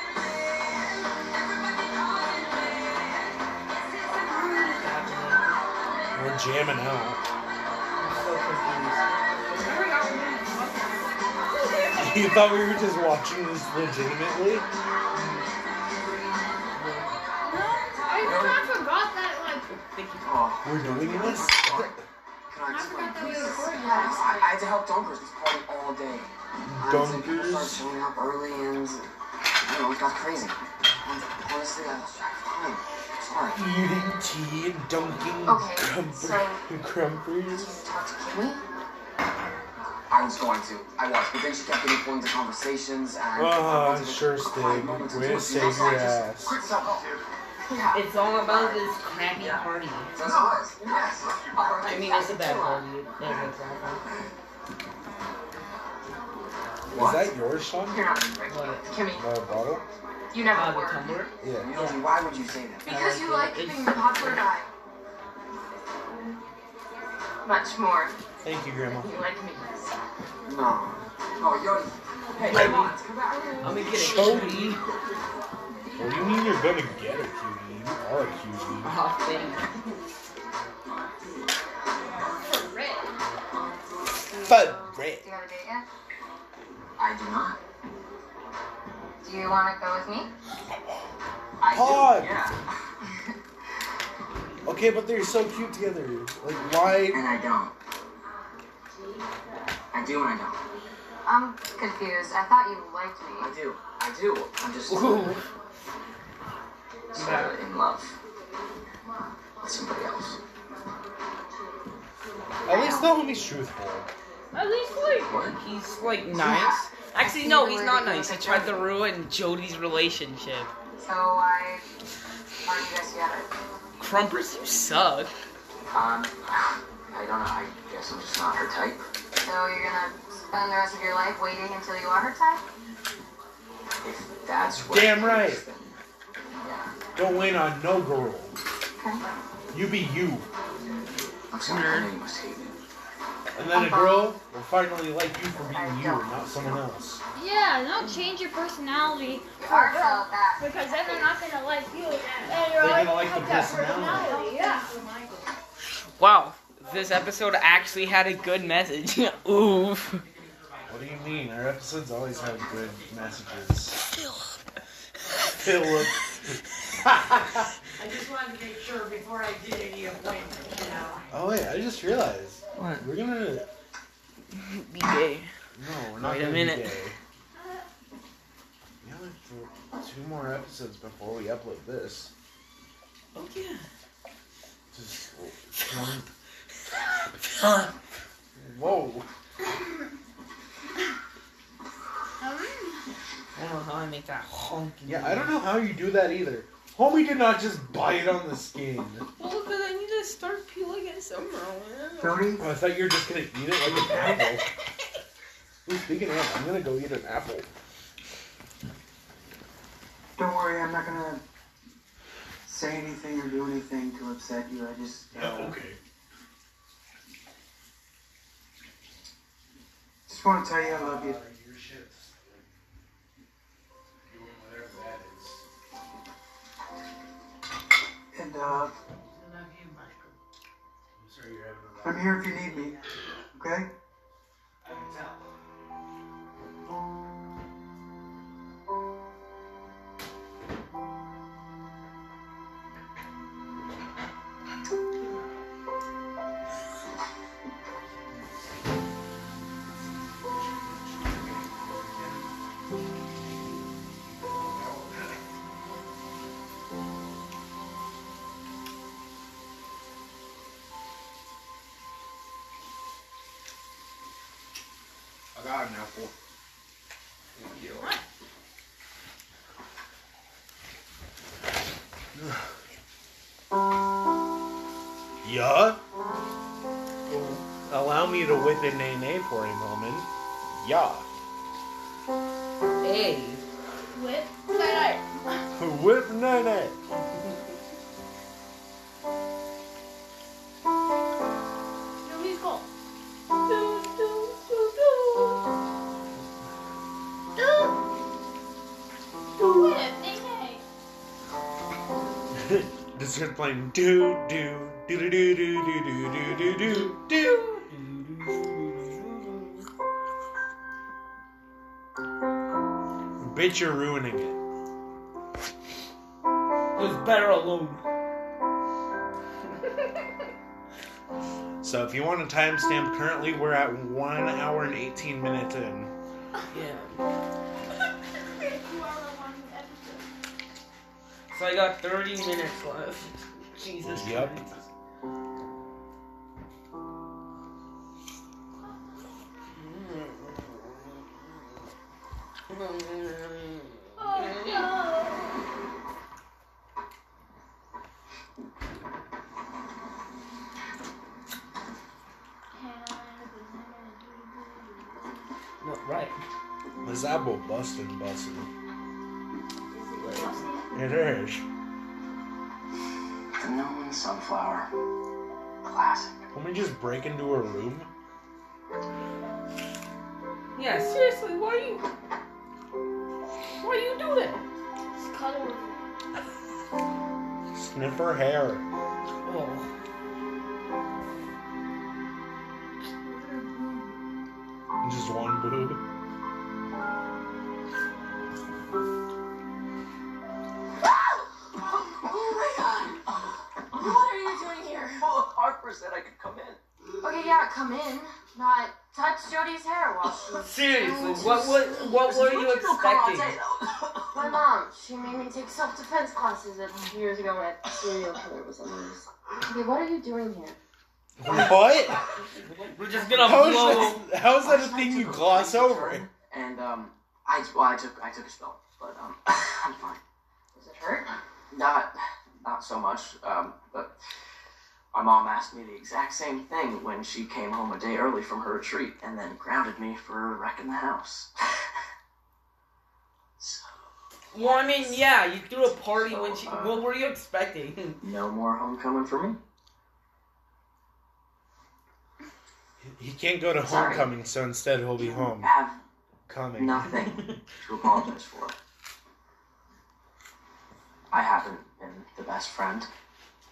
Speaker 1: We're jamming out. You thought we were just watching this legitimately?
Speaker 2: I forgot- I forgot that, like,
Speaker 4: Oh,
Speaker 1: We're doing this?
Speaker 4: can I
Speaker 2: I
Speaker 4: explain?
Speaker 2: forgot that we recorded
Speaker 4: Yes,
Speaker 2: that.
Speaker 4: I, I had to help Dunkers this party all day. Honestly, people started
Speaker 1: Dunkers?
Speaker 4: showing up early and I don't know, it got crazy. And honestly, I was track fine. Sorry.
Speaker 1: Eating tea and dunking
Speaker 5: Okay,
Speaker 1: crumper-
Speaker 5: so-
Speaker 1: crumpers.
Speaker 5: Talk to Kimmy?
Speaker 4: I was going to. I was, but then she kept getting pulled into conversations and
Speaker 1: Ah,
Speaker 4: I wanted to
Speaker 1: sure,
Speaker 4: quiet
Speaker 1: Stig.
Speaker 4: moments
Speaker 1: Way to
Speaker 4: until she
Speaker 1: save
Speaker 4: was like,
Speaker 1: your
Speaker 4: just
Speaker 1: ass.
Speaker 4: quick stop. Yeah.
Speaker 3: It's all about this crappy party.
Speaker 4: That's what it was. Yes.
Speaker 3: I mean, it's a bad party. It doesn't sound like
Speaker 1: Is that yours, Sean?
Speaker 5: You're not.
Speaker 3: it. What?
Speaker 5: Kimmy,
Speaker 1: Uh, bottle?
Speaker 5: you never
Speaker 3: Uh, the
Speaker 5: were.
Speaker 3: tumbler?
Speaker 1: Yeah.
Speaker 4: Milty, why would you say that?
Speaker 5: Because you like
Speaker 3: It's-
Speaker 5: being the popular guy. Much more.
Speaker 1: Thank you, Grandma.
Speaker 5: You like me.
Speaker 4: No. Oh, Yodi. Hey, come on, come back.
Speaker 3: I'm gonna get a
Speaker 1: Show
Speaker 3: cutie.
Speaker 1: What do you mean you're gonna get a cutie? You are a cutie.
Speaker 3: Oh, thank
Speaker 2: for Rick.
Speaker 1: But
Speaker 5: Do you have a date yet?
Speaker 4: I do not.
Speaker 5: Do you want to go with me?
Speaker 4: I
Speaker 1: Pod.
Speaker 4: do. Yeah.
Speaker 1: Okay, but they're so cute together. Like, why?
Speaker 4: And I don't. I do and I don't.
Speaker 5: I'm confused. I thought you liked me.
Speaker 4: I do. I do. I'm just
Speaker 3: Ooh.
Speaker 4: so in love with somebody else. Um,
Speaker 1: At least the homie's truthful.
Speaker 2: At least, like,
Speaker 4: What?
Speaker 3: He's like nice. Actually, no, he's not nice. He tried to ruin Jody's relationship.
Speaker 5: So why aren't you guys together?
Speaker 3: Crumpers, you suck.
Speaker 4: Um, I don't know. I guess I'm just not her type.
Speaker 5: So you're gonna spend the rest of your life waiting until you are her type?
Speaker 4: If that's what.
Speaker 1: Damn right.
Speaker 4: Then, yeah.
Speaker 1: Don't wait on no girl.
Speaker 5: Okay.
Speaker 1: You be you.
Speaker 4: I'm sorry. I know you must hate me.
Speaker 1: And then a girl will finally like you for being you and not someone else.
Speaker 2: yeah, don't change your personality
Speaker 5: You
Speaker 2: for
Speaker 5: are
Speaker 2: a girl.
Speaker 5: so bad.
Speaker 2: Because then they're not gonna like you. And you're
Speaker 1: They're
Speaker 2: like,
Speaker 1: gonna like the
Speaker 2: "Fuck that
Speaker 1: personality."
Speaker 2: personality, Yeah.
Speaker 3: Wow, this episode actually had a good message. Oof.
Speaker 1: What do you mean? Our episodes always have good messages. Philip.
Speaker 16: I just wanted to make sure before I did any appointment, you know.
Speaker 1: Oh wait, I just realized
Speaker 3: What?
Speaker 1: we're gonna.
Speaker 3: Be gay.
Speaker 1: No, we're not
Speaker 3: Wait a
Speaker 1: gonna
Speaker 3: minute.
Speaker 1: Be gay. We have like two more episodes before we upload this.
Speaker 3: Oh yeah.
Speaker 1: Just one. Whoa.
Speaker 3: I don't know how I make that. Pumpkin.
Speaker 1: Yeah, I don't know how you do that either. Homie did not just bite on the skin.
Speaker 17: Well, because I need to start peeling it somehow.
Speaker 1: Tony? Oh, I thought you were just gonna eat it like an apple. Ooh, speaking of, I'm gonna go eat an apple.
Speaker 4: Don't worry, I'm not gonna say anything or do anything to upset you. I just. Uh, okay. Just want to tell you I love you. And uh, I'm here if you need me. Okay?
Speaker 18: I got an apple. Thank you.
Speaker 1: Yeah? Allow me to whip a nay nay for a moment. Yeah.
Speaker 3: Hey.
Speaker 2: Whip that I.
Speaker 1: whip nay nay.
Speaker 2: Nobody's goal. Do, do, do, do. Do. Do it. Hey, hey.
Speaker 1: Just start playing do do do do do do do do do do do. Bitch, you're ruining it.
Speaker 3: It was better alone.
Speaker 1: So if you want a timestamp, currently we're at one hour and eighteen minutes in.
Speaker 3: Yeah.
Speaker 2: You are the one who edited.
Speaker 3: So I got 30 minutes left. Jesus
Speaker 1: Yep.
Speaker 3: Christ. No, right.
Speaker 1: This apple busting busting. It is.
Speaker 4: The known sunflower. Classic.
Speaker 1: Let me just break into a room.
Speaker 3: Yeah, seriously, why do you. Why you do that?
Speaker 2: Just cuddle with it.
Speaker 1: Sniff her hair.
Speaker 3: Oh.
Speaker 1: Just one boob.
Speaker 6: Oh my god! What are you doing here?
Speaker 4: Well, Harper said I could come in.
Speaker 6: Okay, yeah, come in. Not touch Jody's hair while she's.
Speaker 3: Seriously, what, what, what were you expecting?
Speaker 6: My mom, she made me take self defense classes a few years ago when a serial killer was on the loose. Okay, what are you doing here?
Speaker 1: What?
Speaker 3: We're just gonna
Speaker 1: How is
Speaker 3: blow.
Speaker 1: that- how is that a thing you gloss over?
Speaker 4: And um, I well, I took I took a spell, but um, I'm fine.
Speaker 6: Does it hurt?
Speaker 4: Not not so much. Um, but my mom asked me the exact same thing when she came home a day early from her retreat, and then grounded me for wrecking the house.
Speaker 3: Well, I mean, yeah, you threw a party when she. What were you expecting?
Speaker 4: No more homecoming for me.
Speaker 1: He can't go to homecoming, so instead he'll be home.
Speaker 4: Have
Speaker 1: Coming.
Speaker 4: nothing to apologize for. I haven't been the best friend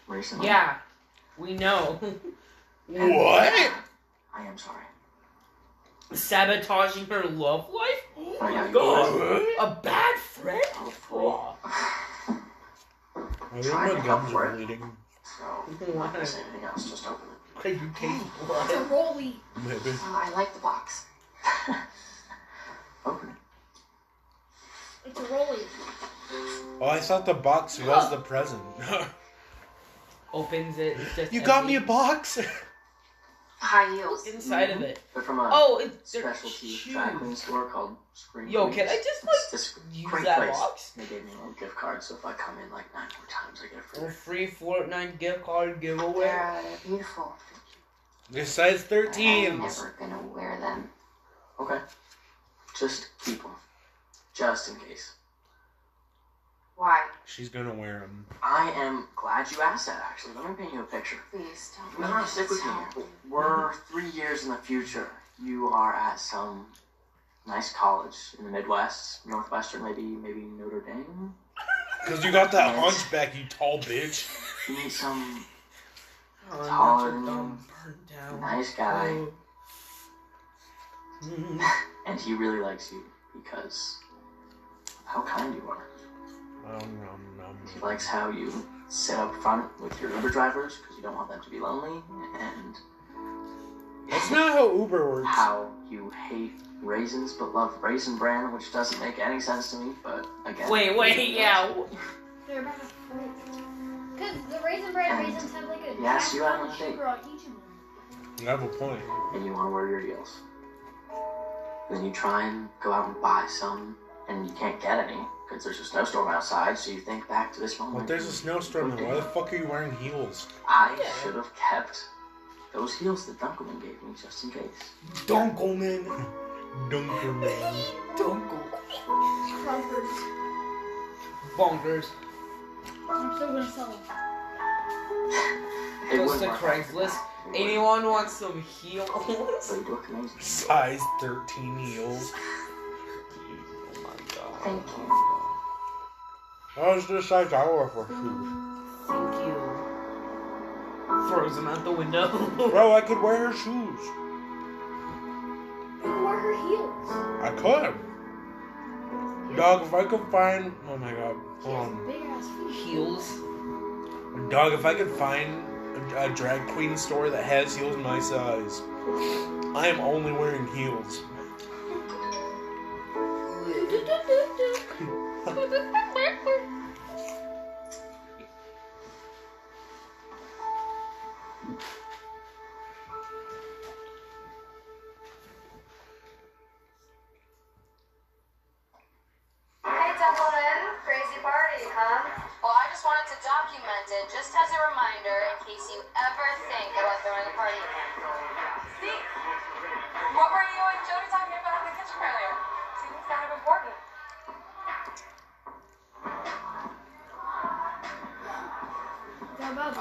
Speaker 4: recently.
Speaker 3: Yeah, we know.
Speaker 1: What?
Speaker 4: I am sorry.
Speaker 3: Sabotaging her love life? Oh
Speaker 4: I
Speaker 3: my
Speaker 4: am
Speaker 3: god! A bad friend? Oh.
Speaker 1: I think my gums are bleeding.
Speaker 4: So, I'm not gonna say anything else, just open it.
Speaker 3: Could you take
Speaker 2: It's a rolly.
Speaker 1: Maybe.
Speaker 19: Uh,
Speaker 6: I like the box.
Speaker 4: Open it.
Speaker 2: It's a rolly.
Speaker 1: Oh, I thought the box was the present.
Speaker 3: Opens it. It's just
Speaker 1: you got me
Speaker 3: empty.
Speaker 1: a box?
Speaker 5: high heels.
Speaker 3: inside of it.
Speaker 19: They're from a
Speaker 3: Oh, it- they're
Speaker 19: specialty drag queen store called Scream.
Speaker 3: Yo,
Speaker 19: Queens.
Speaker 3: can I just
Speaker 19: It's this
Speaker 3: like use
Speaker 19: great
Speaker 3: that
Speaker 19: place.
Speaker 3: box?
Speaker 19: They gave me a little gift card, so if I come in like nine more times, I get a free.
Speaker 3: A free Fortnite gift card giveaway.
Speaker 5: beautiful.
Speaker 20: They're size 13s.
Speaker 5: Never gonna wear them.
Speaker 19: Okay. Just keep them, just in case.
Speaker 5: Why?
Speaker 20: She's gonna wear them.
Speaker 19: I am glad you asked that. Actually, let me paint you a picture.
Speaker 5: Please don't.
Speaker 19: No,
Speaker 5: make
Speaker 19: no,
Speaker 5: me
Speaker 19: stick with me.
Speaker 5: tell
Speaker 19: here.
Speaker 5: you.
Speaker 19: We're three years in the future. You are at some nice college in the Midwest, Northwestern, maybe, maybe Notre Dame.
Speaker 1: Because you got that hunchback, you tall bitch.
Speaker 19: You need some
Speaker 3: Oh,
Speaker 19: taller
Speaker 3: Notre
Speaker 19: than you,
Speaker 3: Dame burned down.
Speaker 19: nice guy,
Speaker 3: Oh.
Speaker 19: and he really likes you because of how kind you are. He likes how you sit up front with your Uber drivers because you don't want them to be lonely, and
Speaker 20: That's not how Uber works.
Speaker 19: how you hate raisins but love raisin bran, which doesn't make any sense to me. But again,
Speaker 3: Wait, wait, yeah.
Speaker 2: They're about to flip. Cause the raisin bread raisins have like a
Speaker 19: Yes, you
Speaker 2: tax
Speaker 19: have
Speaker 2: on
Speaker 19: a
Speaker 2: sugar
Speaker 19: date.
Speaker 2: on each of them.
Speaker 20: You have a point.
Speaker 19: and you want to wear your heels. Then you try and go out and buy some, and you can't get any because there's a snowstorm outside. So you think back to this moment.
Speaker 1: But there's a snowstorm. Why the fuck are you wearing heels?
Speaker 19: I should have kept those heels that Dunkelman gave me just in case.
Speaker 1: Dunkelman. Dunkelman.
Speaker 2: Crumpers.
Speaker 3: Bonkers.
Speaker 2: I'm still gonna sell them.
Speaker 19: It
Speaker 3: Goes
Speaker 19: wouldn't
Speaker 3: to
Speaker 19: work.
Speaker 3: Craigslist. Anyone want some heels?
Speaker 19: But you look amazing.
Speaker 1: Size 13 heels.
Speaker 3: Oh my god.
Speaker 19: Thank you.
Speaker 1: That was the size I wore for shoes.
Speaker 3: Thank you. Throws him out the window.
Speaker 1: Bro, I could wear her shoes.
Speaker 2: You can wear her heels.
Speaker 1: I could. Dog, if I could find. Oh my god. Hold on.
Speaker 2: Big ass feet.
Speaker 3: heels.
Speaker 1: Dog, if I could find a, a drag queen store that has heels my size, I am only wearing heels.
Speaker 6: Hey, Dublin, crazy party, huh? Well, I just wanted to document it just as a reminder in case you ever think about throwing a party again. See? What were you and Jody talking about in the kitchen earlier? Seems kind of important.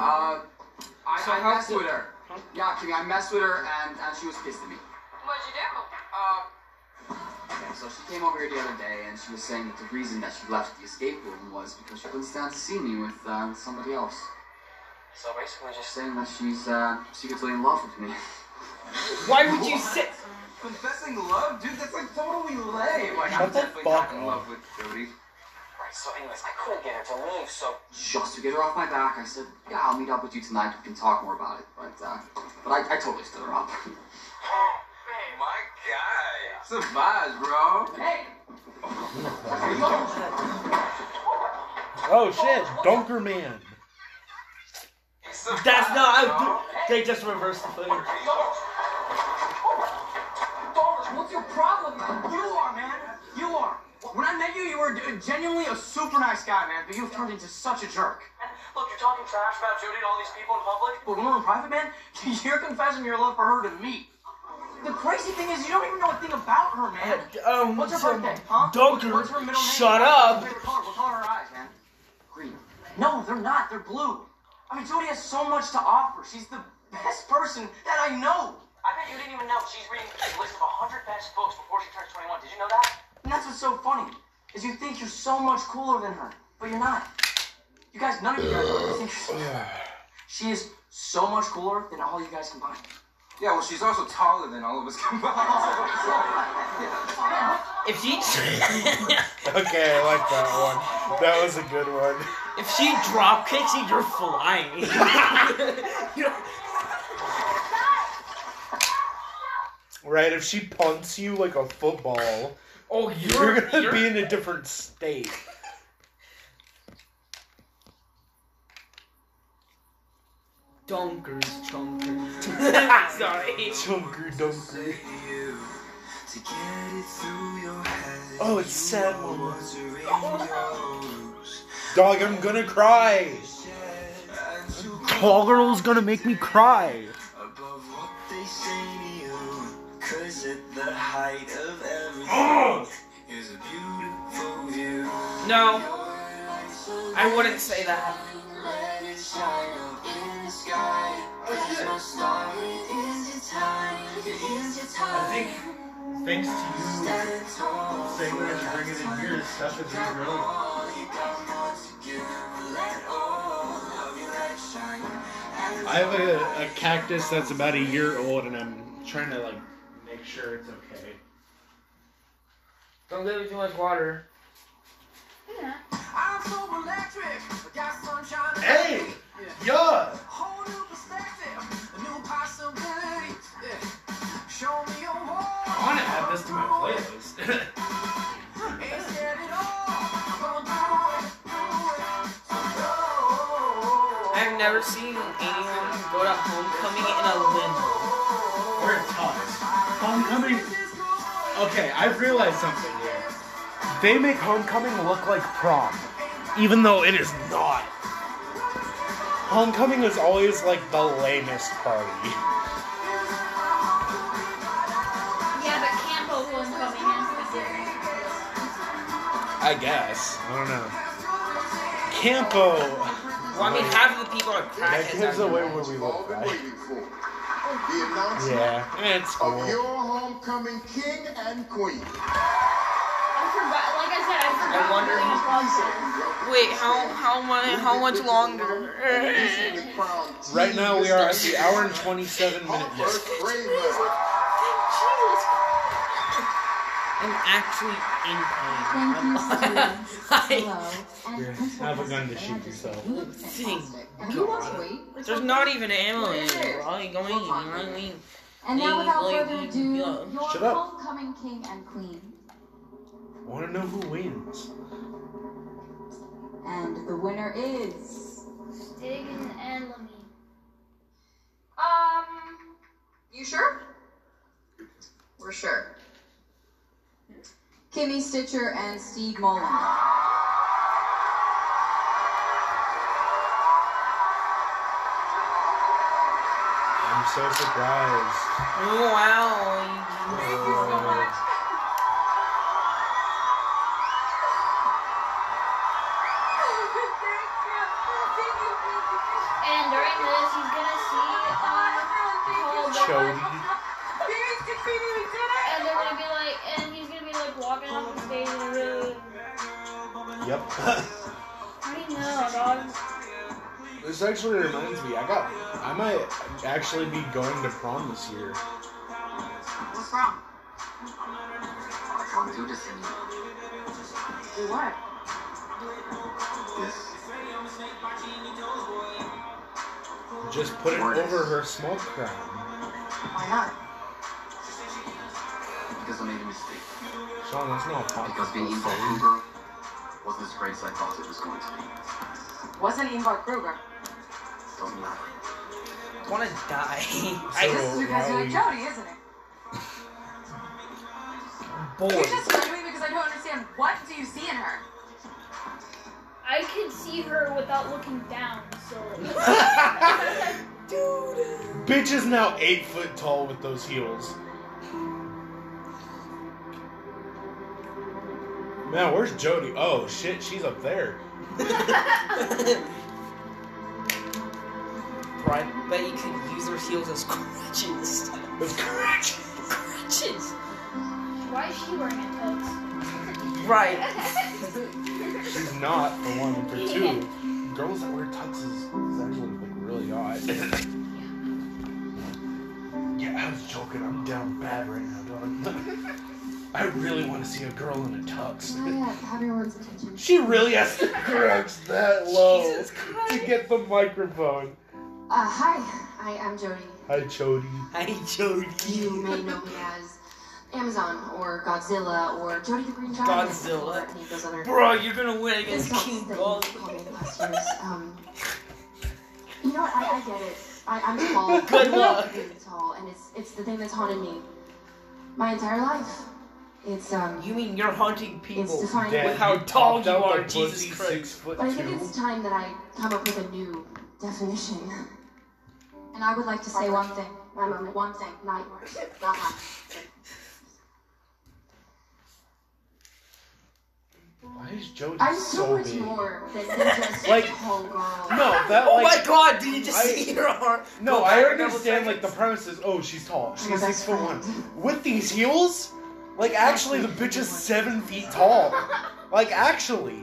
Speaker 4: Uh, I,
Speaker 3: So
Speaker 4: I
Speaker 3: how's
Speaker 4: messed
Speaker 3: the-
Speaker 4: with her. Yeah, Kimmy, I messed with her and, and she was pissed at me.
Speaker 6: What'd you do? Uh,
Speaker 4: Yeah, so she came over here the other day and she was saying that the reason that she left the escape room was because she couldn't stand to see me with uh, somebody else.
Speaker 19: So basically,
Speaker 4: Just saying that she's uh, secretly in love with me.
Speaker 3: Why would you say?
Speaker 4: Confessing love? Dude, that's like totally lame. Like,
Speaker 1: Shut
Speaker 4: I'm
Speaker 1: the
Speaker 4: definitely
Speaker 1: fuck
Speaker 4: not in
Speaker 1: up.
Speaker 4: love with Jody.
Speaker 19: Right, so, anyways, I couldn't get her to leave, so.
Speaker 4: Just to get her off my back, I said, yeah, I'll meet up with you tonight. We can talk more about it. But, uh, but I, I totally stood her up.
Speaker 21: My guy.
Speaker 4: Surprise, bro. Hey.
Speaker 1: Oh shit, Dunkerman.
Speaker 3: That's not. I, they just reversed the footage.
Speaker 4: What's your problem, man? You are, man. You are. When I met you, you were g- genuinely a super nice guy, man. But you've turned into such a jerk.
Speaker 21: Look, you're talking trash about Jody and all these people in public.
Speaker 4: But when we're in private, man, you're confessing your love for her to me. The crazy thing is, you don't even know a thing about her, man.
Speaker 3: Um,
Speaker 4: What's her
Speaker 3: so-
Speaker 4: birthday, huh?
Speaker 3: Dunker,
Speaker 4: What's her middle name?
Speaker 3: shut up.
Speaker 4: What's her favorite color? What color are her eyes, man? Green. No, they're not. They're blue. I mean, Jody has so much to offer. She's the best person that I know.
Speaker 21: I bet you didn't even know she's reading a list of 100 best books before she turns 21. Did you know that?
Speaker 4: And that's what's so funny, is you think you're so much cooler than her, but you're not. You guys, none of you guys are. think you're so- She is so much cooler than all you guys combined.
Speaker 22: Yeah, well, she's also taller than all of us combined.
Speaker 3: If she
Speaker 1: Okay, I like that one. That was a good one.
Speaker 3: if she drop kicks you, you're flying.
Speaker 1: Right, if she punts you like a football,
Speaker 3: oh,
Speaker 1: you're,
Speaker 3: you're,
Speaker 1: gonna
Speaker 3: you're
Speaker 1: be in a different state.
Speaker 3: Dunkers, dunkers. Sorry.
Speaker 1: Chunker dunker. Oh, it's sad. Dog, I'm gonna cry. Paul Girl's gonna make me cry.
Speaker 6: Cause at the height of everything is a beautiful view.
Speaker 3: No. I wouldn't say that.
Speaker 6: Let it shine up in the sky. Cause my star, it is your time. It is your time.
Speaker 23: I think thanks to you saying we're gonna bring it in here, this stuff is being grown.
Speaker 6: All you got wants to give. Let all of your light shine.
Speaker 8: I have a, a cactus that's about a year old, and I'm trying to like make sure it's okay.
Speaker 3: Don't give it too much water.
Speaker 2: Yeah.
Speaker 6: I'm so electric. I got sunshine.
Speaker 1: Hey, yeah.
Speaker 6: Whole new perspective, a new possibility. Yeah. Show me a more.
Speaker 1: I want to add this to my playlist.
Speaker 6: Ain't scared at all. I'm gonna do it, do it. So go.
Speaker 3: I've never seen anyone go to homecoming in a limbo.
Speaker 8: We're in talks. Homecoming.
Speaker 1: Okay, I've realized something here. They make homecoming look like prom, even though it is not. Homecoming is always like the lamest party.
Speaker 2: Yeah, but Campbell homecoming is different.
Speaker 1: I guess. I don't know.
Speaker 8: Campo.
Speaker 3: Well, I mean, half of the people are
Speaker 8: That
Speaker 3: crackheads.
Speaker 8: gives away where we
Speaker 24: all
Speaker 8: live.
Speaker 24: been
Speaker 8: right?
Speaker 24: waiting for. The announcement
Speaker 8: Yeah, it's
Speaker 24: of your
Speaker 8: cool.
Speaker 24: homecoming king and queen.
Speaker 2: I forgot. Like I said, I forgot.
Speaker 3: I wonder
Speaker 2: what
Speaker 3: who-
Speaker 2: it was.
Speaker 25: Wait, how how much how much longer?
Speaker 1: Right now we are at the hour and 27 minute mark.
Speaker 3: I'm actually in pain.
Speaker 5: Thank you,
Speaker 8: You have a gun to shoot yourself.
Speaker 5: If you want to wait,
Speaker 3: There's not even ammo in it. bro. I ain't going. I ain't going.
Speaker 5: and now without further ado,
Speaker 3: Yeah.
Speaker 5: your
Speaker 1: Shut up.
Speaker 5: homecoming king and queen,
Speaker 1: Want to know who wins?
Speaker 5: and the winner is.
Speaker 2: Diggin and Lemmy.
Speaker 26: Um, you sure? We're sure.
Speaker 5: Kimmy Stitcher and Steve Mullen.
Speaker 1: I'm so surprised.
Speaker 3: Oh, wow.
Speaker 26: Thank you so much.
Speaker 2: And during this, he's gonna see um, Paul
Speaker 1: Chody.
Speaker 2: And they're gonna be like, and he's gonna be like walking off the stage in a really.
Speaker 1: Yep.
Speaker 2: I don't know, dog.
Speaker 1: This actually reminds me, I got, I might actually be going to prom this year.
Speaker 26: What's wrong?
Speaker 4: I can't do this anymore.
Speaker 26: Do what?
Speaker 4: This
Speaker 1: Just put it over her smoke crown.
Speaker 26: Why not?
Speaker 4: because I made a mistake.
Speaker 1: Sean, that's not a
Speaker 4: Because being evil
Speaker 1: podcast.
Speaker 4: Kruger wasn't as great as I thought it was going to be.
Speaker 26: Wasn't Ingvar Kruger.
Speaker 1: Oh,
Speaker 4: Don't lie.
Speaker 3: I want to die.
Speaker 26: this is
Speaker 3: I
Speaker 26: because
Speaker 1: now
Speaker 26: you're like
Speaker 1: we-
Speaker 26: Jody, isn't it?
Speaker 3: boy.
Speaker 26: You're just mad at me because I don't understand what do you see in her.
Speaker 2: I can see her without looking down, so.
Speaker 1: Bitch is now eight foot tall with those heels. Man, where's Jody? Oh shit, she's up there.
Speaker 3: Bro, I bet you could use her heels as crutches.
Speaker 1: That's correct.
Speaker 3: Crutches.
Speaker 2: Why is she wearing it, folks?
Speaker 3: Right.
Speaker 1: She's not for one, for two. Girls that wear tuxes is actually like really odd. yeah, I was joking. I'm down bad right now, dog. I really want to see a girl in a tux.
Speaker 5: Have your words attention.
Speaker 1: She really has to crouch that low to get the microphone.
Speaker 5: Uh, hi, I am Jody.
Speaker 1: Hi, Chody.
Speaker 3: Hi, Jody.
Speaker 5: You may know me as Amazon or Godzilla or Jody the Green Giant.
Speaker 3: Godzilla.
Speaker 5: Or any of those other
Speaker 3: Bro, you're gonna win against
Speaker 5: insults
Speaker 3: King
Speaker 5: that
Speaker 3: Gold.
Speaker 5: you called me last year's. Um, you know what? I, I get it.
Speaker 6: I, I'm small.
Speaker 27: Good
Speaker 6: I'm
Speaker 27: luck.
Speaker 6: really Tall, and it's it's the thing that's haunted me my entire life. It's um.
Speaker 3: You mean you're haunting people
Speaker 6: It's defined-
Speaker 3: with how tall
Speaker 1: popped
Speaker 3: you
Speaker 1: out
Speaker 3: are,
Speaker 1: like
Speaker 3: Jesus
Speaker 1: pussy,
Speaker 3: Christ?
Speaker 1: six foot
Speaker 6: But I think
Speaker 1: two.
Speaker 6: it's time that I come up with a new definition. And I would like to say one thing. My moment. One thing. Not yours. Not mine.
Speaker 1: Why is Jody
Speaker 6: I'm so,
Speaker 1: so
Speaker 6: much
Speaker 1: big?
Speaker 6: more than just
Speaker 1: Like-
Speaker 6: tall girl.
Speaker 1: No, that
Speaker 3: Oh
Speaker 1: like.
Speaker 28: god, did you
Speaker 1: I- No,
Speaker 28: Go
Speaker 1: I
Speaker 28: back a couple
Speaker 1: understand like the premise is oh she's tall,
Speaker 6: my
Speaker 1: she's six foot one. With these heels, like actually the bitch is seven feet tall. Like actually.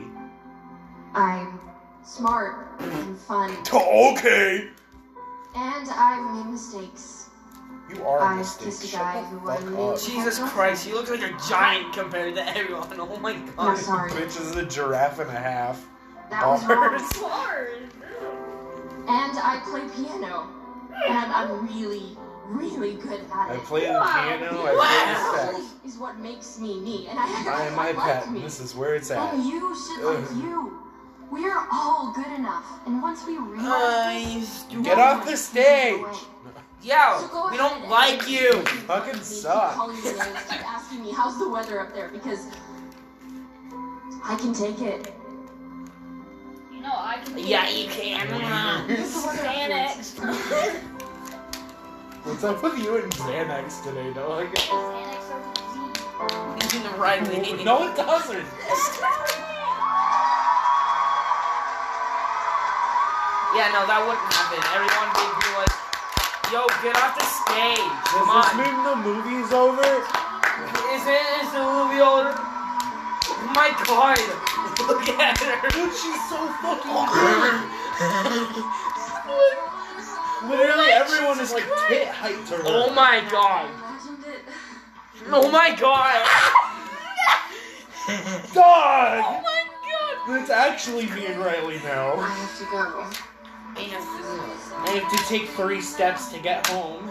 Speaker 6: I'm smart and fun.
Speaker 1: Okay.
Speaker 6: And I've made mistakes.
Speaker 1: You are a
Speaker 6: I've
Speaker 1: mistake.
Speaker 6: kissed a guy who I knew.
Speaker 3: Jesus Christ, you look like a giant compared to everyone. Oh my god.
Speaker 6: I'm sorry.
Speaker 1: Bitch is a giraffe and a half.
Speaker 6: That was
Speaker 1: Bars.
Speaker 6: hard. And I play piano. And I'm really, really good at
Speaker 1: I
Speaker 6: it.
Speaker 1: play the piano, I play the
Speaker 6: Music is what makes me me. And I,
Speaker 1: I am
Speaker 6: I
Speaker 1: my
Speaker 6: like
Speaker 1: patent.
Speaker 6: me. Oh
Speaker 1: This is where it's at.
Speaker 6: And you should like
Speaker 1: Ugh.
Speaker 6: you. We are all good enough. And once
Speaker 3: Uh,
Speaker 6: we realize this,
Speaker 1: Get
Speaker 6: no
Speaker 1: off
Speaker 6: one
Speaker 1: the
Speaker 6: can
Speaker 1: stage!
Speaker 6: take it away. So
Speaker 3: Yo,
Speaker 6: go
Speaker 3: we
Speaker 6: ahead
Speaker 3: don't
Speaker 6: and-
Speaker 3: like you.
Speaker 1: You fucking
Speaker 6: Keep
Speaker 1: suck.
Speaker 6: calling me names, keep asking me how's the weather up there because I can take it.
Speaker 2: You know I can.
Speaker 3: Yeah, E you can.
Speaker 2: Here's the weather Xanax.
Speaker 1: What's up with you and Xanax today, dog?
Speaker 3: Riley.
Speaker 1: No, it doesn't.
Speaker 3: Yeah, no, that wouldn't happen. Everyone would be like, yo, get off the stage. Come
Speaker 1: Does this
Speaker 3: on.
Speaker 1: mean the movie's over?
Speaker 3: Is it is the movie over? My god. Look at her.
Speaker 1: Dude, she's so fucking Literally everyone is like tit height to her.
Speaker 3: Oh my god. Oh my god.
Speaker 1: god!
Speaker 3: Oh my god.
Speaker 1: It's actually me and Riley now.
Speaker 6: I have to go.
Speaker 3: I have to take three steps to get home.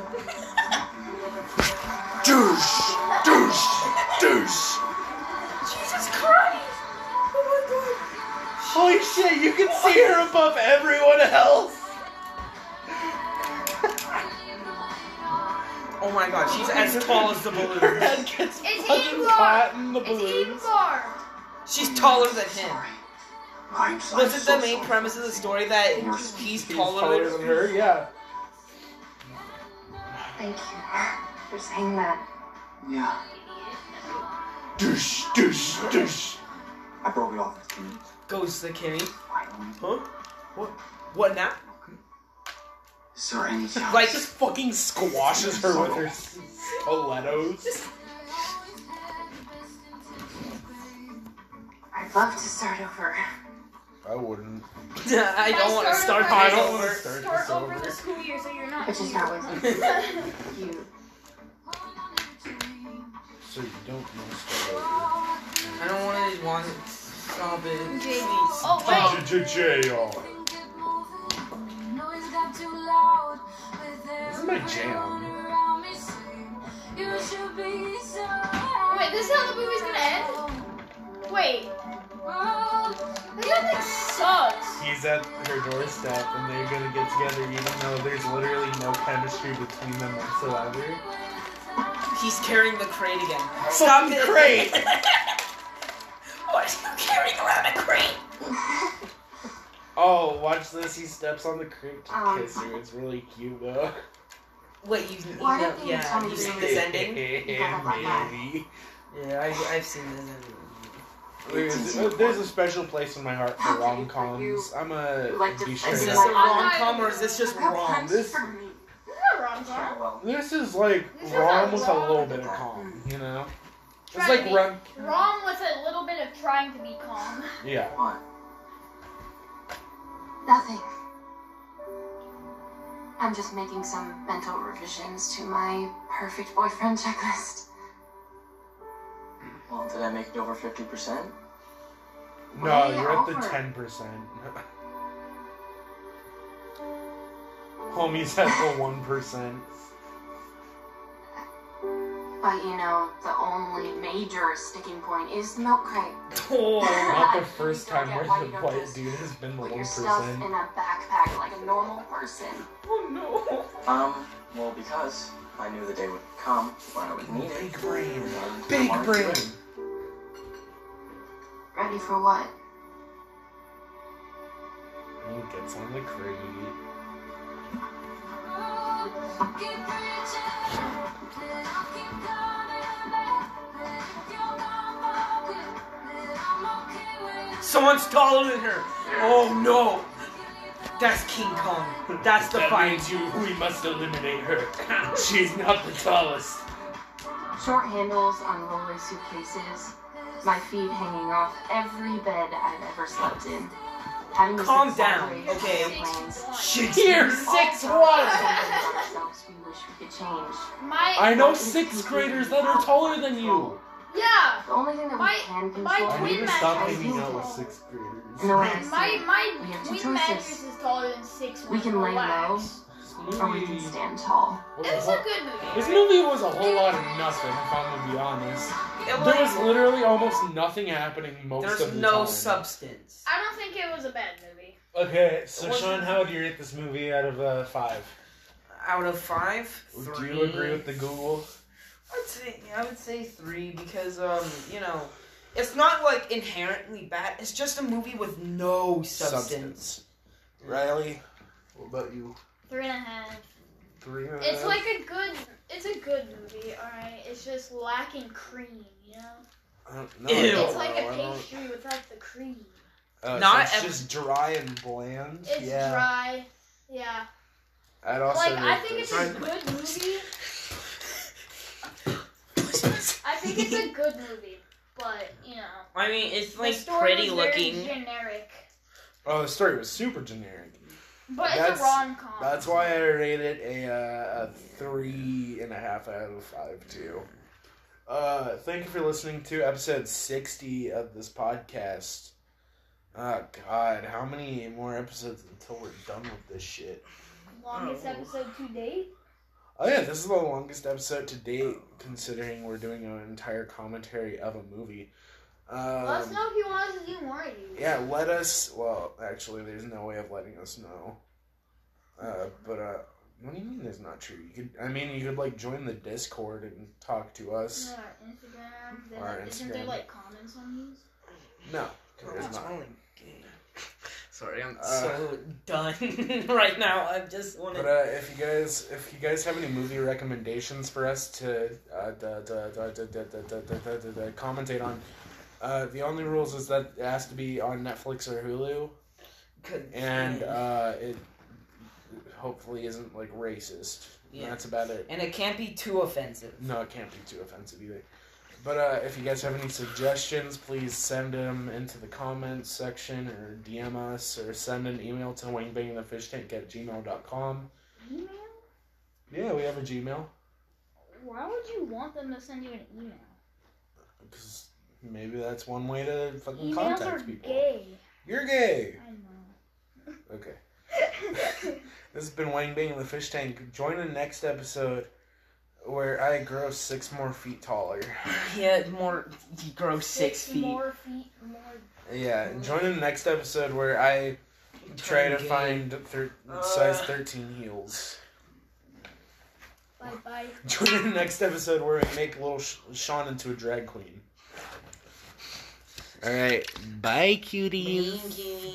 Speaker 1: Douche! Douche! Douche!
Speaker 3: Jesus Christ! Oh my
Speaker 1: Holy shit, you can see her above everyone else!
Speaker 3: god. Oh my god, she's as tall as the
Speaker 1: Her
Speaker 3: balloon.
Speaker 1: head gets
Speaker 2: It's
Speaker 1: fucking
Speaker 2: Ingvar.
Speaker 1: caught in the
Speaker 2: It's
Speaker 1: balloons.
Speaker 2: Ingvar.
Speaker 3: She's taller than him.
Speaker 29: I'm so
Speaker 3: Wasn't the main premise of the story that he's taller
Speaker 1: Taller
Speaker 3: than
Speaker 1: than
Speaker 3: her?
Speaker 1: her, yeah.
Speaker 6: Thank you for saying that.
Speaker 4: Yeah.
Speaker 1: Douche, douche, douche.
Speaker 4: I broke it off with Kimmy.
Speaker 3: Goes to Kimmy.
Speaker 4: Finally.
Speaker 3: Huh? What? What now?
Speaker 4: Is there any chance?
Speaker 3: Like,
Speaker 1: Just fucking squashes her with her stilettos.
Speaker 6: I'd love to start over.
Speaker 1: I wouldn't.
Speaker 3: I don't want to start
Speaker 1: I
Speaker 3: that
Speaker 1: don't want
Speaker 3: over.
Speaker 1: to start
Speaker 2: Start
Speaker 1: this
Speaker 2: over the
Speaker 1: over.
Speaker 2: school year so you're not.
Speaker 6: Which is not
Speaker 2: evil.
Speaker 6: what you.
Speaker 1: So you don't want to start
Speaker 3: I don't want to want to stop it.
Speaker 2: Okay.
Speaker 3: Please.
Speaker 2: Oh wait.
Speaker 1: over. J-J-J-R. This is my jam.
Speaker 2: Wait, this is how the movie's gonna end? Wait. This nothing sucks.
Speaker 1: He's at her doorstep and they're gonna get together even though there's literally no chemistry between them whatsoever.
Speaker 3: He's carrying the crate again. Stop
Speaker 1: Fucking
Speaker 3: it.
Speaker 1: crate.
Speaker 3: Why is he carrying around a crate?
Speaker 1: Oh, watch this. He steps on the creek to
Speaker 6: Um.
Speaker 1: kiss her. It's really cute though.
Speaker 3: Wait, you, you
Speaker 6: Why
Speaker 3: know,
Speaker 6: don't you tell
Speaker 3: yeah,
Speaker 6: me
Speaker 3: you've
Speaker 6: the
Speaker 3: seen this ending?
Speaker 1: Maybe.
Speaker 3: Yeah, I, I've seen this ending.
Speaker 1: There's, uh, there's a special place in my heart for rom coms. I'm a
Speaker 6: Like to
Speaker 1: be
Speaker 6: fix
Speaker 1: straight
Speaker 3: Is this
Speaker 1: up.
Speaker 3: a rom com or is this just wrong?
Speaker 1: This
Speaker 2: This is a rom com.
Speaker 4: Well,
Speaker 1: this is like
Speaker 2: This is a
Speaker 1: rom with a little
Speaker 2: rom-
Speaker 1: bit of calm, you know. It's
Speaker 2: Try
Speaker 1: like
Speaker 2: to be-
Speaker 1: rom.
Speaker 2: Wrong with a little bit of trying to be calm.
Speaker 1: Yeah.
Speaker 4: what?
Speaker 6: Nothing. I'm just making some mental revisions to my perfect boyfriend checklist.
Speaker 4: Well, did I make it over 50%?
Speaker 1: No,
Speaker 6: Way
Speaker 1: you're at the
Speaker 6: over.
Speaker 1: ten percent. Homie's at the one percent.
Speaker 6: But you know, the only major sticking point is the milk crate.
Speaker 1: Oh, not the first
Speaker 6: Don't
Speaker 1: time
Speaker 6: get
Speaker 1: where
Speaker 6: why
Speaker 1: the
Speaker 6: you don't
Speaker 1: white
Speaker 6: just
Speaker 1: dude has been the
Speaker 6: Put
Speaker 1: one
Speaker 6: your stuff
Speaker 1: percent.
Speaker 6: in a backpack like a normal person.
Speaker 3: Oh no.
Speaker 4: Um, well, because I knew the day would come when I would need it. Big brain.
Speaker 1: Big brain.
Speaker 6: Ready for what?
Speaker 1: He gets on the crate.
Speaker 3: Someone's taller than her. Oh no. That's King Kong. That's the
Speaker 1: That
Speaker 3: fight.
Speaker 1: means you- we must eliminate her. She's not the tallest.
Speaker 6: Short handles on rolly suitcases, my feet hanging off every bed I've ever slept in. Having to sit
Speaker 3: Calm down,
Speaker 6: sideways on
Speaker 3: okay?
Speaker 6: planes.
Speaker 1: Shakespeare.
Speaker 3: Six
Speaker 6: Also,
Speaker 3: one.
Speaker 6: something about ourselves we wish we could change.
Speaker 2: My
Speaker 1: I know sixth graders that are taller than you.
Speaker 2: Yeah.
Speaker 6: The only thing that
Speaker 2: My-
Speaker 6: we can control
Speaker 2: my
Speaker 1: I need
Speaker 2: twin
Speaker 1: to
Speaker 2: match
Speaker 1: stop
Speaker 2: is
Speaker 1: hanging out
Speaker 2: tall.
Speaker 1: with sixth graders.
Speaker 6: No, I-
Speaker 2: My
Speaker 6: We
Speaker 2: my
Speaker 6: have two
Speaker 2: twin
Speaker 6: choices.
Speaker 2: mattress is taller than six.
Speaker 6: we
Speaker 2: one,
Speaker 6: can lay low,
Speaker 2: relax.
Speaker 6: or we can stand tall.
Speaker 2: It was a good movie.
Speaker 1: This movie was a whole lot of nothing, if I'm gonna be honest.
Speaker 3: It
Speaker 1: There
Speaker 3: was-
Speaker 1: was literally almost nothing happening most of
Speaker 3: There's
Speaker 1: the
Speaker 3: no
Speaker 1: time.
Speaker 3: substance.
Speaker 2: I don't think it was a bad movie.
Speaker 1: Okay, so
Speaker 3: It wasn't-
Speaker 1: Sean, how would you rate this movie out of uh, five?
Speaker 3: Out of five,
Speaker 1: Do
Speaker 3: three.
Speaker 1: you agree with the Google?
Speaker 3: I'd say I would say three because um you know it's not like inherently bad. It's just a movie with no substance.
Speaker 1: Riley, what about you?
Speaker 2: Three and a half.
Speaker 1: Three. uh, and a
Speaker 2: It's
Speaker 1: half?
Speaker 2: like a good. It's a good movie. All right. It's just lacking cream. You know.
Speaker 1: I don't know.
Speaker 3: Ew.
Speaker 2: It's like a
Speaker 1: I don't-
Speaker 2: pastry without the cream.
Speaker 1: Uh,
Speaker 3: Not
Speaker 1: so it's
Speaker 3: ev-
Speaker 1: just dry and bland.
Speaker 2: It's
Speaker 1: yeah.
Speaker 2: dry. Yeah.
Speaker 1: I'd also
Speaker 2: like I
Speaker 1: rate
Speaker 2: think it's
Speaker 1: this.
Speaker 2: a good movie. I think it's a good movie, but you know,
Speaker 3: I mean, it's
Speaker 2: the
Speaker 3: like
Speaker 2: story
Speaker 3: pretty
Speaker 2: was very
Speaker 3: looking.
Speaker 2: generic.
Speaker 1: Oh, the story was super generic.
Speaker 2: But it's
Speaker 1: That's-
Speaker 2: a rom com.
Speaker 1: That's why I rated a, uh, a three and a half out of five too. Uh, thank you for listening to episode sixty of this podcast. Oh God, how many more episodes until we're done with this shit?
Speaker 2: Longest episode to date.
Speaker 1: Oh yeah, this is the longest episode to date, considering we're doing an entire commentary of a movie. Um,
Speaker 2: Let us know if you want us to do more of these.
Speaker 1: Yeah, let us. Well, actually, there's no way of letting us know. Uh, but uh, what do you mean? There's not true. You could. I mean, you could like join the Discord and talk to us.
Speaker 2: Yeah, Instagram. Then,
Speaker 1: Our
Speaker 2: Isn't there
Speaker 1: Instagram.
Speaker 2: like comments on these?
Speaker 1: No,
Speaker 3: Oh,
Speaker 1: there's
Speaker 3: it's
Speaker 1: not.
Speaker 3: only good. Sorry, I'm
Speaker 1: Uh,
Speaker 3: so done right now. I just want
Speaker 1: But
Speaker 3: to.
Speaker 1: uh, if you guys, if you guys have any movie recommendations for us to uh, da, da, da, da, da, da, da, da, da, da, da, commentate on, uh, the only rules is that it has to be on Netflix or Hulu, and uh, it hopefully isn't like racist.
Speaker 3: Yeah.
Speaker 1: That's about it.
Speaker 3: and it can't be too offensive.
Speaker 1: No, it can't be too offensive either. But uh, if you guys have any suggestions, please send them into the comments section or DM us or send an email to wingbangthefishtank at gmail.com.
Speaker 2: Email?
Speaker 1: Yeah, we have a Gmail.
Speaker 2: Why would you want them to send you an email?
Speaker 1: Because maybe that's one way to fucking
Speaker 2: Emails are
Speaker 1: contact people.
Speaker 2: gay.
Speaker 1: You're gay!
Speaker 2: I know.
Speaker 1: Okay. This has been Wang Bang in the Fish Tank. Join the next episode where I grow six more feet taller.
Speaker 3: Yeah, more. He grows six, feet.
Speaker 2: More feet. More.
Speaker 1: Yeah, and join in the next episode where I try to
Speaker 3: Turn gay.
Speaker 1: find thir-
Speaker 3: Uh.
Speaker 1: size 13 heels.
Speaker 2: Bye bye.
Speaker 1: Join in the next episode where we make little Sh- Sean into a drag queen. Alright, bye cuties.